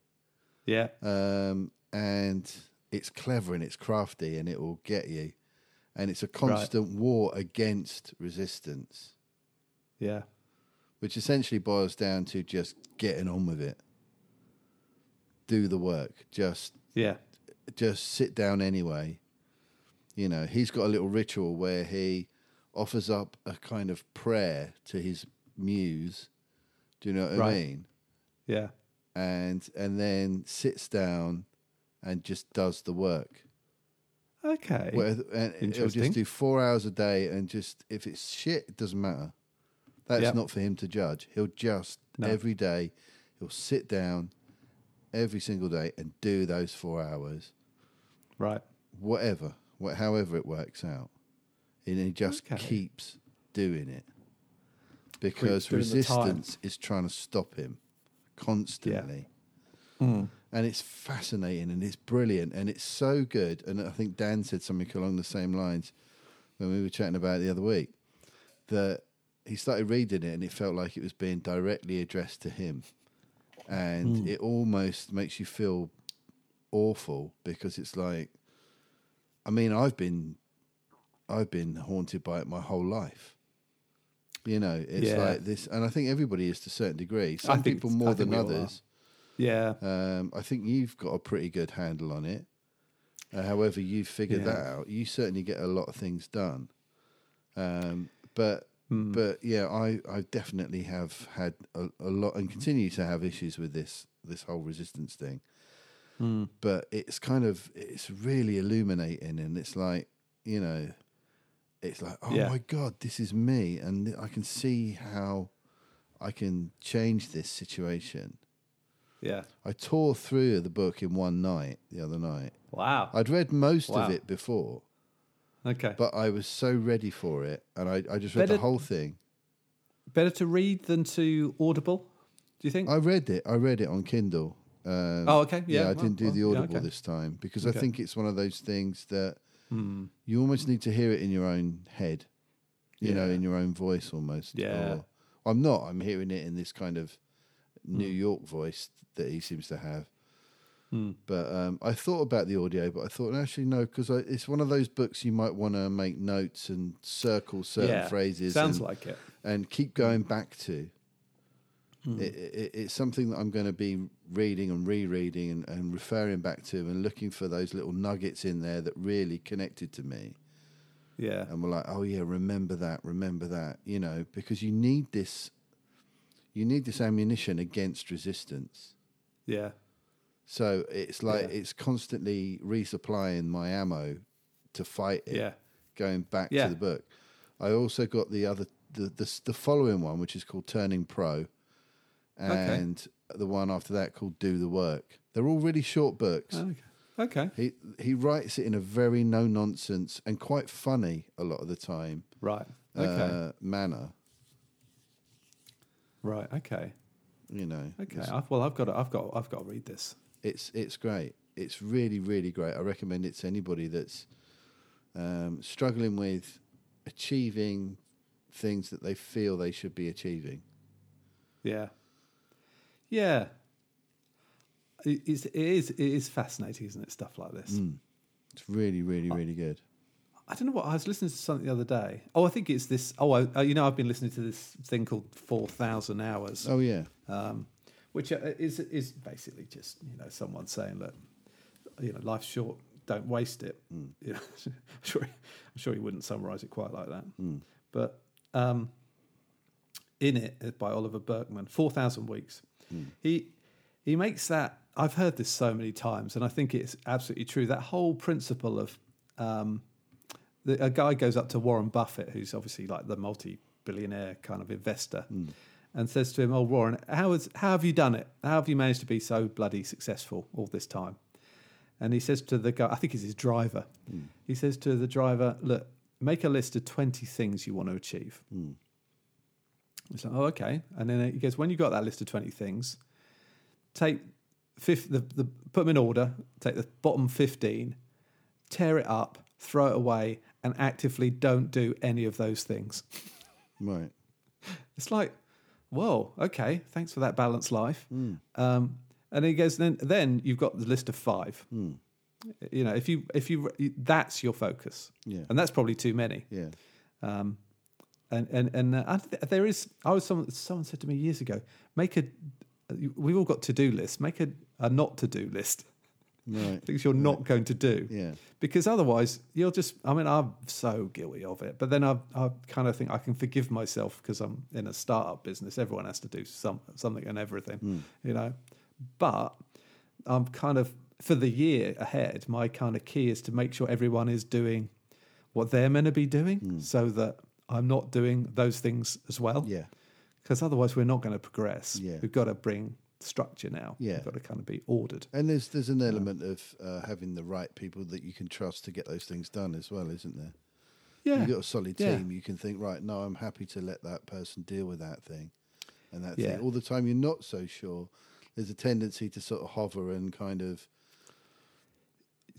D: Yeah.
B: um, and it's clever and it's crafty and it will get you, and it's a constant war against resistance,
D: Yeah.
B: which essentially boils down to just getting on with it. Do the work. Just
D: Yeah.
B: just sit down anyway. You know, he's got a little ritual where he offers up a kind of prayer to his muse. Do you know what I
D: Right.
B: mean?
D: Yeah.
B: And and then sits down and just does the work.
D: Okay.
B: Where, and he'll
D: Interesting.
B: just do four hours a day and just if it's shit, it doesn't matter. That's
D: Yep.
B: not for him to judge. He'll just
D: No.
B: every day he'll sit down every single day and do those four hours
D: right.
B: whatever, wha- however it works out, and he just
D: Okay.
B: keeps doing it because
D: doing the time.
B: resistance is trying to stop him constantly. And it's fascinating and it's brilliant and it's so good. And I think Dan said something along the same lines when we were chatting about it the other week that he started reading it and it felt like it was being directly addressed to him.
D: Hmm.
B: And it almost makes you feel awful because it's like, I mean, I've been, I've been haunted by it my whole life. You know, it's
D: Yeah.
B: like this, and I think everybody is to a certain degree. Some
D: think
B: people
D: it's-
B: more
D: I
B: than
D: think we all
B: others.
D: Yeah.
B: Um, I think you've got a pretty good handle on it. Uh, however, you've figured
D: Yeah.
B: that out. You certainly get a lot of things done. Um, but
D: Hmm.
B: but yeah, I, I definitely have had a, a lot and continue to have issues with this this whole resistance thing.
D: Hmm.
B: But it's kind of it's really illuminating, and it's like you know, it's like oh
D: Yeah.
B: my god, this is me, and I can see how I can change this situation.
D: Yeah.
B: I tore through the book in one night the other night.
D: Wow.
B: I'd read most
D: Wow.
B: of it before,
D: okay.
B: but I was so ready for it, and I, I just read
D: Better-
B: the whole thing.
D: Better to read than to audible. Do you think?
B: I read it. I read it on Kindle. Um,
D: Oh, okay. Yeah,
B: I
D: well,
B: didn't do
D: well,
B: the
D: yeah,
B: audible
D: okay.
B: this time because
D: Okay.
B: I think it's one of those things that
D: Mm.
B: you almost need to hear it in your own head, you know,
D: Yeah.
B: in your own voice almost.
D: Yeah.
B: Or- I'm not. I'm hearing it in this kind of New
D: Hmm.
B: York voice that he seems to have. But um, I thought about the audio, but I thought actually no, because it's one of those books you might want to make notes and circle certain
D: yeah.
B: phrases.
D: Sounds
B: and-
D: like it.
B: and keep going back to.
D: Hmm.
B: It, it, it's something that I'm going to be reading and rereading and, and referring back to and looking for those little nuggets in there that really connected to me.
D: Yeah.
B: And we're like, oh yeah, remember that, remember that, you know, because you need this, you need this ammunition against resistance.
D: Yeah.
B: So it's like
D: Yeah.
B: it's constantly resupplying my ammo to fight it
D: Yeah.
B: going back
D: Yeah.
B: to the book. I also got the other the, the the following one, which is called Turning Pro, and the one after that called Do the Work. They're all really short books.
D: Okay. Oh, Okay.
B: He he writes it in a very no nonsense and quite funny a lot of the time
D: Right. Okay.
B: uh, manner.
D: right. Okay.
B: You know,
D: Okay.
B: It's,
D: I've, well, I've got. To, I've got. I've got to read this.
B: it's it's great. It's really really great. I recommend it to anybody that's um, struggling with achieving things that they feel they should be achieving.
D: Yeah. Yeah. It is, it is it is fascinating, isn't it? Stuff like this.
B: Mm. It's really, really,
D: Uh,
B: really good.
D: I don't know what I was listening to something the other day. Oh, I think it's this. Oh, I, oh, you know, I've been listening to this thing called Four Thousand Hours,
B: Oh yeah,
D: um, which uh, is is basically just you know someone saying, look, you know, life's short, don't waste it. You know, I'm sure I'm sure he wouldn't summarise it quite like that, but um, in it uh, by Oliver Berkman, Four Thousand Weeks. He he makes that. I've heard this so many times, and I think it's absolutely true. That whole principle of um, the, a guy goes up to Warren Buffett, who's obviously like the multi-billionaire kind of investor, and says to him, "Oh, Warren, how is how have you done it? How have you managed to be so bloody successful all this time?" And he says to the guy, I think it's his driver. He says to the driver, "Look, make a list of twenty things you want to achieve." It's like, oh, okay. And then he goes, when you got that list of 20 things, take fifth, the, the, put them in order, take the bottom 15, tear it up, throw it away, and actively don't do any of those things.
B: right.
D: It's like, whoa, okay, thanks for that balanced life.
B: Hmm.
D: Um, and he goes, then then you've got the list of five.
B: Hmm.
D: You know, if you if you that's your focus,
B: Yeah.
D: and that's probably too many
B: Yeah,
D: um, and and and uh, I th- there is. I was someone. Someone said to me years ago, make a. uh, We've all got to do lists. Make a, a not to do list.
B: right.
D: Things you're not going to do.
B: Yeah.
D: Because otherwise, you'll just. I mean, I'm so guilty of it. But then I, I kind of think I can forgive myself because I'm in a startup business. Everyone has to do some something and everything,
B: Hmm.
D: you know. But I'm kind of for the year ahead. My kind of key is to make sure everyone is doing what they're meant to be doing, so that I'm not doing those things as well.
B: Hmm. Yeah,
D: Because otherwise, we're not going to progress.
B: Yeah.
D: We've got to bring structure now.
B: Yeah.
D: We've got to kind of be ordered.
B: and there's there's an element of uh, having the right people that you can trust to get those things done as well, isn't there?
D: Yeah.
B: You've got a solid
D: Yeah.
B: team. You can think, right? No, I'm happy to let that person deal with that thing, and that
D: Yeah.
B: thing. All the time you're not so sure. There's a tendency to sort of hover and kind of,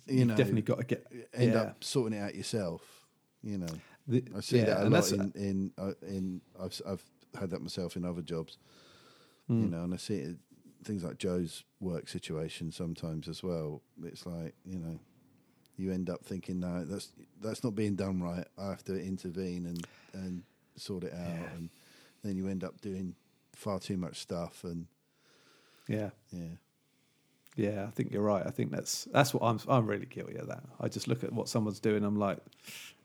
B: you
D: You've
B: know,
D: definitely got to get
B: end
D: yeah.
B: up sorting it out yourself. You know,
D: The-
B: I see
D: yeah,
B: that a
D: and
B: lot
D: that's-
B: in in uh, in I've s- I've had that myself in other jobs,
D: Hmm.
B: you know, and I see it, things like Joe's work situation sometimes as well. It's like you know, you end up thinking no, that's that's not being done right. I have to intervene and and sort it out, and then you end up doing far too much stuff, and
D: yeah,
B: yeah,
D: yeah. I think you're right. I think that's that's what I'm. I'm really guilty of that. I just look at what someone's doing. I'm like,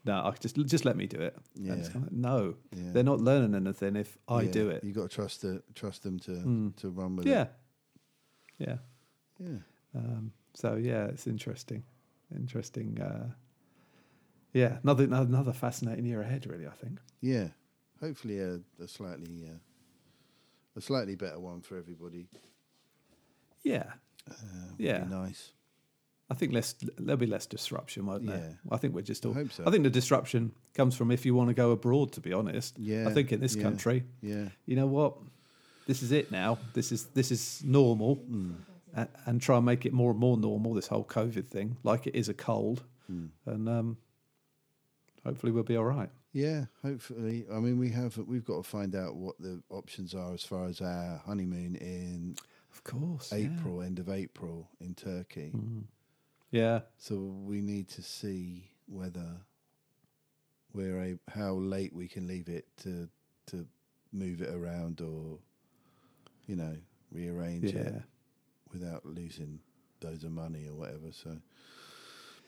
D: no, I just just let me do it. And it's
B: Yeah.
D: kinda like, no,
B: Yeah.
D: they're not learning anything if I
B: Yeah,
D: do it. Hmm.
B: You got to trust the trust them to to run with
D: Yeah,
B: it.
D: yeah.
B: Yeah,
D: Um, so yeah, it's interesting. Interesting. Uh, yeah, another another fascinating year ahead. Really, I think.
B: yeah. Hopefully, a, a slightly uh, a slightly better one for everybody.
D: Yeah.
B: would Uh, be
D: Yeah.
B: nice.
D: I think less there'll be less disruption, won't there?
B: Yeah.
D: I think we're just all. I,
B: hope so.
D: think the disruption comes from if you want to go abroad. To be honest,
B: Yeah,
D: I think in this
B: yeah,
D: country,
B: yeah.
D: you know what, this is it now. This is this is normal,
B: Mm.
D: and, and try and make it more and more normal. This whole COVID thing, like it is a cold,
B: Mm.
D: and um, hopefully we'll be all right.
B: Yeah, hopefully. I mean, we have we've got to find out what the options are as far as our honeymoon in
D: Of course,
B: April, end of April in Turkey.
D: Mm. Yeah,
B: So we need to see whether we're a, how late we can leave it to to move it around or you know rearrange
D: yeah.
B: it without losing loads of money or whatever. So,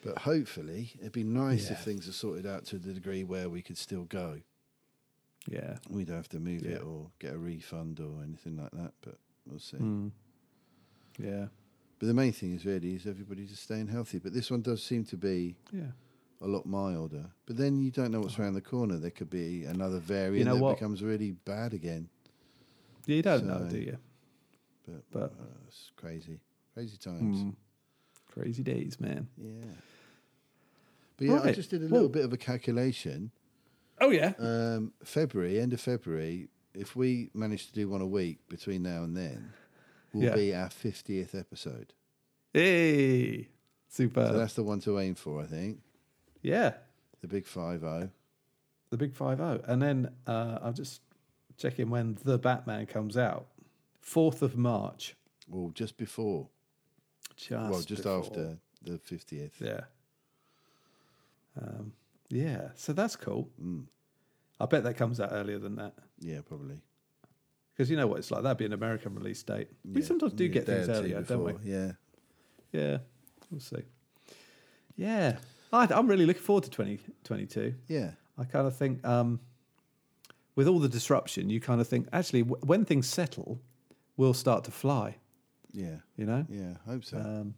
B: but hopefully it'd be nice if
D: Yeah.
B: things are sorted out to the degree where we could still go.
D: yeah.
B: We don't have to move it
D: Yeah.
B: or get a refund or anything like that. But we'll see.
D: Mm. Yeah,
B: But the main thing is really is everybody just staying healthy. But this one does seem to be
D: yeah.
B: a lot milder. But then you don't know what's around the corner. There could be another variant
D: Oh. know
B: that
D: what?
B: becomes really bad again.
D: Yeah, you don't know,
B: So-
D: do you?
B: But,
D: But-
B: uh, it's crazy, crazy times.
D: Mm. Crazy days, man.
B: Yeah. But yeah, I
D: Right.
B: just did a
D: Well-
B: little bit of a calculation.
D: Oh yeah,
B: Um, February, end of February, if we manage to do one a week between now and then, will
D: Yeah.
B: be our fiftieth episode.
D: Hey, super.
B: So that's the one to aim for, I think.
D: yeah,
B: The big five zero.
D: the big five zero, and then uh, I'm just checking when the Batman comes out. Fourth of March.
B: Well, just before.
D: Just
B: well, just
D: before.
B: after the fiftieth.
D: Yeah. Um, yeah. So that's cool.
B: Mm.
D: I bet that comes out earlier than that
B: Yeah, probably.
D: because you know what it's like. That'd be an American release date. We
B: Yeah.
D: sometimes do
B: Yeah,
D: get
B: day
D: things
B: or two
D: earlier, don't we?
B: before, Yeah.
D: Yeah. We'll see. Yeah. I, I'm really looking forward to 2022.
B: Yeah.
D: I kind of think, um, with all the disruption, you kind of think actually w- when things settle, we'll start to fly.
B: Yeah.
D: You know,
B: Yeah. Hope so.
D: um,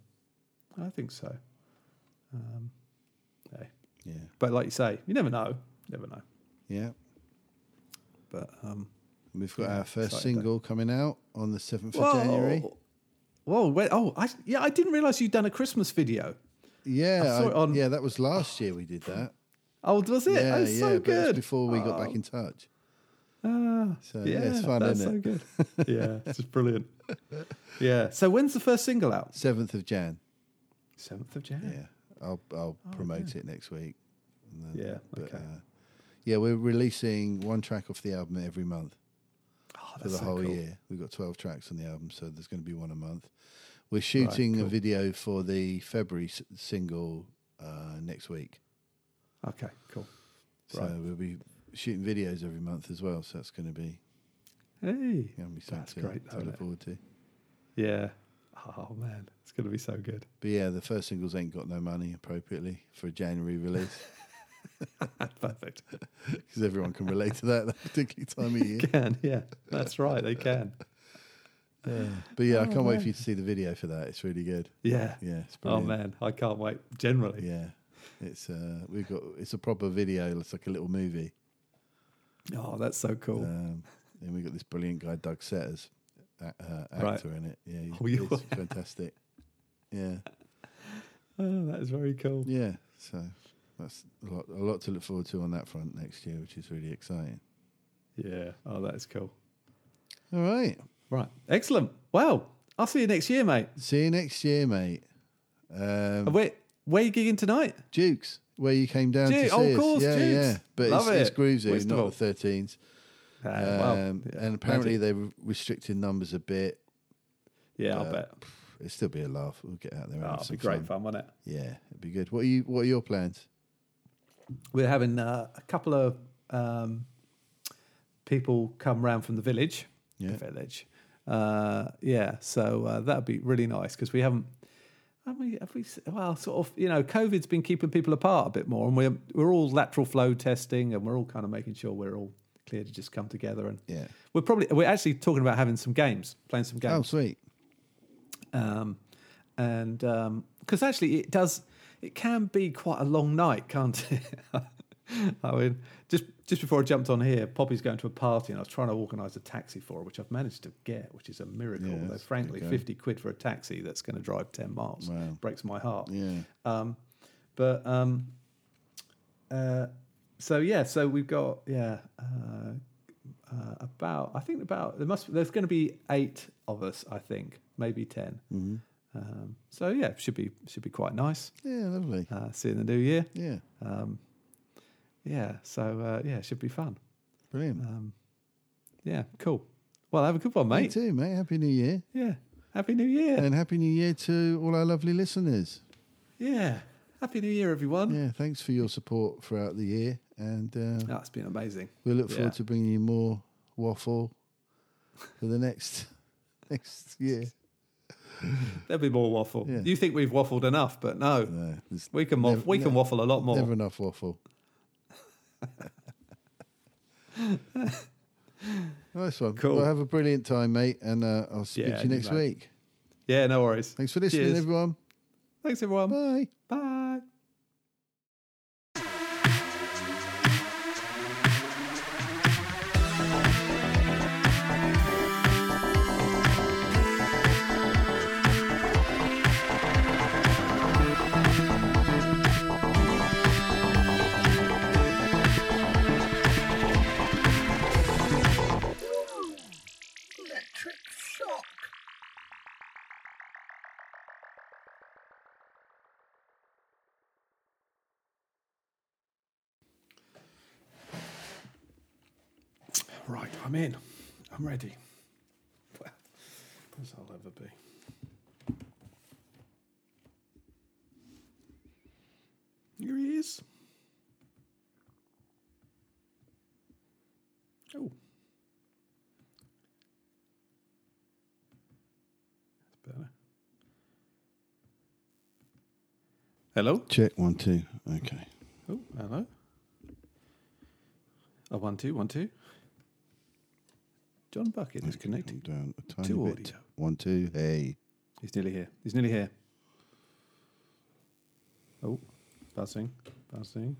D: I think so. Um, hey.
B: yeah.
D: But like you say, you never know, never know.
B: Yeah.
D: But um,
B: And we've got
D: yeah,
B: our first
D: excited day.
B: single coming out on the seventh of
D: whoa,
B: January.
D: Whoa, wait, oh, I, yeah, I didn't realize you'd done a Christmas video.
B: Yeah.
D: I saw
B: I-
D: it on-
B: Yeah, that was last year we did that.
D: Oh, was it?
B: Yeah,
D: That's
B: yeah,
D: so
B: but it was
D: good.
B: before we got
D: Oh,
B: back in touch.
D: Ah,
B: So, yeah, it's fun,
D: that's
B: isn't
D: so good. yeah, it's just brilliant. Yeah. So when's the first single out?
B: Seventh of Jan.
D: Seventh of Jan.
B: Yeah, I'll I'll promote it next week. And then-
D: Yeah, Oh, okay.
B: yeah, we're releasing one track off the album every month
D: Oh,
B: for
D: that's
B: the
D: so
B: whole
D: cool.
B: year. We've got twelve tracks on the album, so there's going to be one a month. We're shooting a
D: cool.
B: video for the February s- single uh, next week,
D: Okay, cool.
B: so
D: Right.
B: we'll be shooting videos every month as well. So that's going to be
D: Hey,
B: going to be
D: that's
B: something to-
D: great.
B: to
D: though,
B: look
D: isn't it?
B: forward to.
D: Yeah. Oh man, it's gonna be so good.
B: But yeah, the first singles ain't got no money appropriately for a January release
D: Perfect.
B: because everyone can relate to that, that particular time of year.
D: Can yeah, that's right. They can.
B: But yeah, I can't wait for you to see the video for that. It's really good.
D: Yeah.
B: Yeah, it's
D: oh
B: brilliant.
D: man, I can't wait. Generally.
B: Yeah, it's uh, we've got it's a proper video. It's like a little movie.
D: Oh, that's so cool.
B: Um, and we got this brilliant guy Doug Setters, uh, uh, actor
D: Right.
B: in it. Yeah, he's,
D: Oh, you-
B: he's fantastic. Yeah,
D: oh, that is very cool.
B: yeah. So that's a lot, a lot to look forward to on that front next year, which is really exciting.
D: Yeah. Oh, that is cool.
B: All right,
D: Right. Excellent. Wow. I'll see you next year, mate.
B: see you next year, mate. Um,
D: Wait, where are you gigging tonight?
B: Jukes, where you came down
D: Ju-
B: to see
D: oh, of
B: us.
D: course,
B: Yeah,
D: Jukes.
B: yeah. But
D: Love
B: it's,
D: it.
B: it's Groovesy,
D: Whistable.
B: not the Thirteens.
D: Ah,
B: Um,
D: wow. Yeah,
B: and apparently
D: magic.
B: they were restricting numbers a bit.
D: yeah, I'll
B: uh,
D: bet.
B: It'd still be a laugh. We'll get out there. and
D: Oh,
B: have
D: it'll
B: some
D: be great
B: fun.
D: fun, won't it?
B: Yeah, it'd be good. What are you? What are your plans?
D: we're having uh, a couple of um, people come round from the village.
B: Yeah.
D: The village. Uh, yeah, so uh, that'd be really nice because we haven't. Have we, have we? s- Well, sort of. You know, COVID's been keeping people apart a bit more, and we're we're all lateral flow testing, and we're all kind of making sure we're all clear to just come together. And
B: Yeah.
D: we're probably we're actually talking about having some games, playing some games
B: Oh, sweet.
D: um, and because actually it does it can be quite a long night can't it I mean, just just before I jumped on here, Poppy's going to a party, and I was trying to organise a taxi for her, which I've managed to get, which is a miracle.
B: Yeah,
D: Though,
B: that's
D: frankly,
B: okay.
D: fifty quid for a taxi that's going to drive ten miles
B: Wow.
D: breaks my heart.
B: Yeah.
D: Um, but um, uh, so yeah, so we've got yeah uh, uh, about I think about there must there's going to be eight of us, I think maybe 10 Um, so yeah, should be should be quite nice.
B: Yeah, lovely.
D: Uh, see you in the new year.
B: Yeah,
D: Um, yeah, so uh, yeah, it should be fun.
B: brilliant.
D: Um, yeah, cool. Well, have a good one,
B: Me
D: mate.
B: too, mate. Happy New Year.
D: Yeah, happy New Year.
B: And Happy New Year to all our lovely listeners.
D: yeah, happy New Year, everyone.
B: Yeah, thanks for your support throughout the year. And uh,
D: That's Ah, been amazing.
B: we look
D: yeah.
B: forward to bringing you more waffle for the next next year.
D: There'll be more waffle.
B: Yeah.
D: You think we've waffled enough, but no,
B: No, there's
D: we can waff
B: Never-
D: we can
B: never-
D: waffle a lot more.
B: never enough waffle. nice one.
D: Cool.
B: Well, have a brilliant time, mate. And uh, I'll speak
D: Yeah,
B: to you
D: you
B: next
D: mate.
B: week.
D: Yeah, no worries.
B: Thanks for listening,
D: Cheers.
B: everyone.
D: Thanks, everyone.
B: Bye.
D: Bye.
A: Electric shock.
D: Right, I'm in. I'm ready. Well, as I'll ever be. Here he is. Oh. That's better. Hello?
B: Check one, two. Okay.
D: Oh, hello. A one, two, one, two. John Bucket is connecting.
B: Down a tiny
D: To
B: bit.
D: audio.
B: One, two. Hey.
D: He's nearly here. He's nearly here. Oh, buzzing, buzzing.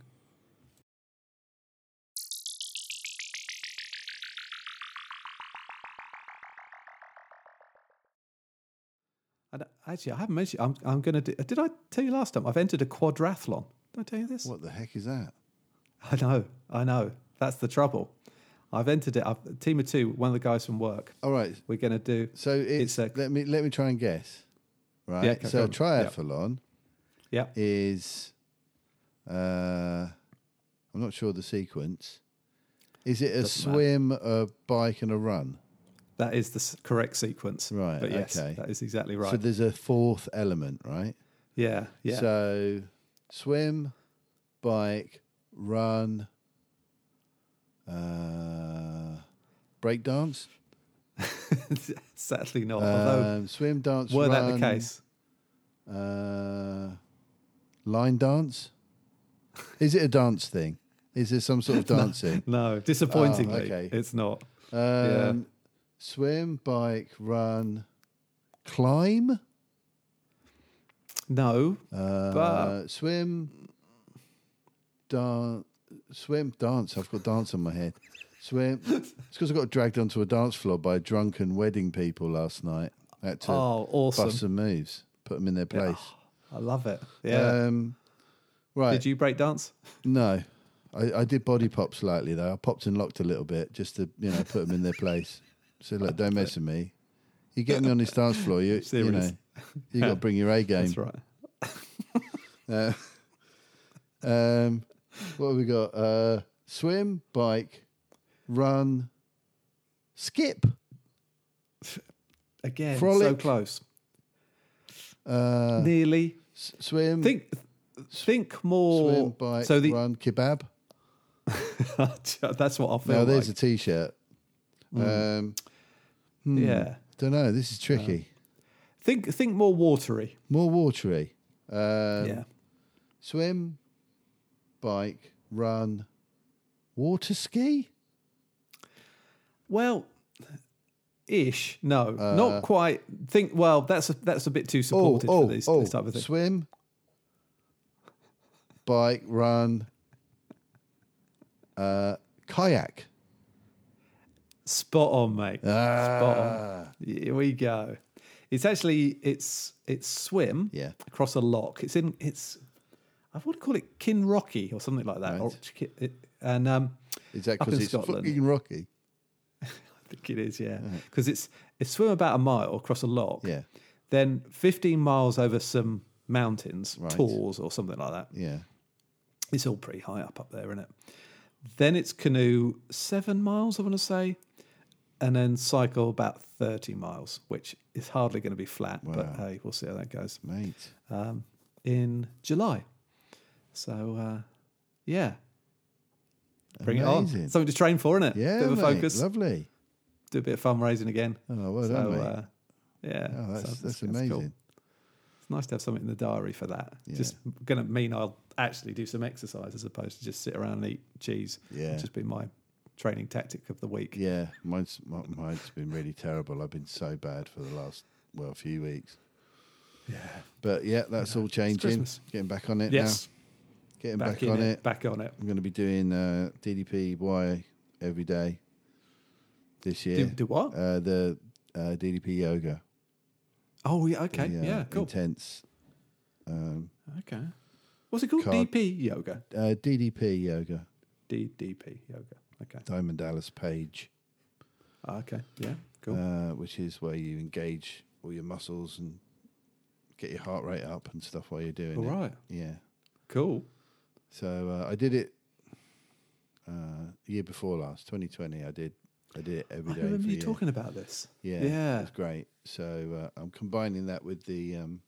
D: I don't- actually, I haven't mentioned. I'm, I'm going to. do Did I tell you last time? I've entered a quadrathlon. Did I tell you this?
B: What the heck is that?
D: I know, I know. That's the trouble. I've entered it. I've, team of two, one of the guys from work.
B: All right.
D: We're going to do.
B: So it's,
D: It's a-
B: let me let me try and guess. Right.
D: Yeah, go-
B: so a
D: go on. Yeah.
B: triathlon
D: Yeah,
B: is uh I'm not sure the sequence. Is it a
D: Doesn't matter.
B: swim, a bike and a run?
D: that is the s- correct sequence.
B: Right,
D: But yes,
B: okay.
D: that is exactly right.
B: So there's a fourth element, right?
D: yeah, yeah.
B: So swim, bike, run, uh break dance.
D: Sadly not. although,
B: um, swim, dance,
D: were
B: run,
D: that the case?
B: Uh, line dance? Is it a dance thing? Is there some sort of dancing?
D: No, disappointingly,
B: Ah, okay.
D: it's not.
B: um, Swim, bike, run, climb,
D: No,
B: uh,
D: Wow.
B: swim, dance, swim, dance. I've got dance on my head. Swim. it's because I got dragged onto a dance floor by drunken wedding people last night. I had to
D: Oh, awesome.
B: bust some moves, put them in their place.
D: I love it. Yeah.
B: Um, right.
D: Did you break dance?
B: No, I, I did body pop slightly though. I popped and locked a little bit just to you know put them in their place. So look, don't mess with me. You get me on this dance floor, you you know,
D: Serious.
B: you got to bring your A game.
D: That's right.
B: Um, what have we got? Uh, swim, bike, run, skip,
D: Again, so
B: Frolic.
D: close.
B: uh,
D: Nearly.
B: s- swim,
D: Think, think more.
B: swim, bike,
D: Oh, so the
B: run, kebab.
D: that's what I feel.
B: Now there's a
D: like. Mm.
B: t-shirt. Um,
D: yeah.
B: don't know. This is tricky.
D: Uh. Think think more watery.
B: More watery. Um,
D: yeah.
B: swim, bike, run, water ski.
D: Well, ish. No,
B: Uh,
D: not quite. Think. Well, that's a, that's a bit
B: Oh,
D: too supported for these, this type of thing.
B: swim, bike, run, Uh, kayak.
D: Spot on, mate. Spot on.
B: Ah.
D: Here we go. It's actually it's it's swim
B: Yeah.
D: across a lock. It's in it's I would call it Kinrocky or something like that.
B: Right.
D: Or Chick- it- and um,
B: Is that
D: Up
B: because
D: in
B: it's
D: Scotland.
B: fucking rocky?
D: I think it is, yeah, because it's it's swim about a mile across a lock.
B: Uh-huh. Yeah.
D: Then fifteen miles over some mountains,
B: Right.
D: tors or something like that.
B: Yeah.
D: It's all pretty high up up there, isn't it? Then it's canoe seven miles, I want to say, and then cycle about 30 miles, which is hardly going to be flat, but hey, we'll see how that goes
B: Mate.
D: um, in July. So, uh, yeah. Bring it
B: Amazing.
D: on. Something to train for, isn't it?
B: Yeah.
D: Bit of a
B: mate,
D: focus.
B: Lovely.
D: Do a bit of fundraising again.
B: Oh, well done, mate.
D: yeah.
B: Oh,
D: uh, so
B: that's, that's,
D: it's- it's
B: amazing.
D: cool. It's nice to have something in the diary for that.
B: Yeah.
D: Just going to mean I'll actually do some exercise as opposed to just sit around and eat cheese.
B: Yeah.
D: Just be my training tactic of the week.
B: Yeah, mine's mi- mine's been really terrible. I've been so bad for the last well few weeks. Yeah, but yeah, that's all changing.
D: Christmas.
B: Getting back on it
D: Yes.
B: now. Getting
D: Back,
B: back,
D: in
B: on
D: it,
B: it.
D: Back on it.
B: I'm going to be doing uh, DDPY every day this year.
D: Do, do what?
B: Uh, the uh, DDP yoga.
D: oh, yeah. Okay.
B: The, uh,
D: Yeah. cool.
B: Intense um,
D: Okay. What's it called?
B: Card-
D: DP yoga.
B: uh, DDP yoga.
D: DDP yoga. Okay.
B: Diamond Dallas Page.
D: Ah, okay. Yeah. Cool.
B: uh, which is where you engage all your muscles and get your heart rate up and stuff while you're doing
D: All
B: it.
D: right.
B: Yeah.
D: Cool.
B: So uh, I did it uh, year before last, 2020. I did. I did it every
D: I
B: day. for
D: remember
B: a
D: you
B: year.
D: talking about this.
B: Yeah,
D: Yeah.
B: it was great. So uh, I'm combining that with the um,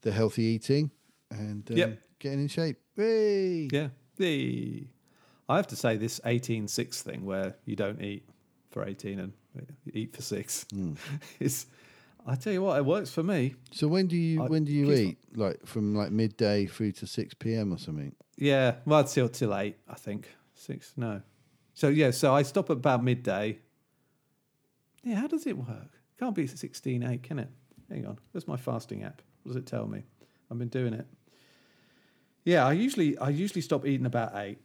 B: the healthy eating and um,
D: Yep.
B: getting in shape. Hey.
D: Yeah. The I have to say this 18 6 thing where you don't eat for 18 and eat for 6 is I tell you what it works for me.
B: So when do you
D: I-
B: when do you
D: keep-
B: eat? Like from like midday through to six p.m. or something.
D: Yeah, well till till 8 I think. 6 no. So yeah, so I stop at about midday. Yeah, how does it work? Can't be 16 8, can it? Hang on. Where's my fasting app? What does it tell me? I've been doing it. Yeah, I usually I usually stop eating about 8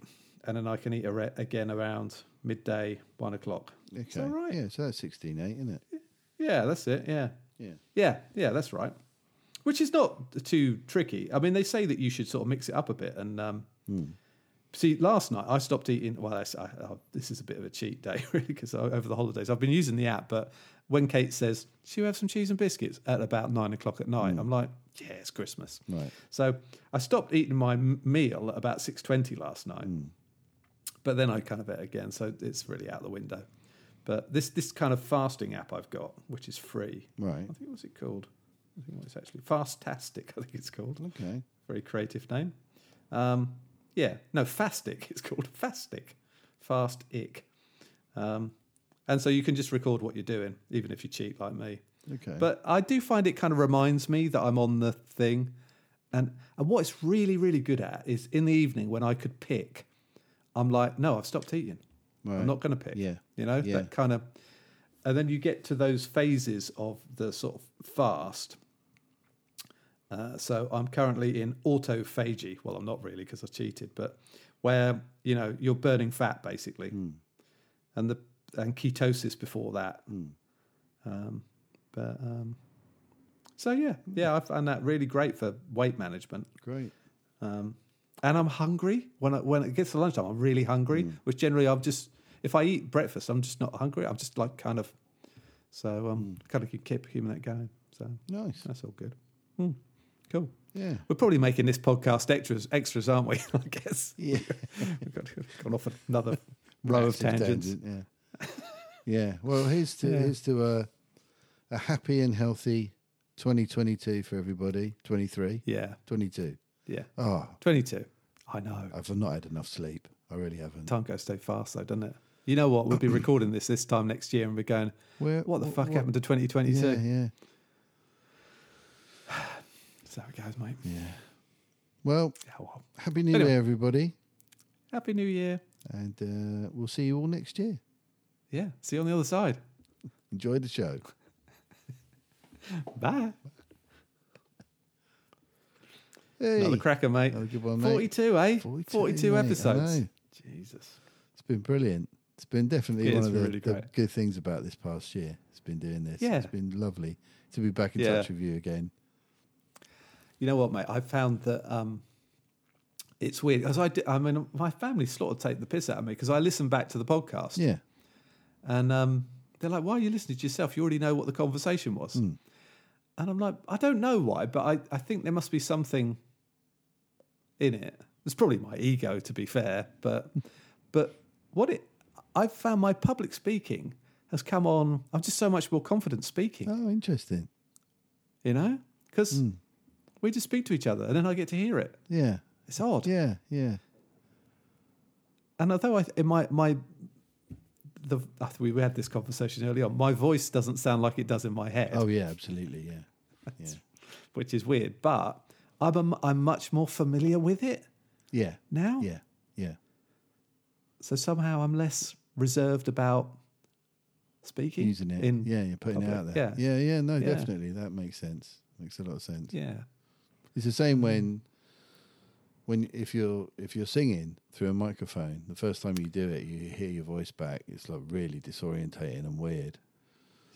D: and then I can eat a re- again around midday 1 o'clock.
B: Okay.
D: Is that right?
B: Yeah. So that's sixteen eight, isn't it?
D: Yeah, that's it. Yeah.
B: Yeah.
D: Yeah, yeah, that's right. Which is not too tricky. I mean, they say that you should sort of mix it up a bit. And um, see, last night I stopped eating. Well, that's, I, I, this is a bit of a cheat day, really, because over the holidays I've been using the app. But when Kate says, "Should we have some cheese and biscuits?" at about nine o'clock at night, I'm like, "Yeah, it's Christmas."
B: Right.
D: So I stopped eating my m- meal at about six twenty last night, but then I kind of ate again, so it's really out the window. But this this kind of fasting app I've got, which is free,
B: Right.
D: I think what's it called? I think what it's actually Fastastic. I think it's called.
B: Okay.
D: Very creative name. Um, yeah, no, Fastic. It's called Fastic. Fast ick. Um, and so you can just record what you're doing, even if you cheat like me.
B: Okay.
D: But I do find it kind of reminds me that I'm on the thing. And and what it's really, really good at is in the evening when I could pick, I'm like, no, I've stopped eating.
B: Right.
D: I'm not going to pick.
B: Yeah.
D: You know,
B: Yeah.
D: that kind of. And then you get to those phases of the sort of fast. Uh, so I'm currently in autophagy. Well, I'm not really because I cheated, but where, you know, you're burning fat basically.
B: Hmm.
D: And the and ketosis before that.
B: Hmm.
D: Um, but um, so yeah, yeah, I found that really great for weight management.
B: Great.
D: Um, and I'm hungry when I, when it gets to lunchtime. I'm really hungry,
B: Mm.
D: which generally I'm just if I eat breakfast, I'm just not hungry. I'm just like kind of so um,
B: Mm.
D: kind of keep keeping that going. So
B: Nice.
D: that's all good. Hmm. Cool.
B: Yeah.
D: We're probably making this podcast extras, extras, aren't we? I guess.
B: Yeah.
D: We've got, gone off another row of
B: Massive
D: tangents.
B: tangent, yeah. yeah. Well, here's to
D: Yeah.
B: here's to a, a happy and healthy 2022 for everybody. 23,
D: Yeah,
B: 22.
D: yeah.
B: Oh,
D: Twenty-two. I know.
B: I've not had enough sleep. I really haven't.
D: Time goes so fast, though, doesn't it? You know what? We'll be recording this this time next year, and we're going,
B: Where,
D: "What the
B: wh-
D: fuck
B: what-
D: happened to 2022?"
B: Yeah, yeah,
D: So it goes, mate.
B: yeah. Well,
D: Oh, well.
B: happy New
D: Anyway.
B: Year, everybody,
D: Happy New Year!
B: and uh, we'll see you all next year.
D: Yeah. See you on the other side.
B: Enjoy the show.
D: Bye.
B: Hey,
D: Another cracker, mate.
B: another good one, mate.
D: 42, eh?
B: 42,
D: 42
B: mate, I
D: episodes.
B: know.
D: Jesus.
B: been brilliant. It's been definitely
D: It
B: one
D: is
B: of the,
D: really
B: the
D: great.
B: good things about this past year. It's been doing this.
D: Yeah.
B: It's been lovely to be back in
D: Yeah.
B: touch with you again.
D: You know what, mate? I found that um, it's weird because I, di- I mean, my family sort of take the piss out of me because I listen back to the podcast
B: Yeah.
D: and um, they're like, "Why are you listening to yourself? You already know what the conversation was."
B: Hmm.
D: And I'm like, I don't know why, but I, I think there must be something in it. It's probably my ego, to be fair, but but what it I've found my public speaking has come on. I'm just so much more confident speaking
B: Oh, interesting.
D: you know, because
B: Hmm.
D: we just speak to each other and then I get to hear it.
B: Yeah.
D: It's odd.
B: Yeah. Yeah.
D: And although I, th- in my, my, the, I th- we had this conversation early on, my voice doesn't sound like it does in my head,
B: Oh, yeah. Absolutely. Yeah. Yeah.
D: which is weird, but I'm, a m I'm much more familiar with it
B: Yeah.
D: now.
B: Yeah. Yeah.
D: So somehow I'm less reserved about speaking.
B: Using it.
D: In,
B: yeah. You're putting it
D: public.
B: out there. Yeah. Yeah. no,
D: Yeah.
B: definitely. That makes sense. Makes a lot of sense.
D: Yeah. Mm.
B: It's the same when when if you're if you're singing through a microphone, the first time you do it, you hear your voice back. It's like really disorientating and weird.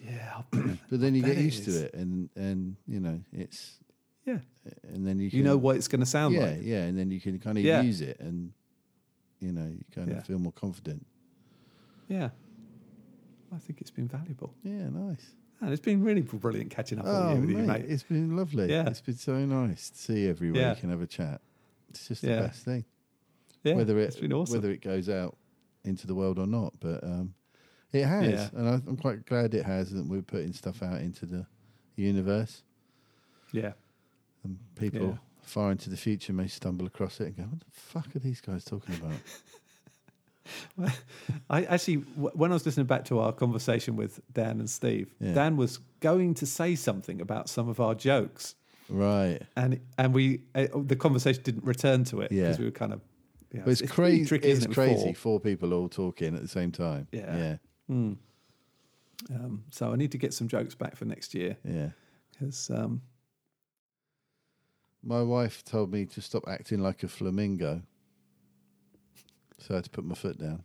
D: Yeah. I'll bet.
B: But then you
D: bet
B: get
D: it
B: used
D: is.
B: to it, and and you know it's
D: yeah.
B: and then you can,
D: You know what it's going to sound
B: yeah
D: like.
B: yeah, and then you can kind of
D: Yeah.
B: use it, and you know you kind
D: Yeah.
B: of feel more confident.
D: Yeah. I think it's been valuable.
B: Yeah, nice.
D: And it's been really brilliant catching up
B: Oh,
D: on you, with
B: mate,
D: you, mate.
B: it's been lovely.
D: Yeah.
B: it's been so nice to see you every week
D: Yeah.
B: and have a chat. It's just
D: Yeah.
B: the best thing.
D: Yeah,
B: whether
D: it's
B: it
D: been awesome.
B: whether it goes out into the world or not. But um, it has,
D: Yeah.
B: and I, I'm quite glad it has, and we're putting stuff out into the universe,
D: yeah,
B: and people
D: Yeah.
B: far into the future may stumble across it and go, "What the fuck are these guys talking about?"
D: I actually w- when I was listening back to our conversation with Dan and Steve,
B: Yeah.
D: Dan was going to say something about some of our jokes,
B: right?
D: and and we uh, the conversation didn't return to it
B: Yeah.
D: because we were kind of. Yeah,
B: But it's,
D: really
B: crazy.
D: tricky,
B: it's
D: isn't it, with
B: crazy. Four people all talking at the same time.
D: Yeah.
B: yeah,
D: four? Hmm. Um, so I need to get some jokes back for next year
B: yeah.
D: because um,
B: My wife told me to stop acting like a flamingo, so I had to put my foot down.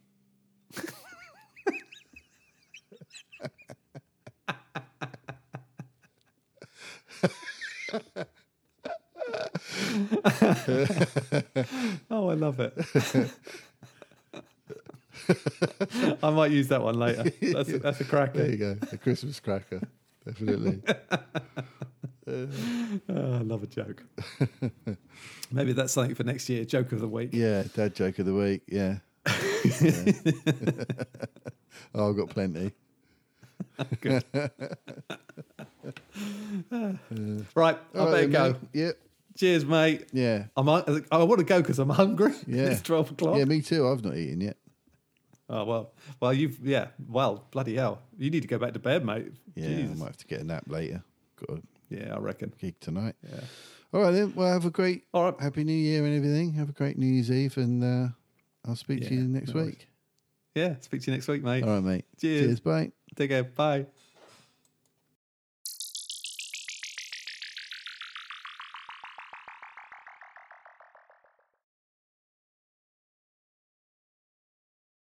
D: oh, I love it. I might use that one later. That's a, that's a
B: There
D: cracker.
B: you go, a Christmas cracker, definitely.
D: Oh, I love a joke. Maybe that's something for next year. Joke of the week.
B: Yeah, dad joke of the week. Yeah. Yeah. oh, I've got plenty.
D: Right, I
B: All
D: better
B: right
D: go.
B: then, mate. Yep.
D: Cheers, mate.
B: Yeah.
D: I'm, I, I want to go because I'm hungry.
B: Yeah.
D: it's twelve o'clock.
B: Yeah, me too. I've not eaten yet.
D: Oh well, well you've yeah. Well, bloody hell, you need to go back to bed, mate.
B: Yeah, I
D: Jesus.
B: might have to get a nap later. Got a
D: yeah, I reckon.
B: gig tonight.
D: Yeah.
B: All right then. Well, have a great,
D: All right.
B: happy New Year and everything. Have a great New Year's Eve, and uh, I'll speak to
D: Yeah,
B: you next
D: no worries.
B: week.
D: Yeah, speak to you next week, mate.
B: All right, mate.
D: Cheers.
B: Cheers bye.
D: Take care. Bye.